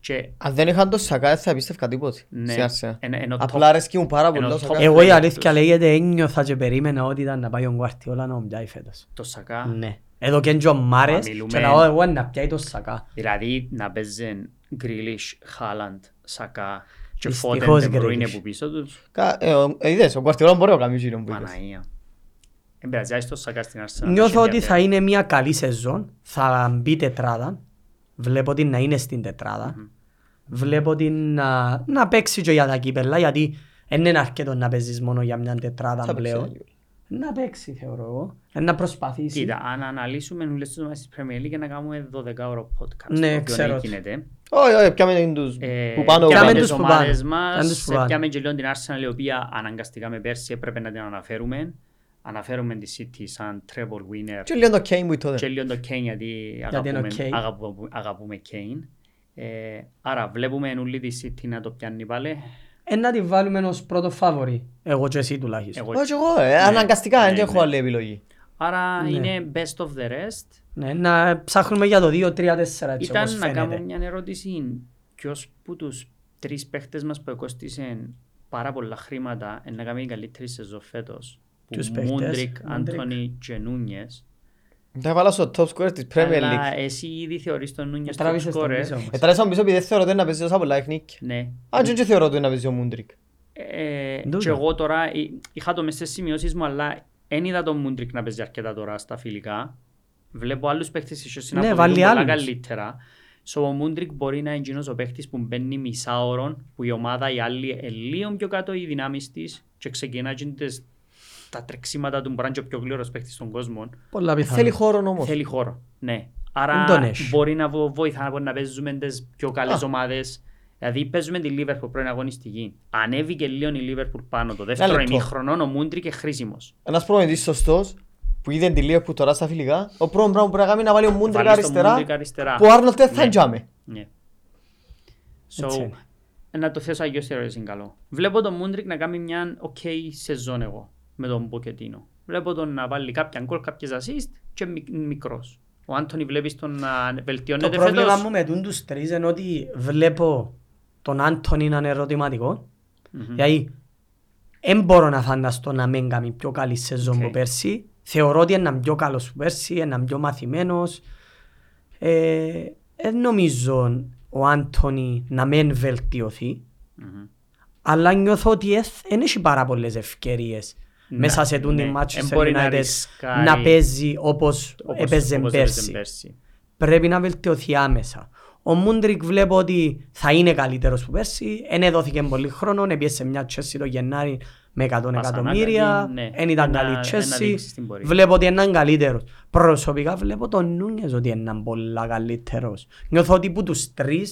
S1: Και
S3: Αν δεν είχαν τον Σακά δεν θα πίστευκα τίποτε.
S1: ναι,
S3: στην Arsenal.
S1: εν- εν- ο top-
S3: Απλά αρέσκει μου πάρα πολύ
S1: ενώ
S3: ο
S1: top-
S3: Σακά.
S2: εγώ η
S1: παίχτες.
S2: αλήθεια λέγεται ένιωθα και περίμενα ότι ήταν να πάει ο Γκουαρτιόλα να μου πιάει φέτος.
S1: το Σακά.
S2: Ναι. Εδώ και ο Μάρες
S1: Μα μιλούμε-
S2: και λαό εγώ να πιάει το σακά.
S1: Δηλαδή να παίζουν Γκρίλις, Χάλαντ, Σακά και
S2: Δυστυχώς
S1: Φόντεν δεν μπορεί
S2: Grealish.
S1: είναι που πίσω τους.
S3: Κα- ε, ο- ε, Είδες, ο Κουαρτιόλα μπορεί να κάνει γύρω που είπες.
S1: Παναία. Εν πειράζει, άσε το σακά στην Arsenal.
S2: Νιώθω ότι θα
S1: είναι...
S2: είναι μια καλή σεζόν. Θα μπει τετράδα. Βλέπω την να είναι στην τετράδα. Βλέπω την να, να παίξει και για τα κύπελα γιατί δεν είναι αρκετό να παίζεις μόνο για μια τετράδα
S3: Θα παίξει ένα
S2: πλέον.
S3: γύρω.
S2: Να παίξει θεωρώ εγώ. Ε, Να προσπαθήσει.
S1: Κοίτα, αν αναλύσουμε όλες τις ομάδες της Premier League και να κάνουμε 12 ώρο podcast.
S2: Ναι,
S1: το οποίο
S2: ξέρω
S1: δεν
S2: ότι-
S1: Γίνεται.
S3: Όχι, όχι, πιάμε τους
S1: Ε,
S3: που πάνω.
S1: πιάμε
S3: που
S2: πιάμε
S3: πάνω.
S1: τις
S2: τους που
S1: ομάδες
S2: πάνε.
S1: μας,
S2: Πιάμε τους που πάνε.
S1: πιάμε και λίγο την Arsenal, η οποία αναγκαστικά με πέρσι έπρεπε να την αναφέρουμε. Αναφέρουμε τη City σαν treble winner
S3: Και λίγο το Kane μου τότε.
S1: και λίγο το Kane γιατί
S2: είναι
S1: αγαπούμε,
S2: ο Kane.
S1: αγαπούμε, αγαπούμε Kane. Ε, άρα βλέπουμε όλη τη City να το πιάνει πάλι.
S2: Ε, να τη βάλουμε ως πρώτο φαβορή. Εγώ και εσύ τουλάχιστον.
S1: Εγώ...
S3: Όχι εγώ, ε, αναγκαστικά,
S1: ναι,
S3: δεν έχω
S1: ναι.
S3: άλλη επιλογή.
S1: Άρα
S2: Ναι.
S1: είναι best of the rest.
S2: Ναι, να ψάχνουμε για το 2-3-4 έτσι
S1: Ήταν
S2: όπως
S1: να κάνω
S2: φαίνεται.
S1: μια ερώτηση. Ποιος που τους τρεις παίχτες μας που κόστησαν πάρα πολλά χρήματα ε, να κάνει την καλύτερη σεζόν φέτος.
S2: Ποιους παίχτες?
S1: Μούντρικ,
S2: Μούντρικ.
S1: Αντώνι και Νούνιες.
S3: Τα έβαλα στο top scorer της Premier
S1: Αλλά
S3: League.
S1: εσύ ήδη θεωρείς τον Νούνιες top
S2: Τράβησες τον
S1: scorer.
S2: πίσω μας.
S3: Ετρέψα πίσω επειδή δεν θεωρώ ότι είναι να παίζει τόσα πολλά παιχνίκια.
S1: Ναι.
S3: Αν και δεν θεωρώ ότι είναι να παίζει ο Μούντρικ.
S1: Ε,
S2: Ντούτο.
S1: και εγώ τώρα ε, είχα το μες στις σημειώσεις μου, αλλά δεν είδα τον Μούντρικ να παίζει αρκετά τώρα στα φιλικά. Βλέπω άλλους παίχτες ίσως να
S2: Ναι,
S1: αποδίδουν
S2: βάλει
S1: πολλά
S2: άλλους.
S1: καλύτερα. So, ο Μούντρικ μπορεί να είναι εκείνος ο παίχτης που μπαίνει μισά ώρων, που η ομάδα η άλλη είναι λίγο πιο κάτω οι δυνάμεις της και ξεκινά και τις- τα τρεξίματα του μπράντζο πιο γλύρος παίχτης στον κόσμο.
S2: Πολλά πιθανό.
S1: Ναι,
S3: Θέλει χώρο όμως.
S1: Θέλει χώρο. Ναι.
S2: Δεν
S1: Άρα
S2: τον έχει.
S1: μπορεί να βο- βοηθά να, να παίζουμε τι πιο καλές
S3: Α.
S1: ομάδες. Δηλαδή παίζουμε τη Λίβερπουλ πρώην αγωνιστική. Ανέβηκε λίγο η Λίβερπουλ πάνω το δεύτερο
S3: Ένα λεπτό.
S1: ημίχρονο, ο Μούντρικ και χρήσιμος.
S3: Ένας προπονητής σωστός που είδε τη Liverpool τώρα στα φιλικά, ο πρώτο πράγμα που μπορεί να κάνει είναι να βάλει ο Μούντρικ αριστερά
S1: αριστερά.
S3: που ο Άρνολτ δεν θα
S1: Ναι.
S3: τζάμε.
S1: Ναι.
S2: Έτσι
S1: So,
S2: είναι.
S1: να το θέσω αγιώ ερώτηση είναι καλό. Βλέπω τον Μούντρικ να κάνει μια ok σεζόν εγώ με τον Ποκετίνο. Βλέπω τον να βάλει κάποια γκολ, κάποιες assist και μικρός. Ο Άντωνη βλέπεις τον να
S2: Το
S1: βελτιώνεται
S2: πρόβλημα
S1: φέτος.
S2: μου με τούν τους τρεις είναι ότι βλέπω τον Άντωνη να είναι ερωτηματικό.
S1: Μμμ.
S2: Δηλαδή, δεν μπορώ να φανταστώ να μην κάνει πιο καλή σεζόν
S1: Οκ.
S2: από πέρσι. Θεωρώ ότι είναι πιο καλός που πέρσι, είναι πιο μαθημένος. Ε, εν νομίζω ο Άντωνη να μην βελτιωθεί,
S1: Μμμ.
S2: αλλά νιώθω ότι δεν έχει πάρα πολλές ευκαιρίες
S1: Ναι,
S2: μέσα σε τούν
S1: ναι.
S2: την μάτσο
S1: Εν
S2: σε
S1: μπορεί να
S2: United
S1: ρισκάρει
S2: να παίζει όπως
S1: όπως-
S2: έπαιζε
S1: όπως
S2: πέρσι. πρέπει να βελτιωθεί άμεσα. Ο Μούντρικ βλέπω ότι θα είναι καλύτερος που πέρσι. Εν έδωθηκε πολύ χρόνο, έπιε σε μια Τσέση το Γενάρη με 100
S1: Μας
S2: εκατομμύρια.
S1: ανάγκη, ναι.
S2: Εν ήταν
S1: Να-
S2: καλή
S1: να
S2: Τσέση.
S1: δείξει την πορεία.
S2: Βλέπω ότι είναι καλύτερος. Προσωπικά βλέπω τον Νούνιες ότι είναι πολύ καλύτερος. Νιώθω ότι που τους τρεις,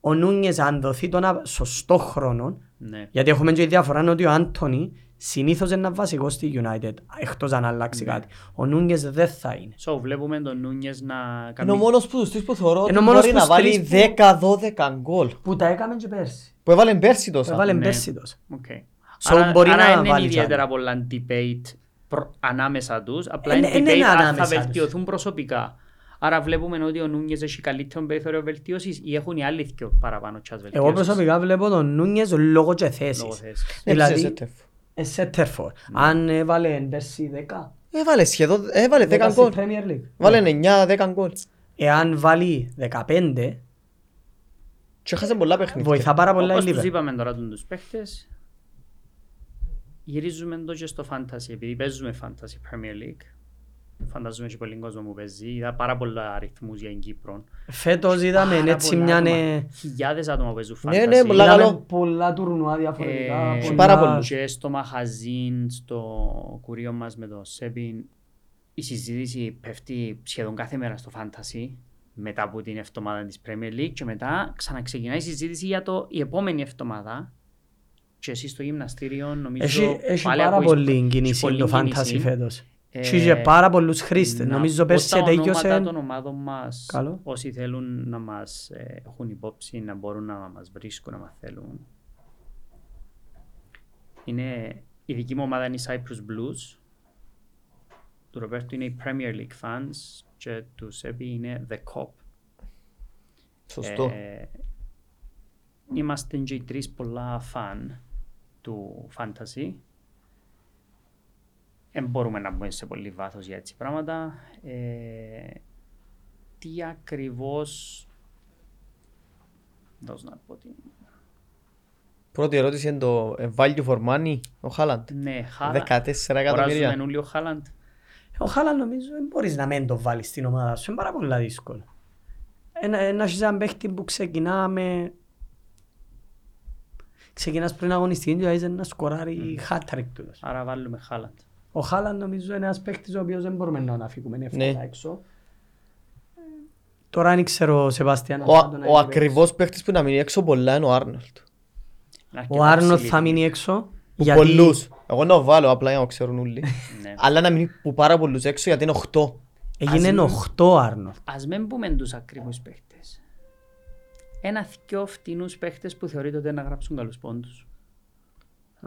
S2: ο Νούνιε αν δοθεί τον α- σωστό χρόνο,
S1: Ναι.
S2: γιατί έχουμε και η διαφορά είναι ότι ο Άντωνη συνήθως είναι βασικό στη United, εκτός αν αλλάξει
S1: Ναι.
S2: κάτι. Ο Νούνιες δεν θα είναι.
S1: So, βλέπουμε τον Νούνιες να
S3: Είναι ο
S1: κάνει...
S3: μόνος που τους τρεις που θεωρώ ότι
S2: Είναι ο μόνος
S3: μπορεί
S2: που
S3: να
S2: στους
S3: βάλει
S2: τρεις που-
S3: 10-12 γκολ.
S2: Που τα έκαμε και πέρσι.
S3: Που έβαλε πέρσι τόσα.
S2: Έβαλε
S1: ναι.
S2: πέρσι τόσο.
S1: Οκ.
S2: So, μπορεί να
S1: άρα είναι
S2: βάλει
S1: ιδιαίτερα
S2: τζάνι.
S1: πολλά debate προ- ανάμεσα τους, απλά
S2: Εν-
S1: είναι
S2: εν
S1: debate
S2: είναι
S1: αν θα
S2: ανάμεσα τους.
S1: βελτιωθούν προσωπικά. Άρα βλέπουμε ότι ο Νούνιες έχει καλύτερο περιθώριο βελτίωσης ή έχουν οι άλλοι δυο παραπάνω τσάς βελτίωσης.
S2: Εγώ προσωπικά βλέπω τον Νούνιες λόγω και
S1: Λόγω Ναι.
S2: θέσης.
S1: θέσης.
S2: Δηλαδή,
S3: Έπαιξε center.
S2: ε, center for. Αν έβαλε πέρσι 10,
S3: Έβαλε σχεδόν, έβαλε
S2: 10
S3: 10
S2: στην
S3: Ε, γκολ.
S2: Premier League.
S3: Βάλε 9-10 γκολ.
S2: Εάν βάλει 15,
S3: Και χάσε πολλά παιχνίδια.
S2: βοηθά πάρα πολλά η
S1: Όπως τους
S2: Λίβερ.
S1: είπαμε τώρα τους παίχτες, γυρίζουμε το και στο fantasy, επειδή παίζουμε fantasy Premier League. Φανταζούμε και πολλοί κόσμο που παίζει. Είδα πάρα πολλά αριθμούς για την Κύπρο.
S2: Φέτος είδαμε
S1: Πάρα
S2: έτσι
S1: πολλά
S2: μια...
S1: άτομα.
S2: ε,
S1: Χιλιάδες άτομα παίζουν fantasy.
S3: Ναι, ναι, πολλά
S2: είδαμε
S3: καλό.
S2: πολλά τουρνουά διαφορετικά.
S1: Ε,
S2: πολλά-
S3: πάρα πολλούς.
S1: Και στο μαχαζίν, στο κουρίο μας με το Σέμπιν, η συζήτηση πέφτει σχεδόν κάθε μέρα στο φάντασι μετά από την εβδομάδα της Premier League και μετά ξαναξεκινάει η συζήτηση για το, η επόμενη εβδομάδα και εσύ στο γυμναστήριο νομίζω
S2: Έχει, έχει
S1: πάλι
S2: πάρα
S1: ακούεις-
S2: πολύ
S1: έχει
S2: κίνηση
S1: πολλή
S2: το
S1: κίνηση.
S2: fantasy φέτος.
S1: Ε,
S2: Έχει και πάρα πολλούς χρήστες.
S1: να
S2: Νομίζω
S1: πω
S2: πέρσι
S1: τα ονόματα
S2: τελειώσε...
S1: των ομάδων μας,
S2: Καλό.
S1: όσοι θέλουν να μας ε, έχουν υπόψη, να μπορούν να μας βρίσκουν, να μας θέλουν. Είναι, η δική μου ομάδα είναι η Cyprus Blues. Του Ροπέρτου είναι οι Premier League fans και του Σέπι είναι The Cop.
S3: Σωστό.
S1: Ε, είμαστε και οι τρεις πολλά φαν του fantasy. Δεν μπορούμε να μπούμε σε πολύ βάθος για έτσι πράγματα. Ε, τι ακριβώς... Δώσ' να πω τι...
S3: Πρώτη ερώτηση είναι το ε, value for money, ο Χάλαντ.
S1: Ναι, Χάλαντ.
S3: 14
S1: Οράζουμε
S3: εκατομμύρια.
S1: Νούλιο Χάλαντ.
S2: Ο Χάλα νομίζω δεν μπορείς να μην το βάλεις στην ομάδα σου. Είναι πάρα πολύ δύσκολο. Ένα, ένας έναν παίχτη που ξεκινά με... Ξεκινάς πριν αγωνιστική και είσαι να σκοράρει hat-trick τούτος.
S1: Άρα βάλουμε Χάλαντ.
S2: Ο Χάλα νομίζω είναι ένας παίχτης ο οποίος δεν μπορούμε να αναφύγουμε εύκολα
S3: Ναι.
S2: έξω. Ε, Τώρα δεν ξέρω, Σεβάστιαν,
S3: Ο,
S2: αν θα τον
S3: ο
S2: έπαιρνες.
S3: ακριβώς παίχτης που να μείνει έξω πολλά είναι ο Άρνολτ.
S1: Είναι αρκετά
S2: Ο Άρνοτ
S1: ψηλή
S2: θα
S1: του.
S2: μείνει έξω.
S3: Γιατί... Πολλούς. Εγώ να βάλω απλά για να ξέρουν όλοι.
S1: Ναι.
S3: Αλλά να μείνει που πάρα πολλούς έξω γιατί είναι 8.
S1: Ας μην-
S2: Έγινε 8 Άρνοτ.
S1: Ας μην πούμε τους ακριβούς παίχτες. Ένα δυο φτηνούς παίχτες που θεωρείται ότι να γράψουν καλούς πόντους.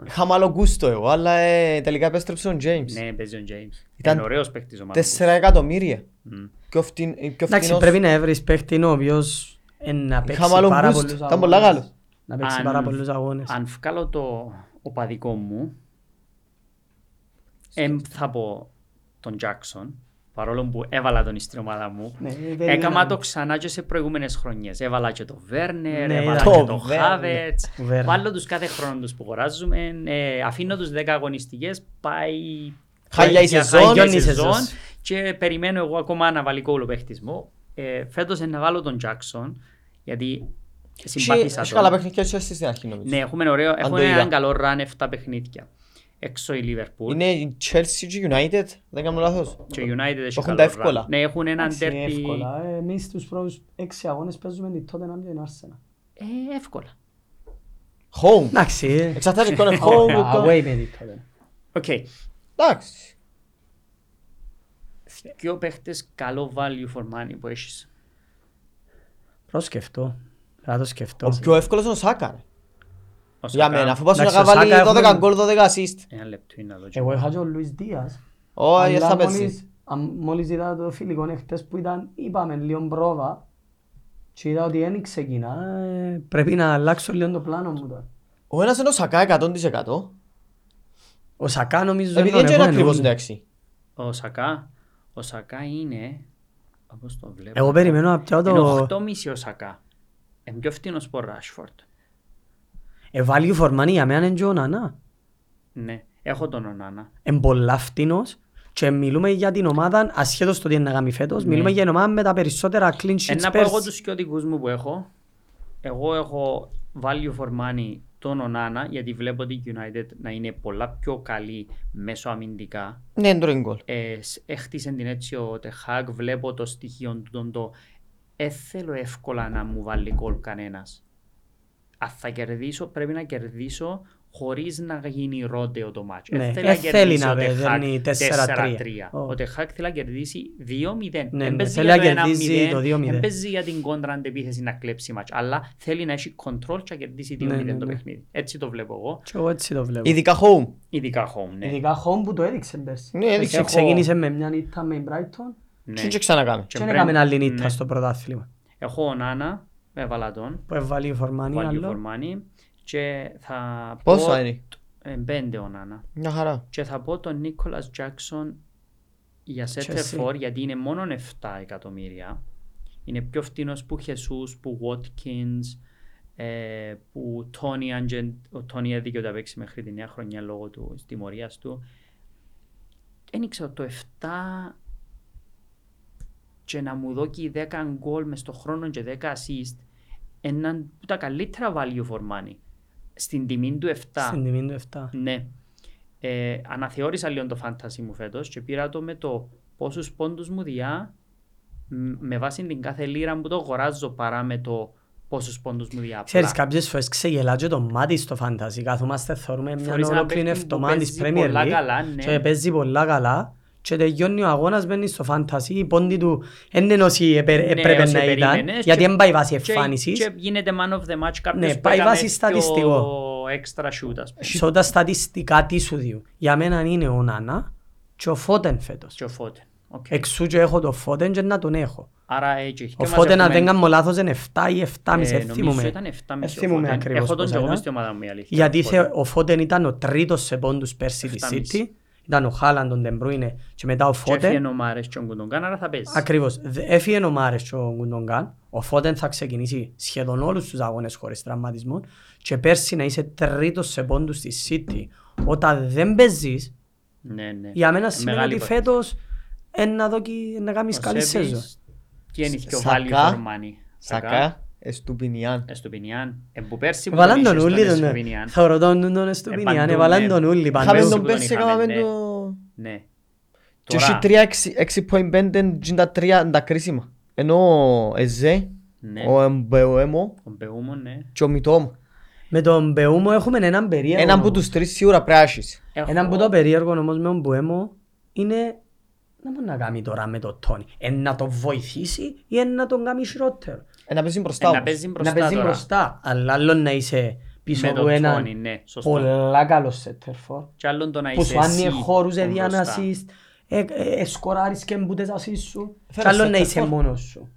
S3: Είχα μάλλον γκούστο εγώ, αλλά ε, τελικά επέστρεψε ο James.
S1: Ναι, παίζει ο James.
S3: Ήταν
S1: Είναι ωραίος παίχτης ο Μάρκος.
S3: 4 εκατομμύρια.
S1: Μμμ.
S3: Πιο φτην- ε, πιο
S2: Εντάξει,
S3: φτηνός.
S2: πρέπει να έβρεις παίχτη ο οποίος ε, να παίξει
S3: μάλλον
S2: πάρα
S3: boost.
S2: πολλούς
S3: Ήταν
S2: αγώνες.
S3: πολλά καλός.
S2: Να παίξει
S1: Αν-
S2: πάρα πολλούς αγώνες.
S1: Αν βγάλω το οπαδικό μου, εμ, θα πω τον Τζάκσον, παρόλο που έβαλα τον στην ομάδα μου.
S2: Ναι, δεν
S1: Έκαμα
S2: είναι-
S1: το ξανά και σε προηγούμενες χρονιές. Έβαλα και το Βέρνερ,
S2: Ναι,
S1: έβαλα
S3: το
S1: και το
S3: Βέρνερ.
S1: Χάβετς.
S2: Ο Βέρνερ.
S1: Βάλω τους κάθε χρόνο τους που αγοράζουμε. Ε, αφήνω τους 10 αγωνιστικές. Πάει...
S3: Χάλια η
S1: για
S3: σεζόν.
S1: χάλια η
S2: Γιώνει η σεζόν.
S1: Και περιμένω εγώ ακόμα αναβαλικό ολοπαίχτισμο. Ε, φέτος ε, να βάλω τον Τζάκσον, γιατί συμπαθήσα
S3: Έχει
S1: τον.
S3: καλά παιχνίδια και εσύ στην αρχή νομίζω.
S1: Ναι, έχουμε ένα ωραίο, έχουμε
S3: το είδα.
S1: έναν καλό run 7 παιχνίδια. Έξω η Liverpool
S3: Είναι η Chelsea και η United, δεν κάνω λάθος.
S1: και η United έχει
S3: έχουν
S1: καλό
S3: τα
S1: run.
S3: εύκολα.
S1: Ναι, έχουν έναν
S2: Εντάξει, είναι
S1: τέρπι
S2: εύκολα. Ε, Εμείς τους πρώτους έξι αγώνες παίζουμε την τότε να μην την Άρσενα.
S1: ε, εύκολα.
S3: Home.
S2: Εντάξει. ε.
S3: Εξαρτάται ποιο είναι home.
S2: Away-
S3: ποιο-
S2: Away με την τότε.
S1: Οκ.
S3: Εντάξει.
S1: Ποιο παίχτες καλό value for money που έχεις.
S2: Προσκεφτώ. Θα το σκεφτώ.
S3: Ο πιο εύκολος είναι ο Σάκα. ρε.
S1: Ο
S3: Για
S1: Σακά.
S3: μένα, αφού πας
S2: Εντάξει,
S3: να
S2: ο Σάκα
S3: βάλει 12
S2: έχουμε-
S3: γκολ, 12 assist.
S1: Ένα λεπτό είναι να δω. και
S2: Εγώ είχα και ο Λουίς Δίας.
S3: Όχι,
S2: αλλά
S3: θα παίζει.
S2: μόλις- α, Μόλις είδα το φιλικό εχθές που ήταν, είπαμε λίγο πρόβα και είδα ότι δεν ξεκινά. ε, Πρέπει να αλλάξω λίγο το πλάνο μου τώρα.
S3: Ο ένας είναι ο Σακά 100%.
S2: Ο Σακά νομίζω
S3: Επειδή
S2: είναι ναι.
S3: δεν είναι
S2: εγώ,
S3: ακριβώς
S2: εννοούμε.
S3: εντάξει.
S1: Ο Σακά, ο Σακά είναι, όπως το βλέπω,
S2: Εγώ περιμένω να πιάω
S1: είναι
S2: το
S1: 8,5 ο Σακά. Είναι πιο φτηνός από Ράσφορτ.
S2: ε, value for money για μένα είναι και ο Νανά.
S1: Ναι, έχω τον Ονάνα.
S2: Είναι πολλά φτηνός και μιλούμε για την ομάδα ασχέτως το τι είναι να κάνει φέτος. Μιλούμε για την ομάδα με τα περισσότερα clean
S1: Ε,
S2: sheets
S1: Να πω Ναι. εγώ
S2: πέρσι.
S1: τους και δικούς μου που έχω. Εγώ έχω value for money τον Ονάνα γιατί βλέπω ότι η United να είναι πολλά πιο καλή μέσω αμυντικά.
S3: Ναι, είναι τρώει γκολ.
S1: Ε, σ- έχτισε την έτσι ο Τεχάκ, βλέπω το στοιχείο του τον το. Ε, θέλω εύκολα να μου βάλει γκολ κανένας. Αν θα κερδίσω, πρέπει να κερδίσω χωρίς να γίνει ρόντεο το μάτσο.
S2: Ναι,
S1: θέλω
S2: ε, θέλει να
S1: κερδίσει ο Ten Hag
S2: παίρνει 4-3.
S1: 4-3. Ο Τεχάκ θέλει να κερδίσει 2-0.
S2: Ναι,
S1: Εν
S2: ναι,
S1: παίζει
S2: θέλει
S1: για
S2: να
S1: το
S2: κερδίσει
S1: 1-0,
S2: το 2-0.
S1: εν παίζει για την κόντρα αντεπίθεση να κλέψει μάτσο. Αλλά θέλει να έχει κοντρόλ και να κερδίσει 2-0
S2: Ναι, ναι,
S1: το
S2: ναι.
S1: παιχνίδι. Έτσι το βλέπω εγώ.
S2: Και εγώ έτσι το βλέπω.
S3: Ειδικά home.
S1: Ειδικά home, ναι.
S2: Ειδικά home που το έδειξε πέρσι.
S3: Ναι, έδειξε
S2: Πέρσι
S3: home.
S2: Ξεκίνησε με μια νύχτα με την Brighton
S3: Τι και ξανακάμε.
S1: Και
S2: Και
S1: πρέπει-
S2: έκαμε άλλη νύχτα
S1: ναι.
S2: στο πρωτάθλημα.
S1: Έχω ο Νάνα, έβαλα τον,
S2: Που έβαλε η Φορμάνη
S1: value
S2: άλλο.
S1: for money, και θα πω...
S3: Πόσο είναι.
S1: Ε, Πέντε ο Νάνα.
S3: Μια χαρά.
S1: Και θα πω τον Νίκολας Τζάκσον για
S2: Chelsea.
S1: center for γιατί είναι μόνο 7 εκατομμύρια. Είναι πιο φτηνός που Χεσούς, που Watkins, ε, που Τόνι Άντζεντ, ο Τόνι έδικε τα παίξει μέχρι τη νέα χρονιά λόγω του της τιμωρίας του. Δεν ήξερα το 7 και να μου δώσει 10 γκολ μες στο χρόνο και 10 assist έναν που τα καλύτερα value for money στην τιμή του 7.
S2: Στην τιμή του 7.
S1: Ναι. Ε, αναθεώρησα λίγο το fantasy μου φέτος και πήρα το με το πόσους πόντους μου διά μ, με βάση την κάθε λίρα που το αγοράζω παρά με το πόσους πόντους μου διά.
S2: Ξέρεις, κάποιες φορές ξεγελά και το μάτι στο φαντάζι. Καθόμαστε, θεωρούμε μια
S1: Θεωρείς έναν
S2: ολόκληρη
S1: παίκτη που
S2: εβδομάδα της
S1: παίζει
S2: Premier
S1: πολλά καλά,
S2: League
S1: ναι.
S2: και παίζει πολλά καλά και τελειώνει ο αγώνας, μπαίνει στο φαντάζι. Η πόντη του δεν είναι όσοι επε- έπρεπε
S1: Ναι, όσοι
S2: να ήταν,
S1: περίμενες
S2: γιατί
S1: και-
S2: δεν πάει βάση
S1: Και-
S2: εμφάνισης.
S1: Και γίνεται man of the match κάποιος
S2: Ναι,
S1: που
S2: πάει
S1: έκαμε
S2: βάση
S1: πιο
S2: στατιστικό.
S1: extra shoot ας πούμε.
S2: Σε όλα στατιστικά τι σου δίνουν. Για μένα είναι ο Νάνα και ο Φώτεν φέτος.
S1: Και ο Φώτεν. Οκ.
S2: Εξού και έχω το Φώτεν και να τον έχω.
S1: Άρα έτσι. έχει.
S2: Ε, Ο
S1: Και μας
S2: Φώτεν αν
S1: έχουμε-
S2: δεν κάνω λάθος είναι 7 ή 7,5,
S1: ε,
S2: δεν
S1: Νομίζω
S2: θυμούμαι.
S1: ήταν 7,5 ο
S2: Δεν θυμούμαι
S1: Φώτεν.
S2: Ε, ακριβώς
S1: Έχω τον
S2: πόσα
S1: και εγώ μες
S2: ήταν.
S1: στη ομάδα μου η αλήθεια.
S2: Γιατί
S1: ο Φώτεν.
S2: θε, ο Φώτεν ήταν ο τρίτος σε πόντους πέρσι της City.
S1: 7,5.
S2: Ήταν ο Χάλαντον, τον Τεμπρούινε και μετά ο
S1: Και έφυγε
S2: Φώτεν.
S1: ο Μάρες και ο Κουντογκάν, άρα θα παίζει.
S2: Ακριβώς. Δε- Έφυγε ο Μάρες και ο Γκουντογκάν. Ο Φώτεν θα ξεκινήσει σχεδόν όλους τους αγώνες χωρίς τραυματισμό. Και πέρσι να είσαι τρίτος σε πόντους της City. Όταν δεν παίζεις,
S1: Ναι, ναι.
S2: για μένα σημαίνει
S1: Μεγάλη
S2: ότι
S1: υπόθεση.
S2: φέτος ε, να, δω και- να κάνεις
S1: Ο
S2: καλή
S1: Σέβης
S2: σεζόν.
S1: Βγαίνει και ο
S3: Σακά.
S1: Value for money.
S3: Σακά. Εστουπινιάν.
S1: Εστουπινιάν. Εμποπέρσι Ε, που
S2: Εβαλάν τον ναι.
S1: είχες
S2: ούλι
S1: τον
S2: τον
S1: Εστουπινιάν.
S2: Θεωρώ τον τον Εστουπινιάν.
S1: Επαντού,
S2: Εβαλάν
S1: ναι.
S2: τον ούλι
S1: Είχαμε
S3: Είχαμε
S1: Παντού.
S3: τον
S2: παντού.
S1: τον
S3: πέρσι,
S1: είχαμε,
S3: έκαναμε
S1: ναι.
S3: το...
S1: Ναι.
S3: Και έχει τρία εξι- 6.5 τζιν τα τρία τα κρίσιμα. Ενώ Εζέ,
S1: Ναι.
S3: ο Εμπεουέμο
S1: Ο Μπεούμο, ναι.
S3: και ο Μιτόμ.
S2: Με τον Μπεούμο έχουμε έναν περίεργο.
S3: Έναν από
S2: όμως.
S3: τους τρεις σίγουρα πρέπει να έχεις.
S1: Έχω-
S2: Ένα που το περίεργο όμως με τον Μπουέμο είναι να μπορεί να κάνει τώρα με τον Τόνι. Ε, να τον βοηθήσει ή ε, να τον κάνει χειρότερο.
S3: Ε, Να παίζεις μπροστά
S1: Ε, Να
S3: όμως.
S1: παίζεις
S2: να
S1: μπροστά
S2: παίζεις
S1: τώρα.
S2: μπροστά. Αλλά άλλο να είσαι πίσω
S1: Με
S2: από
S1: τον
S2: έναν
S1: Τόνι, ναι. Σωστό.
S2: πολλά καλό σέτερφορ
S1: Και άλλον το να
S2: που
S1: είσαι
S2: σου άνοιε
S1: εσύ
S2: χώρους
S1: τον
S2: για να
S1: μπροστά.
S2: assist, ε, ε, ε, σκοράρεις και μπούτες ασίς σου. Και
S3: Φέρε
S2: άλλο να είσαι
S3: σέτερφορ.
S2: μόνος σου.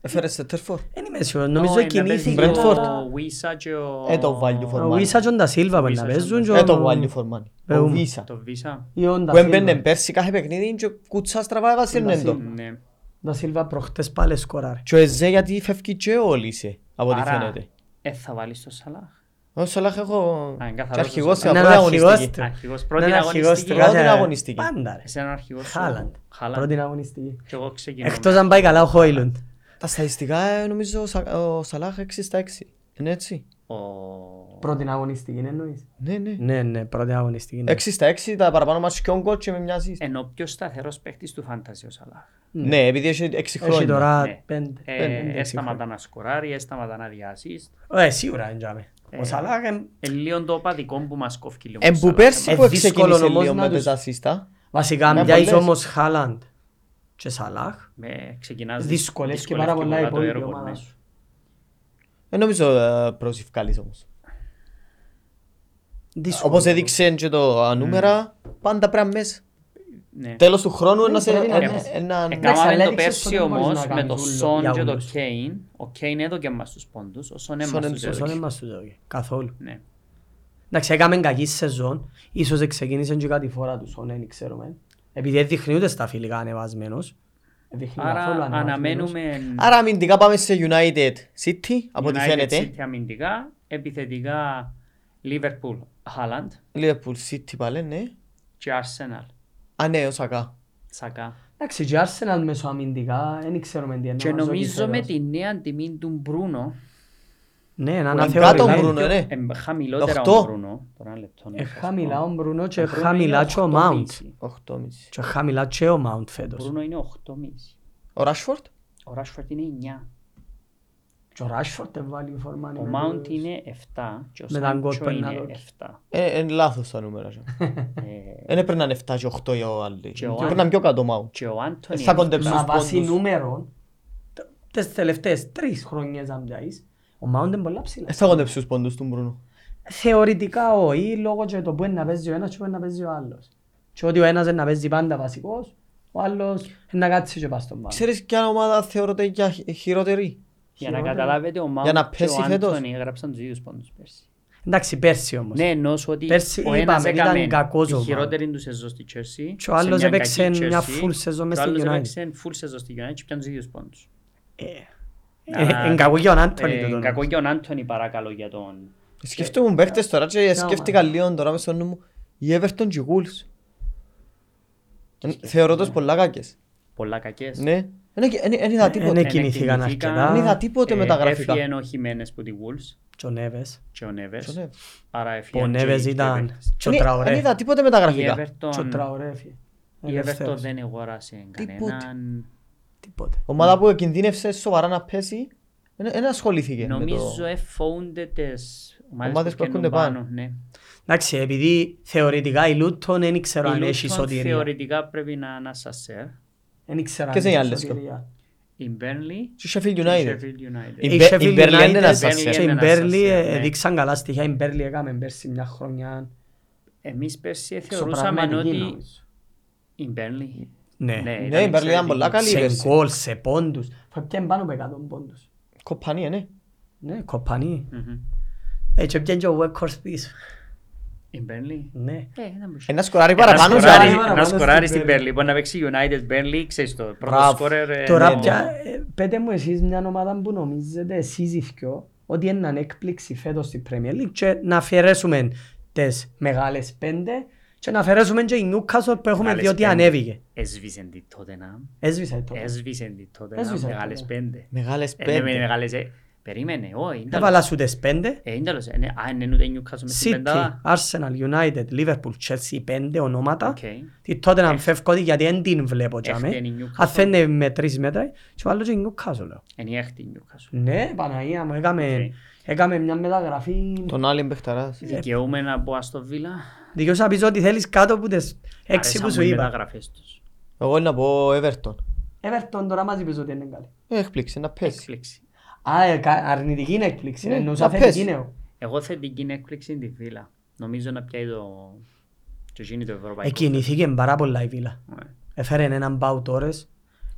S3: Έφερε σε τέρφορ.
S2: Δεν είμαι σίγουρος.
S1: Όχι,
S2: Νομίζω
S1: ε, να παίζει
S2: κινήθηκε.
S3: Brentford.
S2: αλλά-
S1: Ο Βίσα και ο...
S3: Ε, το value for
S2: Ο
S3: money.
S2: Βίσα και ο Ντασίλβα μπορεί να
S1: Βίσα και ο
S2: παίζουν. και
S3: Ε,
S2: ο-
S3: το value for money. Ο
S2: Μπεούμ.
S3: Βίσα.
S1: Το Βίσα.
S3: Ναι,
S2: ή ο
S3: Που έμπαινε
S2: Ντασίλβα.
S3: πέρσι κάθε παιχνίδι και κουτσά στραβά έβαζε το.
S1: Ναι.
S2: Ντασίλβα προχτές πάλι σκοράρει.
S3: Και ο Εζέ γιατί φεύγει και ο Λίσε, από ό,τι
S1: Άρα,
S3: φαίνεται.
S1: ε, θα βάλεις το Σαλάχ.
S3: Ο Σολάχ έχω
S1: Α, είναι καθαρός
S3: και αρχηγός
S1: ο
S3: σε
S2: Σολάχ.
S3: πρώτη
S2: Είναι αρχηγός
S3: αγωνιστική.
S2: του.
S1: Αρχηγός. Πρώτη
S2: Ναι,
S1: αγωνιστική.
S2: αρχηγός,
S3: Πρώτη
S2: κάθε-
S3: αγωνιστική.
S2: Πάντα ρε.
S1: Εσύ έναν αρχηγός.
S2: Χάλαντ.
S1: Χάλαντ.
S2: Πρώτη αγωνιστική.
S1: Και εγώ ξεκινώ.
S2: Εκτός αν πάει καλά ο Χόιλουντ.
S3: Τα στατιστικά ε, νομίζω ο Σα- ο Σαλάχ 6 στα 6. Είναι έτσι.
S1: Ο-
S2: Πρώτη αγωνιστική εννοείς.
S3: Ναι, ναι.
S2: Ναι, ναι, πρώτη αγωνιστική. ναι.
S3: 6 στα 6 τα παραπάνω μας και όγκο και με μια assist.
S1: ενώ πιο σταθερός παίχτη του φάνταζε ο Σαλάχ.
S3: Ναι, επειδή έχει 6
S2: Έχει
S3: χρόνια.
S2: τώρα
S1: Ναι.
S2: πέντε.
S1: Ε,
S2: πέντε, πέντε, έξι
S1: έσταματα να σκοράρει, έσταματα να διασύσει.
S2: χρόνια. Ε, σίγουρα είναι τζάμε. Ο Σαλάχ είναι-
S1: Ε, λίγο το παδικό που μας κόφει λίγο. ο
S3: Εν που
S1: Σαλάχ.
S3: πέρσι
S2: Ε,
S3: που
S2: δύσκολο
S3: ξεκίνησε
S2: όμως
S3: λίγο
S2: να
S3: με
S2: τους-
S3: τις ασίστα.
S2: Βασικά,
S3: Ναι,
S2: μοιάζεις
S3: πολλές.
S2: όμως Χάλαντ και Σαλάχ.
S1: Με, Ε, ξεκινάς,
S2: Δυσκολεύει και πάρα πολλά η
S1: το
S2: υπόλοιπη
S1: έργο,
S2: ομάδα
S1: ναι.
S2: σου.
S3: Δεν νομίζω ε, προσυυκάλεις όμως.
S2: Δύσκολο.
S3: Όπως έδειξε και το νούμερα, πάντα πρέπει να μέσα.
S1: Ναι.
S3: Τέλος του χρόνου να σε...
S2: πρέπει να
S3: ένα-
S2: μέσα.
S3: ε, έναν-
S2: Εντάξει,
S1: Εκάμαμε
S2: αλλά
S1: το
S2: έδειξες Ναι, ότι
S1: πέρσι
S2: δεν μπορείς να
S1: όμως με
S2: κάνεις
S1: το
S2: ούλο
S1: Σον
S2: για
S1: και το
S2: ούλους.
S1: Κέιν. Ο Κέιν έδωκε μας τους πόντους, ο Σον έμας
S3: Σον
S1: τους
S3: εν-
S2: Σωστό, δεν
S1: έδωκε.
S2: μας το δώκε. Καθόλου.
S1: Ναι.
S2: Εντάξει, έκαμε κακή σεζόν. Ίσως ξεκίνησε και κάτι φορά του Σον, δεν ξέρουμε. Επειδή δεν δείχνει ούτε στα φιλικά ανεβασμένος. Δεν δείχνει καθόλου
S1: Άρα
S2: ανεβασμένος.
S1: αναμένουμε
S3: Άρα αμυντικά πάμε σε United City, από ό,τι
S1: United
S3: φαίνεται.
S1: City αμυντικά, επιθετικά Liverpool, Haaland
S3: Liverpool City πάλι, ναι.
S1: και Arsenal,
S3: Α, ναι, ο Σακά.
S1: Σακά.
S2: Εντάξει, και η Arsenal μεσοαμυντικά, δεν ξέρουμε τι είναι.
S1: Και νομίζω με τη νέα τιμή του Μπρούνο,
S2: Ναι, να
S3: Ειδικά τον
S2: αναθεωρηθεί.
S3: Μπρούνο, ναι.
S1: εμ, χαμηλότερα
S3: Οχτώ.
S1: ο Μπρούνο. Τώρα ένα λεπτό. να
S2: Ε,
S1: ψάξω.
S2: χαμηλά ο Μπρούνο
S1: Ο
S2: και
S1: Ε, Μπρούνο
S2: χαμηλά
S1: είναι
S2: και ο
S1: 8,5.
S2: Μάουντ.
S3: 8,5.
S2: Και χαμηλά και ο Μάουντ
S1: Ο
S2: φέτος.
S1: Μπρούνο είναι 8,5.
S3: Ο Rashford.
S1: Ο Ράσφορτ είναι 9.
S2: Και ο Ράσφορτ δεν βάλει φορμάνι.
S1: Ο Μάουντ είναι 7 και ο
S2: Με τα γκολ
S1: Σάντσο
S2: που
S1: είναι
S2: έλαβε.
S1: 7.
S3: Ε, Είναι λάθος τα νούμερα. και.
S1: Ε,
S3: Δεν έπρεπε να είναι 7 και 8 οι άλλοι.
S1: Και ο
S3: Πρέπει να είναι πιο κάτω μάου.
S1: Και ο Άντωνι
S3: Ε, θα κοντέψω.
S2: Μα
S3: στους
S2: βάσει
S3: πόντους.
S2: νούμερων, τε- τις τελευταίες τρεις χρονιές αν πιάσεις, ο Μάουντ είναι πολλά ψηλά.
S3: Ε, Θα κοντέψει τους πόντους του Μπρούνο.
S2: Θεωρητικά όχι, λόγω και το που είναι να παίζει ο ένας και που είναι να παίζει ο άλλος. Και ότι ο ένας είναι να παίζει πάντα βασικός, Ο άλλος να κάτσει και πας στον
S1: Ναι.
S2: πάνω.
S3: Ξέρεις ποια ομάδα θεωρείται για χει- χειρότερη.
S1: Για να καταλάβετε, ο
S3: Για να
S1: Μάουτ και
S3: πέσει
S1: ο
S3: φέτος.
S1: Άντωνη έγραψαν τους ίδιους πόντους πέρσι.
S2: Εντάξει, πέρσι όμως.
S1: Ναι, εννοώς σου ότι
S2: Πέρσι
S1: ο ένας
S2: είπαμε, ήταν
S1: έκαμε
S2: κακός ο
S1: τη
S2: Μάουτ.
S1: χειρότερη του σεζόν στη Chelsea.
S2: Και ο άλλος
S1: σε μια
S2: έπαιξε
S1: κακή
S2: μια
S1: Chelsea,
S2: full σεζόν μες
S1: και ο
S2: στη
S1: άλλος
S2: United.
S1: έπαιξε full σεζόν στη United και πιάνε τους ίδιους πόντους.
S2: Ε, ε, Εν κακό για τον Άντωνη
S1: Ε,
S2: τούτο.
S1: Κακό για τον Άντωνη παρακαλώ για τον...
S3: Σκέφτομαι παίχτες τώρα και σκέφτηκα λίγο τώρα μες στο νου μου. Η Everton και η Wolves. Ε, Θεωρώ
S1: Ναι.
S3: τους πολλά κακές.
S1: Πολλά κακές.
S3: Ναι. Δεν
S1: Ε,
S3: είδα
S2: Εν
S3: τίποτε.
S2: εκκινηθήκαν
S1: εκκινηθήκαν.
S2: αρκετά.
S3: Δεν είδα τίποτε
S1: Ε,
S3: με τα γραφικά.
S1: Έφυγε ο Χιμένες που τη Wolves
S2: Και ο Νέβες.
S1: και ο Νέβες.
S3: Σωστά.
S1: Άρα έφυγε
S2: Ο
S1: και
S2: Νέβες
S1: η
S2: ήταν
S1: Everton.
S2: και ο
S3: Δεν
S2: Τραωρέ.
S3: είδα τίποτε με τα
S1: Η
S3: γραφικά.
S2: Και ο
S1: Everton-
S2: Τραωρέ έφυγε.
S1: η Everton
S2: Ελευθέρωσε.
S1: δεν αγοράσει κανέναν. Ε,
S2: Τίποτε.
S3: Ομάδα που κινδύνευσε σοβαρά να πέσει, δεν ασχολήθηκε με
S1: Νομίζω
S3: το...
S1: εφόούνται τις
S3: Ομάδες
S1: ομάδες
S3: που
S1: που
S3: έρχονται
S1: καίνουν
S3: πάνω.
S1: πάνω. ναι.
S2: Εντάξει, επειδή θεωρητικά η Λούτον δεν ήξερα αν
S1: Η
S2: έχει
S1: Luton
S2: σωτηρία.
S1: Θεωρητικά πρέπει να να σας σερ.
S2: Δεν ήξερα
S3: Ποιες
S2: αν
S3: είναι οι
S2: έχει
S3: άλλες,
S2: σωτηρία.
S1: Η Burnley
S3: Του Sheffield
S1: και η
S3: United.
S1: Sheffield United.
S3: Η
S2: Η
S3: Μπε- η
S2: Sheffield
S3: Μπέρλι
S2: United
S3: είναι ένας ασέρ.
S2: και η
S1: ένας
S2: Μπέρλι
S1: ασέρ, ναι.
S2: έδειξαν καλά στοιχεία. Η Μπέρλι έκαμε πέρσι μια χρονιά.
S1: Εμείς πέρσι θεωρούσαμε
S4: Εξωπραγματική
S1: ότι
S4: νομίζω.
S1: η Burnley
S2: Ναι.
S3: Ναι, η Burnley ήταν πολλά καλή
S2: Σε
S3: πέρσι.
S2: γκολ, σε πόντους. Φεύγαν πάνω από 100 πόντους.
S3: Κοπανία, ναι.
S2: Ναι, κοπανή.
S1: Μμμ.
S2: Ε, και πιέν και ο Weghorst πίσω.
S1: Η Burnley.
S2: Ναι.
S1: Ε, ήταν μπροστά.
S3: Ένα σκοράρι
S1: Ένα
S3: παραπάνω.
S1: σκοράρι-
S3: ζάρι.
S2: σκοράρι. παραπάνω
S1: Ένα
S2: στην
S1: σκοράρι στην
S2: Burnley.
S1: Burnley. Μπορεί να παίξει United Burnley, ξέρεις το. Πρώτο
S3: Μπράβο.
S1: σκόρερ. ε,
S2: Τώρα
S1: ναι.
S2: πια, ε, πέτε μου εσείς μια ομάδα που νομίζετε εσείς οι δυο ότι είναι έκπληξη φέτος στη Premier League και να αφαιρέσουμε τις μεγάλες πέντε και να αφαιρέσουμε και η Newcastle που έχουμε
S1: Μεγάλες
S2: διότι
S1: πέντε.
S2: ανέβηκε.
S1: Έσβησε τη Tottenham.
S2: Έσβησε το.
S1: Έσβησε τη Tottenham.
S2: Έσβησε η
S1: Μεγάλες
S2: Tottenham.
S1: πέντε.
S3: Μεγάλες
S1: Ε, ναι, με
S3: πέντε.
S1: μεγάλες, ε, Περίμενε, όχι.
S2: Να
S1: ήταν-
S2: Ε, βάλα σου τις πέντε.
S1: Ε, ήταν τέλος. Ε, ναι, Α, είναι ούτε η Newcastle μες στην
S2: City,
S1: πεντάδα.
S2: Arsenal, United, Liverpool, Chelsea, πέντε ονόματα.
S1: Οκ.
S2: Τι τότε να φεύγω γιατί δεν την βλέπω για με.
S1: Έφτιανε η Newcastle.
S2: Αν δεν είναι με τρεις μέτρα και βάλω και η Newcastle. λέω.
S1: Είναι η έκτη η Newcastle.
S2: Ναι, Παναγία μου, έκαμε,
S1: Οκ.
S2: έκαμε μια μεταγραφή.
S3: Τον άλλον παιχταράς.
S2: Ναι.
S1: Δικαιούμαι να πω ας το Villa.
S2: Δικαιώς να πεις ότι θέλεις κάτω από τις έξι
S1: Αρέσαν
S2: που
S1: μου
S2: σου
S1: οι
S2: είπα.
S1: μεταγραφές τους.
S3: Εγώ να πω Everton.
S2: Everton τώρα μας είπες ότι είναι καλή.
S3: Έκπληξε να πέσει.
S1: Έκπληξη.
S2: Α, ε, κα- αρνητική είναι έκπληξη.
S3: Ναι,
S2: Εννοούσα
S3: να
S2: θετική
S3: πες.
S2: είναι.
S1: Εγώ θετική έκπληξη είναι τη Villa. Νομίζω να πιάει το... Το γίνει το ευρωπαϊκό.
S2: Εκκινηθήκε Ε, πάρα πολλά η Βίλα.
S1: Ναι.
S2: Έφερε έναν Παου Τόρες.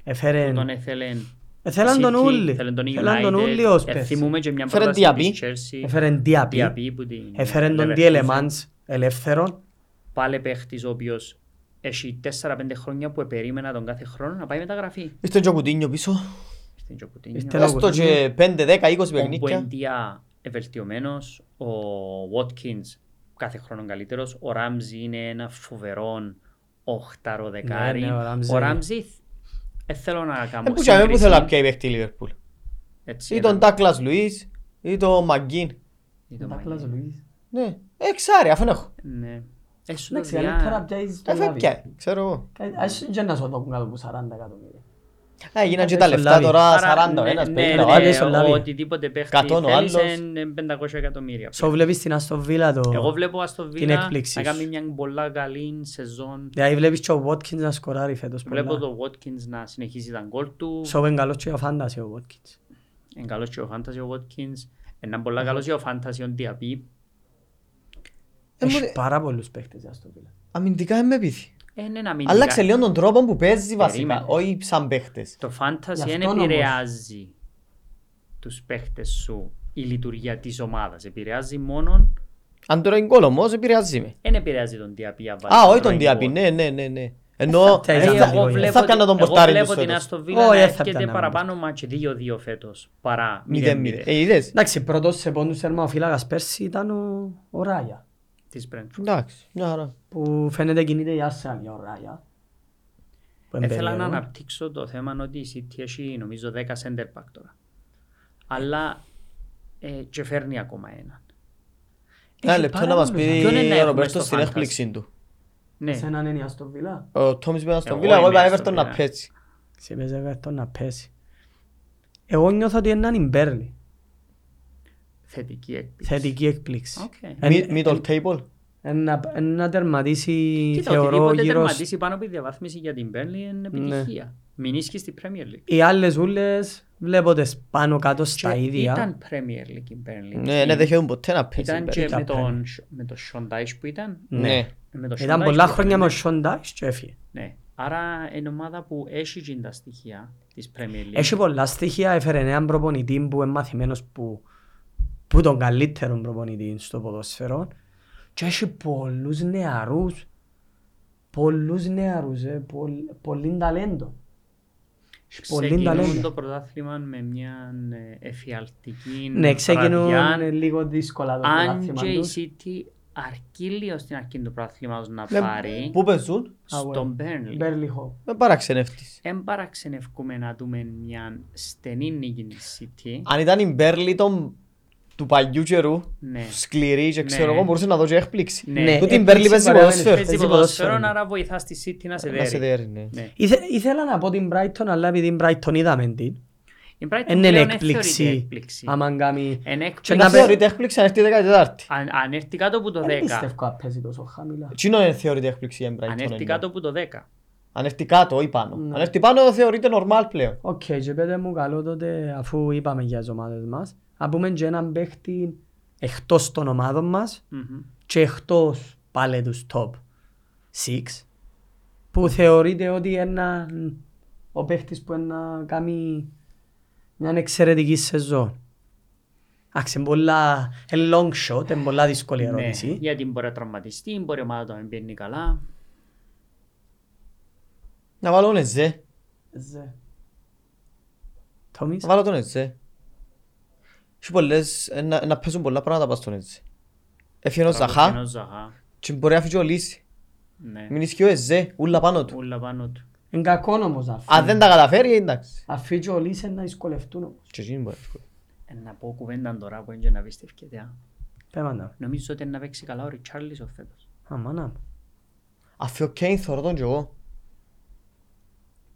S2: Έφερε... Ε,
S1: Τον έθελε...
S2: Θέλαν τον
S1: City,
S2: Ούλι.
S1: θέλαν τον
S2: Θέλαν τον Ούλι
S1: United.
S2: ως
S1: Ε,
S2: πέρσι.
S1: Θυμούμε και μια
S3: Έφερε
S1: πρόταση της
S3: Diaby.
S1: Chelsea.
S2: Έφερε Διαπή.
S1: Diaby που την-
S2: Έφερε τον
S1: Leverkusen.
S2: Διελεμάντς ελεύθερον.
S1: Πάλι παίχτης ο οποίος έχει 4-5 χρόνια που περίμενα τον κάθε χρόνο να πάει μεταγραφή.
S3: Ήρθε και ο Κουτίνιο πίσω.
S1: Στην Τζοκουτίνιο.
S2: Ήρθε
S3: Έστω και 5, 10, 20
S1: Ο
S3: παιχνίκια.
S1: Μπουεντιά ευελτιωμένος, ο Watkins κάθε χρόνο καλύτερος, ο Ράμζι είναι ένα φοβερό οχτάρο δεκάρι.
S2: Ναι, ναι, ο Ράμζι.
S1: Ο Ράμζι, ε, θέλω να
S3: Ε,
S1: κάνω
S3: που και που θέλω να
S1: σύγκριση.
S3: πιάει παίχτη η Liverpool.
S1: Έτσι,
S3: Ή τον
S1: ένα-
S3: Ντάκλας Λουίς, ή τον Μαγκίν.
S1: ή τον
S2: Ντάκλας
S1: Μαγιάν.
S2: Λουίς.
S3: Ναι. Εξάρι, αφού έχω. Ε,
S1: Ναι. Έσου το
S2: Εντάξει,
S1: διά...
S2: καλύτερα πιάσεις τον
S3: Έφερε
S2: Λάβη.
S3: πια, ξέρω εγώ.
S2: Κα- Ας και να σου δώσουν κάτω από 40 εκατομμύρια.
S3: Ε, Έγιναν και τα
S2: Έφερε
S3: λεφτά
S2: τον
S3: τώρα,
S1: Άρα,
S3: 40 ο
S1: ναι,
S3: ένας,
S1: ναι,
S3: 50 ο
S1: ναι,
S3: άλλος.
S2: ο Λάβη.
S1: Οτιδήποτε παίχτη
S3: Κατόν ο
S1: θέλεις
S3: άλλος.
S1: εν- εν 500 εκατομμύρια.
S2: Σου βλέπεις την Aston Villa το...
S1: Εγώ βλέπω ας το
S2: Την
S1: Βίλα
S2: έκπληξη
S1: να
S2: σου.
S1: κάνει μια πολλά καλή σεζόν.
S2: Δηλαδή βλέπεις και ο Watkins να σκοράρει φέτος
S1: Βλέπω
S2: πολλά.
S1: το Watkins να συνεχίζει τα γκολ του.
S2: Σου είναι καλός και ο Fantasy ο Watkins.
S1: Είναι καλός και ο Fantasy ο Watkins. Είναι πολύ καλός και ο Fantasy ο Diaby.
S3: Ε, μου-
S2: Έχει πάρα πολλούς παίκτες για στο Villa.
S3: Αμυντικά δεν με πείθει.
S1: Είναι ένα μήνυμα.
S3: Άλλαξε λίγο τον τρόπο που παίζει βασικά,
S1: Περίμενε.
S3: όχι σαν παίχτες.
S1: Το
S2: Γι'
S1: Fantasy δεν
S2: αυτόν όμως.
S1: επηρεάζει τους παίχτες σου η λειτουργία της ομάδας. Επηρεάζει μόνον,
S3: Αν τώρα είναι γκολ όμως, επηρεάζει με.
S1: δεν επηρεάζει τον Diaby. αν βάλει
S3: Α,
S1: τον
S3: όχι τον
S1: Ryan
S3: Διαπή,
S1: Ward.
S3: ναι, ναι, ναι, ναι. Ενώ
S2: φταίει,
S3: ε,
S2: ήταν
S3: θα-
S2: λίγο,
S1: Εγώ
S2: ε.
S1: βλέπω
S3: θα έκανα
S1: ότι-
S3: τον
S1: εγώ
S3: πορτάρι
S1: βλέπω
S3: τους
S1: την
S3: φέτος.
S1: Aston Villa να
S2: Όχι, ε, θα
S1: έρχεται
S2: πιάναμε.
S1: παραπάνω μάτς 2-2 φέτος παρά
S3: 0-0.
S1: 0-0
S3: Ε, είδες.
S2: Εντάξει, πρώτος σε πόντους θερμαφύλακας πέρσι ήταν ο, ο Ράγια.
S1: της Brentford.
S3: Εντάξει, μια χαρά.
S2: Που φαίνεται κινείται η Arsenal για ο Ράγια. Που είναι
S1: Ήθελα να
S2: περίεργο.
S1: αναπτύξω το θέμα ότι η City έχει νομίζω 10 center back τώρα. Αλλά ε, και φέρνει ακόμα έναν.
S3: Ένα
S2: Έχει
S3: λεπτό
S2: πάρα
S3: να μας
S2: πολλούς.
S3: πει
S1: Ποιον είναι να
S3: ο
S1: έχουμε
S3: Ρομπέρτο
S1: στο
S3: στην
S1: fantasy?
S3: έκπληξή του.
S1: Ναι,
S2: Εσέναν είναι η Aston Villa.
S3: Ο Τόμις πήγα στον
S1: Εγώ
S3: Βίλα, εγώ
S1: είμαι
S3: είπα
S1: στον
S3: Everton να
S1: Villa.
S3: πέσει.
S2: Ξεπέζε αυτό να πέσει. Εγώ νιώθω ότι είναι η Μπέρλι.
S1: θετική έκπληξη.
S2: Θετική έκπληξη.
S1: Οκ.
S2: Εν-
S3: Mid- Middle table.
S2: εν- να- εν Να τερματίσει,
S1: Κοίτα,
S2: θεωρώ, Ναι.
S1: οτιδήποτε
S2: γύρω... σ-
S1: τερματίσει πάνω από τη διαβάθμιση για την Burnley είναι επιτυχία. Μην ίσχυε στη Premier League.
S2: Οι άλλες ούλες βλέπω τις πάνω κάτω στα
S1: Και
S2: ίδια.
S1: Ήταν Premier League η Burnley.
S3: Ναι, δεν δέχεται ποτέ να πέσει.
S1: Ήταν
S3: η
S1: και με
S3: Burnley.
S2: Ήταν
S1: τον, με τον Sean Dyche που ήταν.
S3: Ναι.
S1: με τον Sean
S2: Ήταν
S1: Dyche
S2: πολλά
S1: που
S2: χρόνια με ο Σον Ντάις και έφυγε.
S1: Ναι. Άρα είναι ομάδα που έχει τζιν τα στοιχεία της Premier League.
S2: Έχει πολλά στοιχεία, έφερε έναν προπονητή που είναι μαθημένος που, που τον καλύτερο προπονητή στο ποδόσφαιρο και έχει πολλούς νεαρούς, πολλούς νεαρούς, ε, πολλ, πολύ ταλέντο. Έχει πολύ
S1: Ξεκινούν
S2: ταλέντο.
S1: το πρωτάθλημα με μια ε, εφιαλτική
S2: Ναι, ξεκινούν
S1: βραδιά.
S2: ε, λίγο δύσκολα το
S1: Αν
S2: πρωτάθλημα
S1: και η
S2: τους.
S1: City αρκεί λίγο στην αρχή του πρωταθλήματος να
S3: Ναι,
S1: πάρει
S3: Πού παίζουν,
S2: Away.
S1: στον Burnley.
S2: Μπέρλιχο.
S3: με παραξενεύτης.
S1: Εν παραξενευκούμε να δούμε μια στενή νίκη της City.
S3: Αν ήταν η Μπέρλι των- του παλιού καιρού,
S1: Ναι.
S3: σκληρή και ξέρω
S1: Ναι.
S3: εγώ, μπορούσε να δω και έκπληξη.
S1: Ναι.
S3: Τούτη η
S2: έκπληξη
S3: Μπέρλι παίζει
S2: παραμένει.
S3: ποδόσφαιρο.
S1: Παίζει
S2: ποδόσφαιρο,
S1: ποδοσφαιρόν,
S2: ναι.
S1: άρα βοηθάς τη City να σε
S3: Να
S1: δέρει.
S3: σε δέρει, ναι.
S1: Ναι.
S2: Ήθε, ήθελα να πω την Brighton, αλλά επειδή την Brighton είδαμε την,
S1: Η Brighton
S2: δεν είναι
S1: πλέον εν θεωρείται
S2: Ε, έκπληξη. Ε,
S1: έκπληξη.
S2: Άμα κάνει...
S1: Εν
S2: Και
S1: έκπληξη.
S3: Να
S2: να
S3: θεωρείται έκπληξη αν έρθει η 14η.
S1: Αν, αν έρθει κάτω από το
S2: Δεν
S1: 10.
S2: πιστεύω να παίζει τόσο χαμηλά.
S3: Τι είναι θεωρείται έκπληξη για την Brighton,
S1: Αν έρθει
S3: εννοώ.
S1: κάτω από το 10.
S3: Αν έρθει κάτω ή πάνω. Αν έρθει πάνω θεωρείται normal πλέον.
S2: Οκ, και πέτε μου καλό τότε, αφού είπαμε για τις ομάδες μας, να πούμε και έναν παίχτη εκτός των ομάδων μας
S1: Μμμ.
S2: και εκτός πάλι τους top 6, που θεωρείται ότι ένα, ο παίχτης που να κάνει μια εξαιρετική σεζόν. Άξε, πολλά, είναι long shot, είναι πολλά δύσκολη
S1: Ναι,
S2: ερώτηση.
S1: γιατί μπορεί να τραυματιστεί, μπορεί η ομάδα του να μην παίρνει καλά.
S3: Να βάλω τον Εζέ.
S2: Τόμις,
S3: Να βάλω τον Εζέ. Έχει πολλές, ε, να, να παίζουν πολλά πράγματα πάνω στον Εζέ. Έφυγε ο
S1: Τραυματισμένος
S3: Ζαχά
S1: Ζαχά.
S3: και μπορεί να φύγει ο Λύση.
S1: Ναι.
S3: Μην ισχύει ο Εζέ, ούλα πάνω του.
S1: Ούλα πάνω του.
S2: είναι κακό όμως να
S3: Αν δεν
S2: φύγει.
S3: τα καταφέρει, εντάξει.
S2: Αφήγει ο Λίσεν να δυσκολευτούν όμως.
S3: Και εκείνη μπορεί να φύγει.
S1: Ε, Να πω κουβέντα τώρα που είναι και να πιστεύετε. α.
S2: Πέμαντα.
S1: Νομίζω ότι είναι να παίξει καλά ο Ριτσάρλισον φέτος.
S2: Αμάνα μου.
S3: Αφού ο Κέιν θωρώ τον κι εγώ.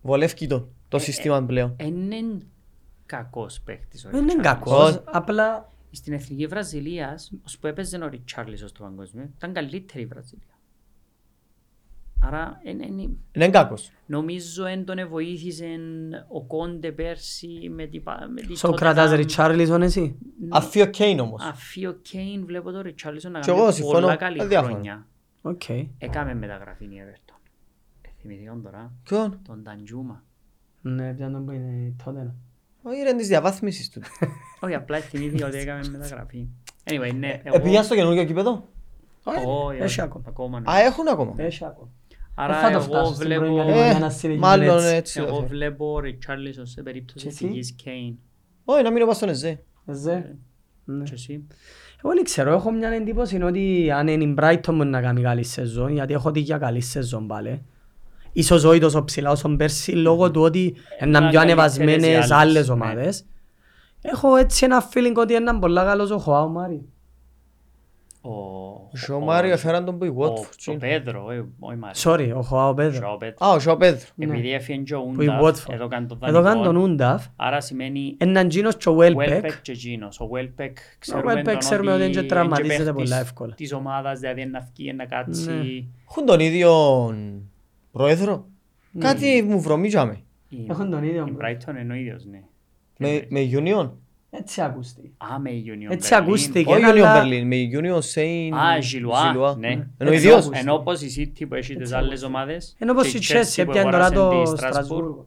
S3: Βολεύκει τον,
S1: Ε,
S3: το σύστημα πλέον.
S1: Είναι κακός παίχτης ο
S2: Δεν είναι
S1: Ριτσάρλισον.
S2: Ε, κακός,
S3: Ως-
S2: απλά
S1: Στην Εθνική Βραζιλίας, ως που έπαιζε ο Ριτσάρλισον στο παγκόσμιο, ήταν καλύτερη η Βραζιλία. Άρα, εν, εν,
S3: Είναι κακός.
S1: νομίζω εν τον βοήθησε ο Κόντε πέρσι με την πα- με τη
S2: Σο κρατάς
S1: Tottenham.
S2: Ριτσάρλισον εσύ.
S1: Ναι.
S3: Αφού ο Κέιν όμως.
S1: Αφή ο Κέιν βλέπω τον Ριτσάρλισον να
S3: Κι εγώ
S1: κάνει
S3: συμφωνώ,
S2: Ε,
S1: πολλά καλή
S3: αδιάφορο.
S1: χρόνια.
S2: Οκ.
S1: Έκαμε μεταγραφή η Everton. Ε, Θυμηθήκαν τώρα
S3: Ποιον.
S1: τον Ταντζούμα.
S2: Ναι, πια να είναι τότε.
S3: Ο Ήρεν της διαβάθμισης του.
S1: Όχι, απλά θυμήθηκα ότι έκαμε μεταγραφή. Anyway, ναι,
S2: Ε,
S3: Επήγα στο καινούργιο κήπεδο.
S1: Όχι,
S2: Έχει
S1: όχι,
S2: ακόμα. ε,
S1: ακόμα ναι.
S3: Α, έχουν ακόμα.
S2: Έχει ακόμα.
S1: Άρα
S2: θα το
S1: εγώ
S2: φτάσω στην
S1: βλέπω...
S2: προηγούμενη.
S3: Ε,
S2: Ε, να συνεχίζουν
S3: Μάλλον
S2: έτσι.
S3: έτσι.
S1: Εγώ
S3: το θέλω.
S1: βλέπω ο Ριτσάρλισον σε περίπτωση
S2: Και εσύ?
S1: εθνικής Κέιν.
S3: Όχι, να μείνω πάνω στον Εζέ.
S2: Ζε. Ναι.
S1: Και εσύ.
S2: Εγώ δεν ξέρω, έχω μια εντύπωση ότι αν είναι η Brighton μπορεί να κάνει καλή σεζόν, γιατί έχω δει για καλή σεζόν πάλι. Ίσως όχι τόσο ψηλά όσο πέρσι, λόγω του ότι είναι πιο
S1: καλύτερες οι
S2: ανεβασμένες
S1: άλλες,
S2: άλλες
S1: ναι.
S2: ομάδες. Έχω έτσι ένα feeling ότι είναι πολλά καλός ο Χωάου Μάρι.
S1: Ο-
S3: Ο
S1: ε.
S3: Σιωμάριο έφεραν τον που η
S1: ο-
S3: Watford.
S1: Ο Πέδρο, ε, όχι Μάριος.
S2: Sorry, ο Χωάου Πέδρο.
S1: Ο Πέδρο.
S3: Α, ο Σιω Πέδρο.
S1: Επειδή έφυγε και ο
S2: ναι. Που η
S1: Ούνταφ,
S2: Watford.
S1: εδώ κάνει το
S2: Εδώ κάνει τον
S1: δανεικό.
S2: Ούνταφ,
S1: Άρα σημαίνει
S2: έναν Τζίνος και ο Βέλπεκ.
S1: Welbeck και εκείνος. Ο Welbeck
S2: Welbeck
S1: ξέρουμε, τον
S2: ξέρουμε ότι είναι και
S1: είναι
S2: τραυματίζεται
S1: παίχτης
S2: πολλά εύκολα.
S1: Της ομάδας, δηλαδή είναι να φκεί, είναι να κάτσει.
S3: Έχουν τον ίδιο πρόεδρο.
S1: Ναι.
S3: Κάτι μου βρωμίζαμε.
S1: Η-
S2: Έχουν τον ίδιο
S1: Η
S2: πρόεδρο.
S1: Brighton είναι ο ίδιος, ναι.
S3: Με, με Union.
S2: Έτσι ακούστη.
S1: Α, με η Union
S2: Έτσι
S1: Berlin.
S2: ακούστηκε.
S1: Oh,
S3: Όχι Union
S2: αλλά-
S3: Berlin, με Union Saint...
S1: Α, Γιλουά, ναι.
S3: Ενώ ο
S1: Ενώ-
S3: ίδιος.
S1: Ενώ όπως η City που έχει τις άλλες ομάδες.
S2: Ενώ πως
S1: και
S2: η Chelsea
S1: που
S2: έπιανε τώρα
S1: αγόρασε
S2: το
S1: τη Strasbourg-
S2: Στρασβούργο.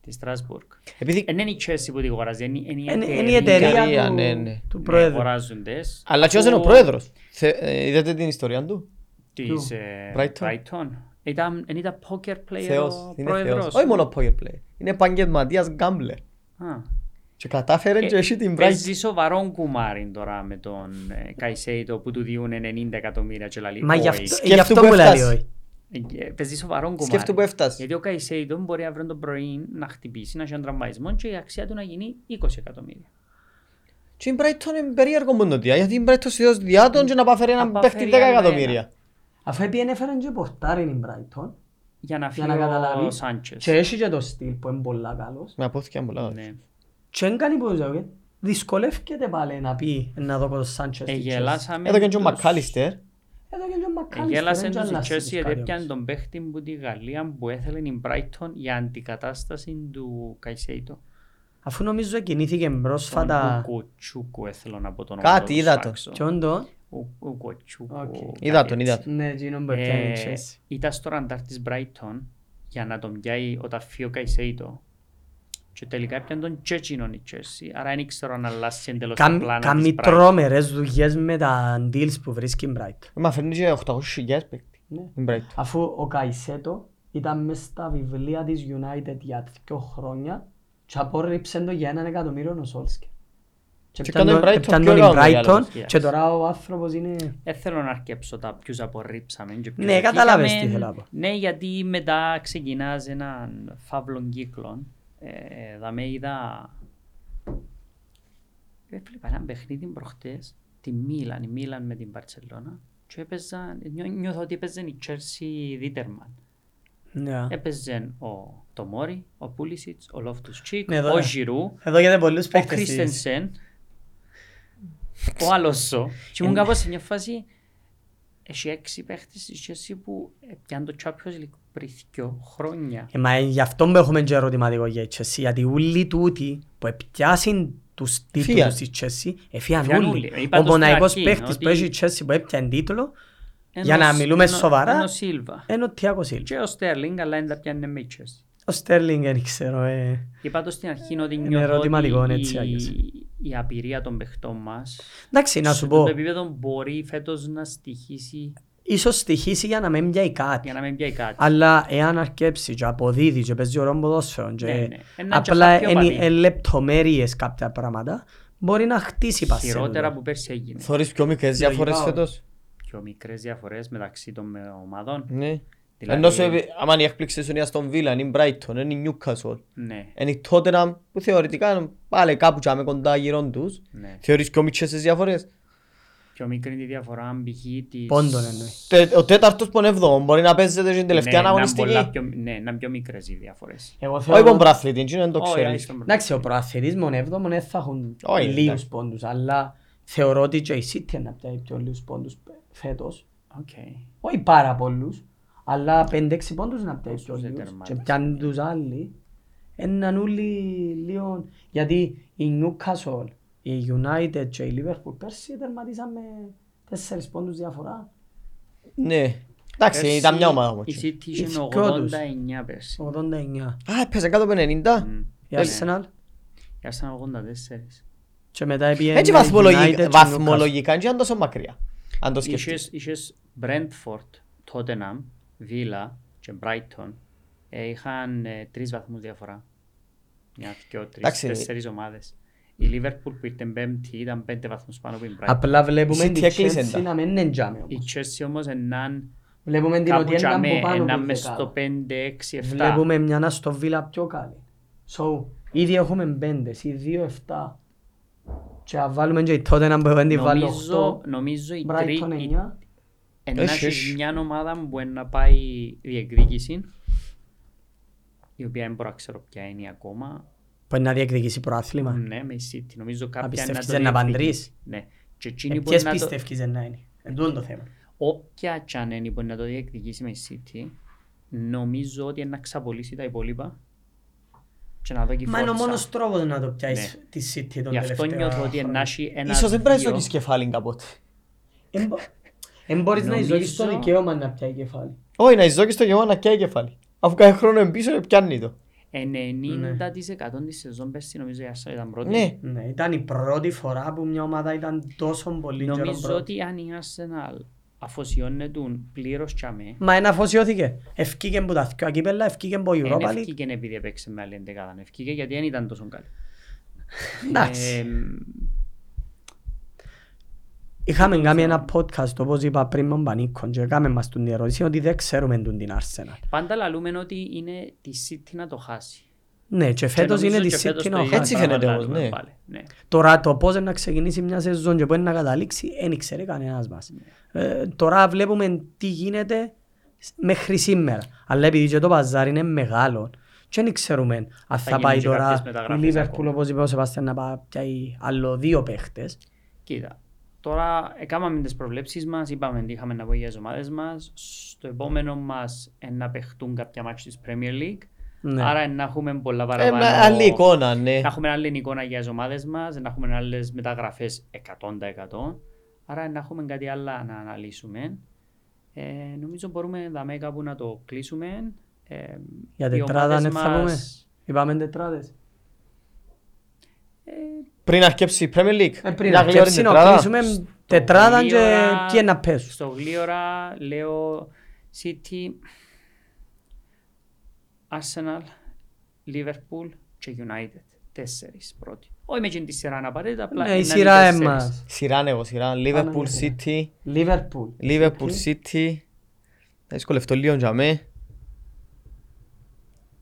S1: Τη Στρασβούργ.
S3: Επειδή...
S1: Δεν είναι η Chelsea που τη αγοράζει, είναι-
S2: Είναι
S1: η
S2: είναι η εταιρεία
S3: εταιρεία,
S2: του-
S3: ναι, ναι.
S2: του
S1: Ναι,
S2: Πρόεδρου.
S1: αγοράζουν τις.
S3: Αλλά ποιος είναι ο
S1: Που-
S3: πρόεδρος. Θε- ε, Είδατε την ιστορία του.
S1: Της ε,
S3: Brighton.
S1: Brighton. Ήταν, δεν ήταν poker player
S3: Θεός.
S1: ο
S3: Είναι θεός.
S1: πρόεδρος.
S3: Όχι μόνο power play. Είναι επαγγελματίας γκάμπλερ.
S1: Α.
S3: Και
S1: Ε,
S3: κατάφερε και έχει την Brighton.
S1: Παίζει σοβαρόν κουμάρι τώρα με τον ε, Καϊσέιτο που του διούν 90 εκατομμύρια και λαλεί.
S2: Μα
S1: «Όχι».
S2: γι' αυτό-
S3: Σκέφτου
S2: γι' αυτό
S3: που
S2: που λέει
S3: έφτασε.
S2: όχι.
S1: Ε, ε, Παίζει σοβαρόν κουμάρι.
S3: Σκέφτου που έφτασες.
S1: Γιατί ο Καϊσέιτο μπορεί αύριο το πρωί να χτυπήσει, να έχει έναν τραυματισμό και η αξία του να γίνει 20 εκατομμύρια.
S3: Και η Brighton είναι περίεργο μόνο διά, γιατί η Brighton σιδέως διά τον και να πάφερε έναν
S1: Να πάφερε
S3: παίχτη 10
S1: ένα-
S3: εκατομμύρια.
S2: Αφού έπιεν έφεραν και πορτάρι την Brighton
S1: Για να φύγει
S2: για να
S1: ο
S2: καταλάβεις.
S1: Σάντσες.
S2: Και έχει και το στυλ που είναι πολλά καλός.
S3: Με απόθηκε πολλά.
S1: Ναι.
S2: Και δεν κάνει που ζεύγε. Δυσκολεύκεται πάλι να πει να δω τον Σάντσες.
S1: Ε,
S2: στη Chelsea.
S1: Γελάσαμε.
S3: Εδώ και ο
S1: τους-
S3: Μακάλιστερ.
S1: Ναι,
S2: Εδώ και τον
S1: Ε,
S2: Μακάλιστερ.
S1: Γέλασαν τους η
S2: αλλάζει τους
S1: Chelsea γιατί
S2: κάτι
S1: έπιανε
S2: όμως.
S1: τον παίχτη που τη Γαλλία που έθελε η Brighton για αντικατάσταση του Καϊσέιτο.
S2: Αφού νομίζω κινήθηκε
S1: Τον
S2: πρόσφατα.
S1: Κουκουτσούκου έθελα να πω τον
S3: Κάτι είδα τον.
S2: Και όντω.
S1: Κουκουτσούκου.
S2: Οκ.
S1: κάτι
S3: Είδα τον,
S1: έτσι.
S3: είδα τον.
S2: Ναι, εκείνον που
S1: Ε,
S2: έπιανε η Chelsea.
S1: Ήταν στο ραντάρ της Brighton για να τον πιάει ο ταφείο Καϊσέιτο. Και τελικά έπιαν τον Τσέτσινον η Τσέρση, άρα δεν ξέρω αν αλλάσει εντελώς τα
S2: Κάμ-
S1: πλάνα
S2: Κάμει
S1: της Brighton.
S2: τρόμερες δουλειές με τα deals που βρίσκει η Bright.
S3: Μα φέρνει και 800.000 παίκτη.
S4: Ναι.
S3: Την Brighton.
S4: Αφού ο Καϊσέτο ήταν μέσα στα βιβλία της United για δύο χρόνια και απόρριψε το για έναν εκατομμύριο ο Σόλσκερ. Και
S3: Και
S4: πιαν-
S3: κάνω
S2: Πιάννον-
S3: Brighton,
S2: πιάννον
S3: πιο
S2: η
S3: καλό
S2: Brighton
S3: διάλογος,
S1: yes.
S2: και τώρα
S4: τώρα ο άνθρωπος είναι...
S1: Δεν Ε, θέλω να αρκέψω τα ποιους απορρίψαμε. και ποιους
S2: Ναι, κατάλαβες
S1: βρήκαμε.
S2: τι θέλω να πω.
S1: Ναι, γιατί μετά ξεκινάς έναν φαύλο κύκλο. Ε, δαμε είδα... Έβλεπα ένα παιχνίδι προχτές, τη Μίλαν, η Μίλαν με την Παρτσελώνα και έπαιζα, νιώ, νιώθω ότι έπαιζε η Τσέρσι Δίτερμαν.
S2: Ναι.
S1: Ε, Έπαιζε ο Τομόρι, ο Πούλισιτς, ο Λόφτους Τσίκ,
S2: Ναι, εδώ,
S1: ο
S2: ναι.
S1: Ζιρού,
S2: Εδώ γίνεται πολλούς
S1: ο
S2: παίκτες. της.
S1: Κρίστενσεν, ο Αλόσο. Και ήμουν κάπως σε μια φάση, έχει έξι παίχτες στη σχέση που πιάνουν το Champions League πριν δυο χρόνια.
S2: Ε, Μα ε, γι' αυτό που έχουμε και ερωτηματικό για η Chelsea, γιατί όλοι τούτοι που επιάσουν τους
S3: Φύγαν.
S2: τίτλους της Chelsea, εφύγαν
S1: Φύγαν
S2: όλοι.
S1: όλοι. Είπα
S2: Ο
S1: το στην
S2: μοναϊκός
S1: αρχή,
S2: παίκτης
S1: ότι-
S2: που έχει η Chelsea που έπιανε τίτλο Για
S1: Ένας-
S2: να μιλούμε
S1: ένα-
S2: σοβαρά.
S1: Ένα Σίλβα.
S2: είναι ο Thiago Silva.
S1: Και ο Στέρλινγκ, αλλά δεν τα πιάνε με η Chelsea.
S2: Ο Sterling δεν ξέρω. ε.
S1: Είπα το στην αρχή ότι
S2: Είναι
S1: νιώθω
S2: ερωτηματικό,
S1: ότι
S2: έτσι,
S1: η,
S2: Άγιος.
S1: η απειρία των παιχτών μας
S2: Εντάξει, να
S1: σε
S2: σου
S1: τούτο
S2: πω,
S1: επίπεδο μπορεί φέτος να στοιχήσει
S2: ίσως στοιχήσει για να μην πιάει κάτι.
S1: για να μην πιάει κάτι.
S2: Αλλά εάν αρκέψει και αποδίδει και παίζει ωραίο ποδόσφαιρο
S1: Ναι,
S2: και
S1: ναι. Ένα
S2: απλά
S1: και πιο βαρύ.
S2: είναι λεπτομέρειες κάποια πράγματα, μπορεί να χτίσει πασέ.
S1: Χειρότερα
S2: τούτο.
S1: που πέρσι έγινε.
S3: Θωρείς πιο μικρές
S4: Λογικά,
S3: διαφορές
S4: ο-
S3: φέτος.
S1: Πιο μικρές διαφορές μεταξύ των ε, ομάδων.
S3: Ναι.
S1: Δηλαδή-
S3: Ενώ σου επι- άμα είναι η έκπληξη σου είναι η Aston Villa, είναι η Brighton, είναι η Newcastle,
S1: Ναι,
S3: είναι η Tottenham που θεωρητικά είναι πάλι κάπου τσάμε κοντά γύρω τους.
S1: ναι.
S3: Θεωρείς πιο μικρές τις διαφορές.
S1: Πιο μικρή είναι η διαφορά αν Ναι, πηγεί τη.
S2: Πόντον εννοείς.
S3: Τε- Ο τέταρτος που είναι εβδόμος μπορεί να παίζεται στην τελευταία αγωνιστική.
S1: Πιο, ναι, να είναι πιο μικρές οι διαφορές.
S4: Εγώ
S3: Όχι
S4: θεωρώ...
S3: τον πράθλητη, εκείνο δεν το ξέρεις.
S2: Εντάξει, ο προαθλητής μόνο έβδομο δεν θα έχουν
S3: Όχι,
S2: λίγους
S3: εντάξει.
S2: πόντους, αλλά
S4: Αλλά θεωρώ ότι και η City είναι από τα πιο λίγους πόντους φέτος.
S1: Οκ.
S4: Όχι πάρα πολλούς, αλλά 5-6 πόντους είναι από τα πιο
S1: Πόσους δεν
S4: λίγους. Και
S1: τερμάτισαν.
S4: πιάνουν τους άλλοι. Έναν όλοι λίγο... Γιατί η Newcastle, η United και η Liverpool πέρσι τερματίσαν με 4 πόντους διαφορά.
S3: Ναι. Εντάξει, ήταν μια ομάδα όμως.
S1: Η City είχε
S2: Ήρθε
S1: 89 πέρσι.
S2: 89.
S3: Α, έπαιζε κάτω από 90.
S1: Μμ.
S2: Η Arsenal
S1: Ήρθαν 84.
S2: και μετά έπιε
S1: Ε,
S3: Έτσι
S2: η
S1: ναι,
S2: United και
S3: βαθμολογικά,
S2: η
S3: βαθμολογικά δεν ήταν τόσο μακριά. Αν το σκεφτείς.
S1: Είχες- Είχες Brentford, Tottenham, Villa και Brighton. Ε, είχαν ε, τρεις βαθμούς διαφορά. Μια, δυο, τρεις,
S3: Εντάξει.
S1: τέσσερις ομάδες. Η Liverpool που ήρθε πέμπτη ήταν πέντε βαθμούς πάνω από την
S2: Newcastle.
S1: Brighton.
S2: Απλά βλέπουμε
S3: Εσύ
S2: την
S3: τι έκλεισεν
S2: Chelsea
S3: τα.
S2: να μην είναι τζάμε
S1: Η
S2: όμως.
S1: Chelsea όμως έναν
S4: Βλέπουμε την
S1: κάπου
S4: ότι έναν
S1: τζαμέ,
S4: από πάνω
S1: έναν
S4: που
S1: μες
S4: είχε κάτω.
S1: στο 5, 6, 7.
S2: Βλέπουμε μια αστοβίλα
S4: πιο καλή. So, ήδη έχουμε πέντες, ή δύο εφτά.
S2: και να βάλουμε και η Tottenham που δεν τη βάλει
S1: Νομίζω,
S2: 8.
S1: νομίζω η
S4: Brighton
S1: τρίτη,
S4: 9.
S1: Ενώ έχει
S3: Έχεις, έχει.
S1: μια ομάδα που είναι να πάει διεκδίκηση, η οποία δεν μπορώ να ξέρω ποια είναι ακόμα.
S2: Που είναι να διεκδικήσει προάθλημα.
S1: Ναι, με η City. Νομίζω κάποια
S2: πιστεύεις
S1: το
S2: δεν να
S1: διεκδικήσει.
S2: παντρείς?
S1: Ναι. Και εκείνη
S2: Ε,
S1: που είναι
S2: Ποιες
S1: να το...
S2: πιστεύεις δεν να είναι. Εν τούτο είναι το θέμα.
S1: Όποια κι αν είναι που είναι να το διεκδικήσει με η City, νομίζω ότι είναι να ξαπολύσει τα υπόλοιπα και να δω και η
S2: Μα είναι ο
S1: φόρτσα.
S2: μόνος τρόπος να το πιάσεις
S1: Ναι.
S2: τη City τον
S1: Γι' αυτό
S2: τελευταίο
S1: νιώθω ότι
S2: χρόνο.
S1: να έχει ένα
S3: Ίσως δεν πρέπει να
S1: δύο-
S3: ζεις κεφάλι κάποτε.
S2: Εν μπο- Εν μπορείς να
S1: Νομίζω-
S2: εισδώσεις το δικαίωμα να πιάει κεφάλι.
S3: Όχι, να ζω και στο γεμόνο να καίει κεφάλι. Αφού κάθε χρόνο εμπίσω πιάνει το.
S1: 90% της σεζόν πέρσι νομίζω η Arsenal ήταν πρώτη.
S3: Ναι.
S2: Ναι, ήταν η πρώτη φορά που μια ομάδα ήταν τόσο πολύ καιρό
S1: Νομίζω
S2: πρώτη.
S1: ότι αν η Arsenal αφοσιώνεται πλήρως και αμέ,
S2: Μα ένα αφοσιώθηκε. Ευκήκε που τα δυο ακύπελα, ευκήκε που η
S1: δεν
S2: Europa League.
S1: ευκήκε επειδή έπαιξε με άλλη εντεκάδα, ευκήκε γιατί δεν ήταν τόσο καλή.
S2: Εντάξει.
S1: Εμ,
S2: Είχαμε κάνει ένα podcast όπως είπα πριν με τον Πανίκον και έκαμε μας την ερώτηση ότι δεν ξέρουμε τον την Arsenal.
S1: Πάντα λαλούμε ότι είναι τη City να το χάσει.
S2: Ναι, και
S1: Και
S2: φέτος
S1: νομίζω
S2: είναι
S1: και
S2: τη
S1: φέτος
S2: City
S1: το
S2: να
S1: ίδιο
S3: Έτσι
S1: πράγμα
S3: φαίνεται όμως,
S1: λαλούμε
S3: ναι.
S1: πάλι, ναι.
S2: Τώρα το πώς να ξεκινήσει μια σεζόν και πού να καταλήξει, δεν ξέρει κανένας μας.
S1: Ναι.
S2: Ε, τώρα βλέπουμε τι γίνεται σ- μέχρι σήμερα. Αλλά επειδή και το παζάρι είναι μεγάλο, και δεν ξέρουμε αν θα,
S1: γίνουν
S2: πάει
S1: και
S2: τώρα
S1: κάποιες
S2: η
S1: μεταγραφές
S2: Λίβερπουλ
S1: ακόμα.
S2: όπως είπε ο Σεβάστιαν να πάει πιάει άλλο δύο παίχτες.
S1: Κοίτα, τώρα έκαναμε τις προβλέψεις μας, είπαμε τι είχαμε να πω για τις ομάδες μας. Στο επόμενο μας ε, να παιχτούν κάποια μάτια της Premier League.
S2: Ναι.
S1: Άρα ε, να έχουμε πολλά
S3: Ε,
S1: παραπάνω...
S3: μα- Άλλη εικόνα, ναι.
S2: Ε.
S1: Να έχουμε άλλη εικόνα για τις ομάδες μας, να έχουμε άλλες μεταγραφές 100%. Άρα να έχουμε κάτι άλλο να αναλύσουμε. Ε, νομίζω μπορούμε δαμέ κάπου να το κλείσουμε. Ε,
S2: Για
S1: οι
S2: τετράδα
S1: ομάδες
S2: ναι θα πούμε.
S1: μας,
S2: Είπαμε τετράδες.
S1: ε,
S3: Πριν αρκέψει η Premier League.
S2: Ε,
S3: μια
S2: πριν
S3: γλυόρη
S2: αρκεψή να
S3: τετράδα.
S2: κλείσουμε τετράδα και
S1: γλίωρα-
S2: ποιοι να παίζουν.
S1: Στο γλίωρα λέω City, Arsenal, Liverpool και United. Τέσσερις πρώτοι. Όχι με εκείνη τη σειρά απαραίτητα, απλά
S2: Ναι,
S1: είναι
S2: η σειρά
S1: τέσσερις.
S2: εμάς.
S3: Σειρά ναι, εγώ σειρά. Liverpool
S2: ναι.
S3: City.
S4: Λίβερπουλ.
S3: Liverpool City. Θα δυσκολευτώ λίγο για μέ.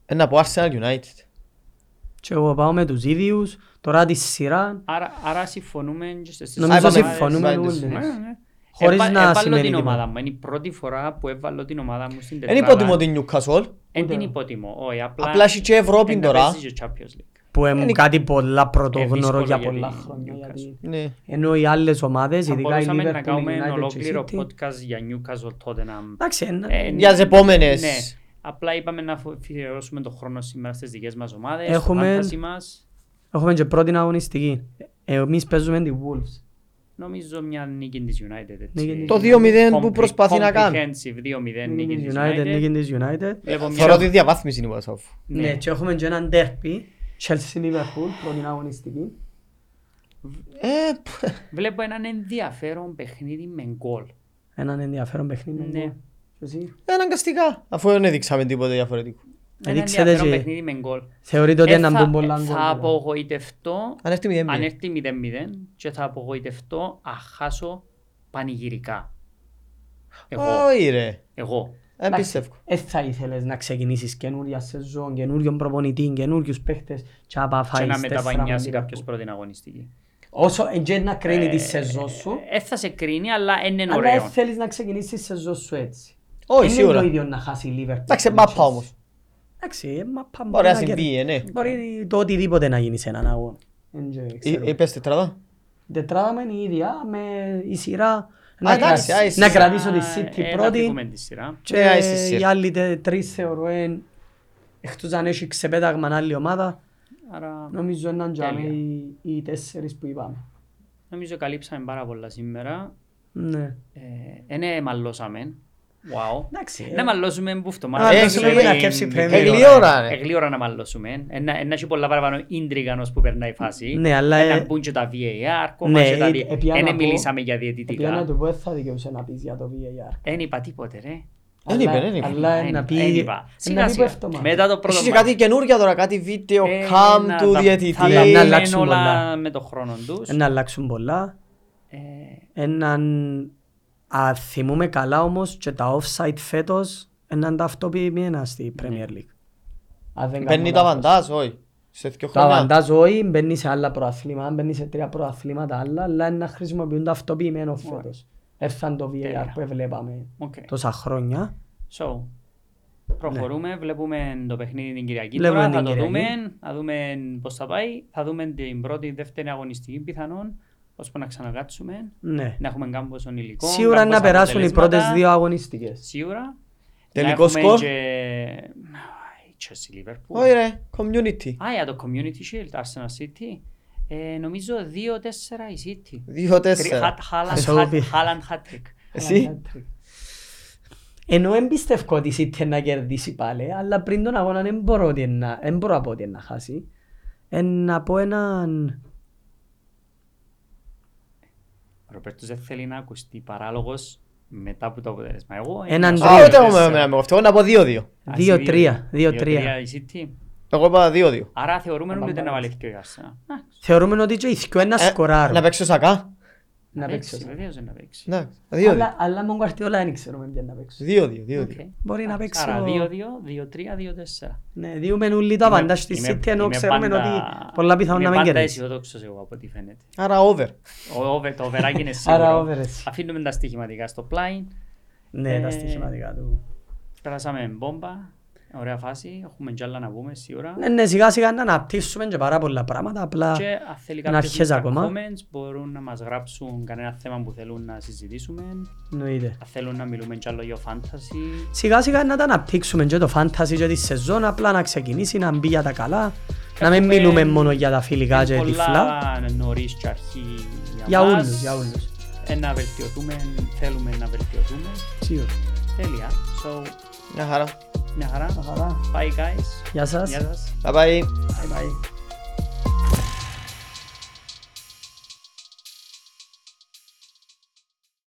S3: Ένα από Arsenal United.
S2: Και εγώ πάω με τους ίδιους, τώρα τη σειρά,
S1: Άρα, άρα συμφωνούμε και στις
S2: Νομίζω
S1: ομάδες. Ναι,
S2: συμφωνούμε όλοι.
S1: ναι.
S2: Χωρίς
S1: Έβα-
S2: να
S1: έβαλω
S2: σημαίνει
S1: την
S2: τίποτα.
S1: ομάδα μου. Είναι η πρώτη φορά που έβαλω την ομάδα μου στην
S3: Δεν
S1: τετράδα.
S3: υποτιμώ την Newcastle.
S1: Εν την υποτιμώ, όχι. Απλά,
S3: Απλά έχει και Ευρώπη
S1: εν να
S3: τώρα.
S1: παίζει και Champions League.
S2: που είναι κάτι πολλά πρωτόγνωρο
S1: δύσκολο
S2: για
S1: για
S2: πολλά
S1: την
S2: χρόνια.
S1: Newcastle.
S2: γιατί-
S3: Ναι.
S2: Ενώ οι άλλες ομάδες,
S1: Θα
S2: ειδικά η
S1: μπορούσαμε να
S2: Liverpool, η
S1: κάνουμε
S2: United και η
S1: ολόκληρο
S2: City.
S1: podcast για Newcastle τότε να...
S2: Εντάξει, ένα-
S1: Ε,
S3: Για τις επόμενες.
S1: Ναι. Απλά είπαμε να αφιερώσουμε τον χρόνο σήμερα στις δικές μας ομάδες,
S2: Έχουμε-
S1: στο fantasy μας.
S2: Έχουμε και πρώτη αγωνιστική. Ε, Εμείς παίζουμε τη Wolves.
S1: Νομίζω μια νίκη της United. έτσι.
S2: Νίκη της
S3: Το 2-0 που
S1: Compre-
S3: προσπαθεί να κάνει.
S1: Comprehensive 2-0 Ε, νίκη
S2: Νίκη
S1: της
S2: της United, νίκη της United.
S1: Βλέπω Λοιπόν, μια-
S3: Θεωρώ ότι η διαβάθμιση είναι η Βασόφ.
S2: Ναι, και έχουμε και έναν derby. Chelsea Liverpool, πρώτη αγωνιστική.
S3: Ε, π,
S1: Βλέπω έναν ενδιαφέρον παιχνίδι με γκολ.
S2: Έναν ενδιαφέρον παιχνίδι.
S1: Ναι.
S2: εγώ. Και εσύ.
S3: ε, αναγκαστικά. Αφού δεν έδειξαμε τίποτα διαφορετικό.
S1: Ένα
S2: Δείξτε
S1: ενδιαφέρον
S2: και-
S1: παιχνίδι με γκολ.
S2: Θεωρείτε ότι
S1: Ε,
S2: να
S1: θα-
S2: μπουν πολλά γκολ.
S1: Θα απογοητευτώ
S3: Αν έρθει 0-0.
S1: αν έρθει 0-0 και θα απογοητευτώ αν χάσω πανηγυρικά. Εγώ.
S3: Όχι ρε.
S1: Εγώ.
S3: Δεν πιστεύω.
S2: Ε, θα ήθελες να ξεκινήσεις καινούρια σεζόν, καινούριον προπονητή, καινούριους παίχτες και να
S1: Και
S2: παφάεις
S1: να
S2: τέσσερα
S1: μεταπανιάσει
S2: μάτια.
S1: κάποιος πρώτη αγωνιστική.
S2: Όσο εντζέ να κρίνει τη σεζόν σου,
S1: Ε, θα σε κρίνει, αλλά εν είναι
S2: αλλά ε,
S1: ωραίο.
S2: θέλεις να ξεκινήσεις τη σεζόν σου έτσι.
S3: Όχι
S2: Εν
S3: σίγουρα.
S2: Ε, Είναι το ίδιο να χάσει η Liverpool.
S3: Εντάξει,
S2: και η
S3: μάπα
S2: Chelsea.
S3: όμως.
S2: Εντάξει, ε, μάπα μπορεί
S3: Ωραία
S2: να κερδίσει.
S3: συμβεί, ε, ναι.
S2: Μπορεί το οτιδήποτε να γίνει σε έναν αγώνα. Εν τζε, ξέρω.
S3: Ε, Είπες τετράδα.
S2: Τετράδα με είναι η ίδια, με η σειρά. Να,
S3: εντάξει,
S2: κρατήσω-
S3: α, η
S2: να
S3: σειρά,
S2: κρατήσω τη
S1: Ε,
S2: City
S1: να φύγουμε
S2: πρώτη
S1: τη σειρά.
S2: και
S3: Ναι, α, είσαι σειρά.
S2: Ε, οι άλλοι τε- τρεις θεωρώ εν- εκτός αν έχει ξεπέταγμα άλλη ομάδα
S1: Άρα
S2: νομίζω έναν και
S1: Τέλεια.
S2: οι, οι τέσσερις που είπαμε.
S1: νομίζω καλύψαμε πάρα πολλά σήμερα.
S2: Ναι.
S1: Ε, ναι, μαλώσαμε. Wow.
S2: Εντάξει, ε.
S1: Να μαλώσουμε που φτωμά.
S2: Α,
S1: Ε,
S2: δώσουμε
S1: την-
S2: μια κέψη
S1: την
S2: Premier.
S1: γλύωρα.
S3: Εγλίωρα, ρε.
S1: Ε, γλύωρα να μαλώσουμε. Ένα ένα έχει πολλά παραπάνω ίντριγανος που περνάει η φάση.
S2: Ναι, αλλά,
S1: Ένα
S2: ε,
S1: μπουν και τα VAR, κόμμα
S2: ναι,
S1: και τα
S2: ε,
S1: δι-
S2: επιά να
S1: Ένα
S2: πω-
S1: μιλήσαμε για
S2: Επειδή να
S1: διαιτητικά.
S2: του πω θα δικαιούσε να πεις για το VAR.
S1: Δεν είπα τίποτε ρε. Ε,
S3: Δεν
S2: Αλλά-
S3: είπε, δεν είπε.
S2: Αλλά
S1: Δεν
S2: Ε, να πει... ε,
S1: είπα, δεν ναι, είπα.
S2: να
S1: Σιγά
S2: πει
S1: σιγά.
S2: πέφτωμα.
S1: Μετά το πρώτο
S3: Έχεις και
S1: μάτς.
S3: κάτι καινούργια τώρα, κάτι βίντεο,
S1: Ε,
S3: cam
S1: να
S3: του
S1: τα-
S3: διαιτητή.
S1: Θα
S2: Να
S1: τα
S2: αλλάξουν
S1: αλλάξουν όλα
S2: πολλά. Ε, ναι.
S1: με το χρόνο τους.
S2: Να αλλάξουν πολλά.
S1: Ε,
S2: Έναν... Α, θυμούμε καλά όμως και τα offside φέτος έναν τα αυτοποιημένα στη Premier League.
S4: Αν δεν
S3: Παίρνει
S4: κάνω
S3: τα
S4: λάθος.
S3: βαντάζ, όχι. Σε δύο
S2: Τα
S3: χρόνια.
S2: βαντάζ όχι, μπαίνει σε άλλα προαθλήματα, μπαίνει σε τρία προαθλήματα άλλα, αλλά είναι να χρησιμοποιούν τα αυτοποιημένο φέτος. Έφταν το VAR
S1: Τέλεια.
S2: που βλέπαμε
S1: οκ.
S2: τόσα χρόνια.
S1: So, προχωρούμε, βλέπουμε το παιχνίδι την Κυριακή.
S2: Ναι. Βλέπουμε
S1: Τώρα θα
S2: την
S1: το
S2: Κυριακή.
S1: δούμε, θα δούμε πώς θα πάει. Θα δούμε την πρώτη, δεύτερη αγωνιστική πιθανόν, ώσπου να ξανακάτσουμε,
S2: Ναι.
S1: να έχουμε κάμποσον υλικό.
S2: Σίγουρα να
S1: κάμποσον
S2: περάσουν οι πρώτες
S1: αποτελέσματα.
S2: δύο αγωνιστικές.
S1: Σίγουρα.
S3: Τελικό
S1: να
S3: σκορ.
S1: έχουμε Και... Η Chelsea Liverpool.
S3: Όχι ρε, community.
S1: Α, για το Community Shield, Arsenal City. Ε, νομίζω 2-4 η City. Τρι-
S3: Δύο-τέσσερα.
S1: Χα- Χάλαντ-
S2: Ας το πει.
S1: Χάλαντ hat-trick.
S3: Εσύ.
S2: Ενώ εμπιστευκό ότι ήρθε να κερδίσει πάλι, αλλά πριν τον αγώνα δεν μπορώ, ότι να, δεν μπορώ να πω ότι να χάσει. Ε, να πω έναν...
S1: Ο Ροπέρτος δεν θέλει να ακουστεί παράλογος μετά από το αποτέλεσμα. Εγώ
S2: Έναν
S1: ένας,
S2: τρία.
S3: Α,
S2: δύο,
S3: ούτε εγώ
S1: τέσσερα.
S3: με- με- με αυτό. Εγώ να πω δύο-δύο.
S1: Ας,
S2: Δύο-τρία, δύο-τρία.
S1: δύο-τρία η City.
S3: Εγώ είπα δύο-δύο.
S1: Άρα θεωρούμε ότι δεν βάλει και η Arsenal. Α,
S2: Θεωρούμε ότι και οι δυο είναι να
S3: Ε, Να
S2: σκοράρουν.
S3: παίξω σακά.
S2: Να παίξω.
S1: παίξει, βεβαίως δεν να παίξει.
S3: Εντάξει, Δύο-δύο.
S2: Αλλά- Αλλά με τον Guardiola δεν ξέρουμε ποια να παίξω.
S3: Δύο-δύο. δύο-δύο.
S1: Οκ.
S2: Μπορεί να παίξει
S1: Άρα
S2: ο-
S1: 2-2, 2-3, 2-4.
S2: Ναι, διούμε όλοι τα πάντα στη City, ενώ ξέρουμε ότι πολλά πιθανόν να μην
S1: Είμαι πάντα
S2: κερδίσεις.
S1: αισιοδόξος εγώ από ό,τι φαίνεται.
S3: Άρα over.
S1: Ο over, το overάκι είναι σίγουρο.
S2: Άρα over έτσι.
S1: Αφήνουμε τα στοιχηματικά στο πλάι.
S2: Ναι,
S1: Ε,
S2: τα στοιχηματικά του.
S1: Περάσαμε μπόμπα. Ωραία φάση. Έχουμε κι άλλα να πούμε σίγουρα.
S2: Ναι, ναι, σιγά σιγά να αναπτύσσουμε και πάρα πολλά πράγματα, απλά
S1: Και αν θέλει
S2: να
S1: κάποιος
S2: αρχίζει
S1: να
S2: ακόμα.
S1: comments μπορούν να μας γράψουν κανένα θέμα που θέλουν να συζητήσουμε.
S2: εννοείται.
S1: Αν θέλουν να μιλούμε κι άλλο για fantasy.
S2: Σιγά σιγά να τα αναπτύξουμε και το fantasy και τη σεζόν, απλά να ξεκινήσει να μπει για τα καλά, να μην
S1: Έχουμε-
S2: μιλούμε μόνο για τα φιλικά και
S1: Είναι
S2: τυφλά.
S1: πολλά νωρίς και αρχή για,
S2: Για
S1: μας.
S2: όλους, για όλους.
S1: Ε, να βελτιωθούμε, θέλουμε να βελτιωθούμε.
S2: Σίγουρα.
S1: Τέλεια. So,
S3: Μια χαρά.
S1: Μια χαρά.
S5: Μια χαρά.
S1: Bye guys.
S6: Γεια σας.
S1: Γεια σας.
S2: Bye bye.
S1: Bye bye.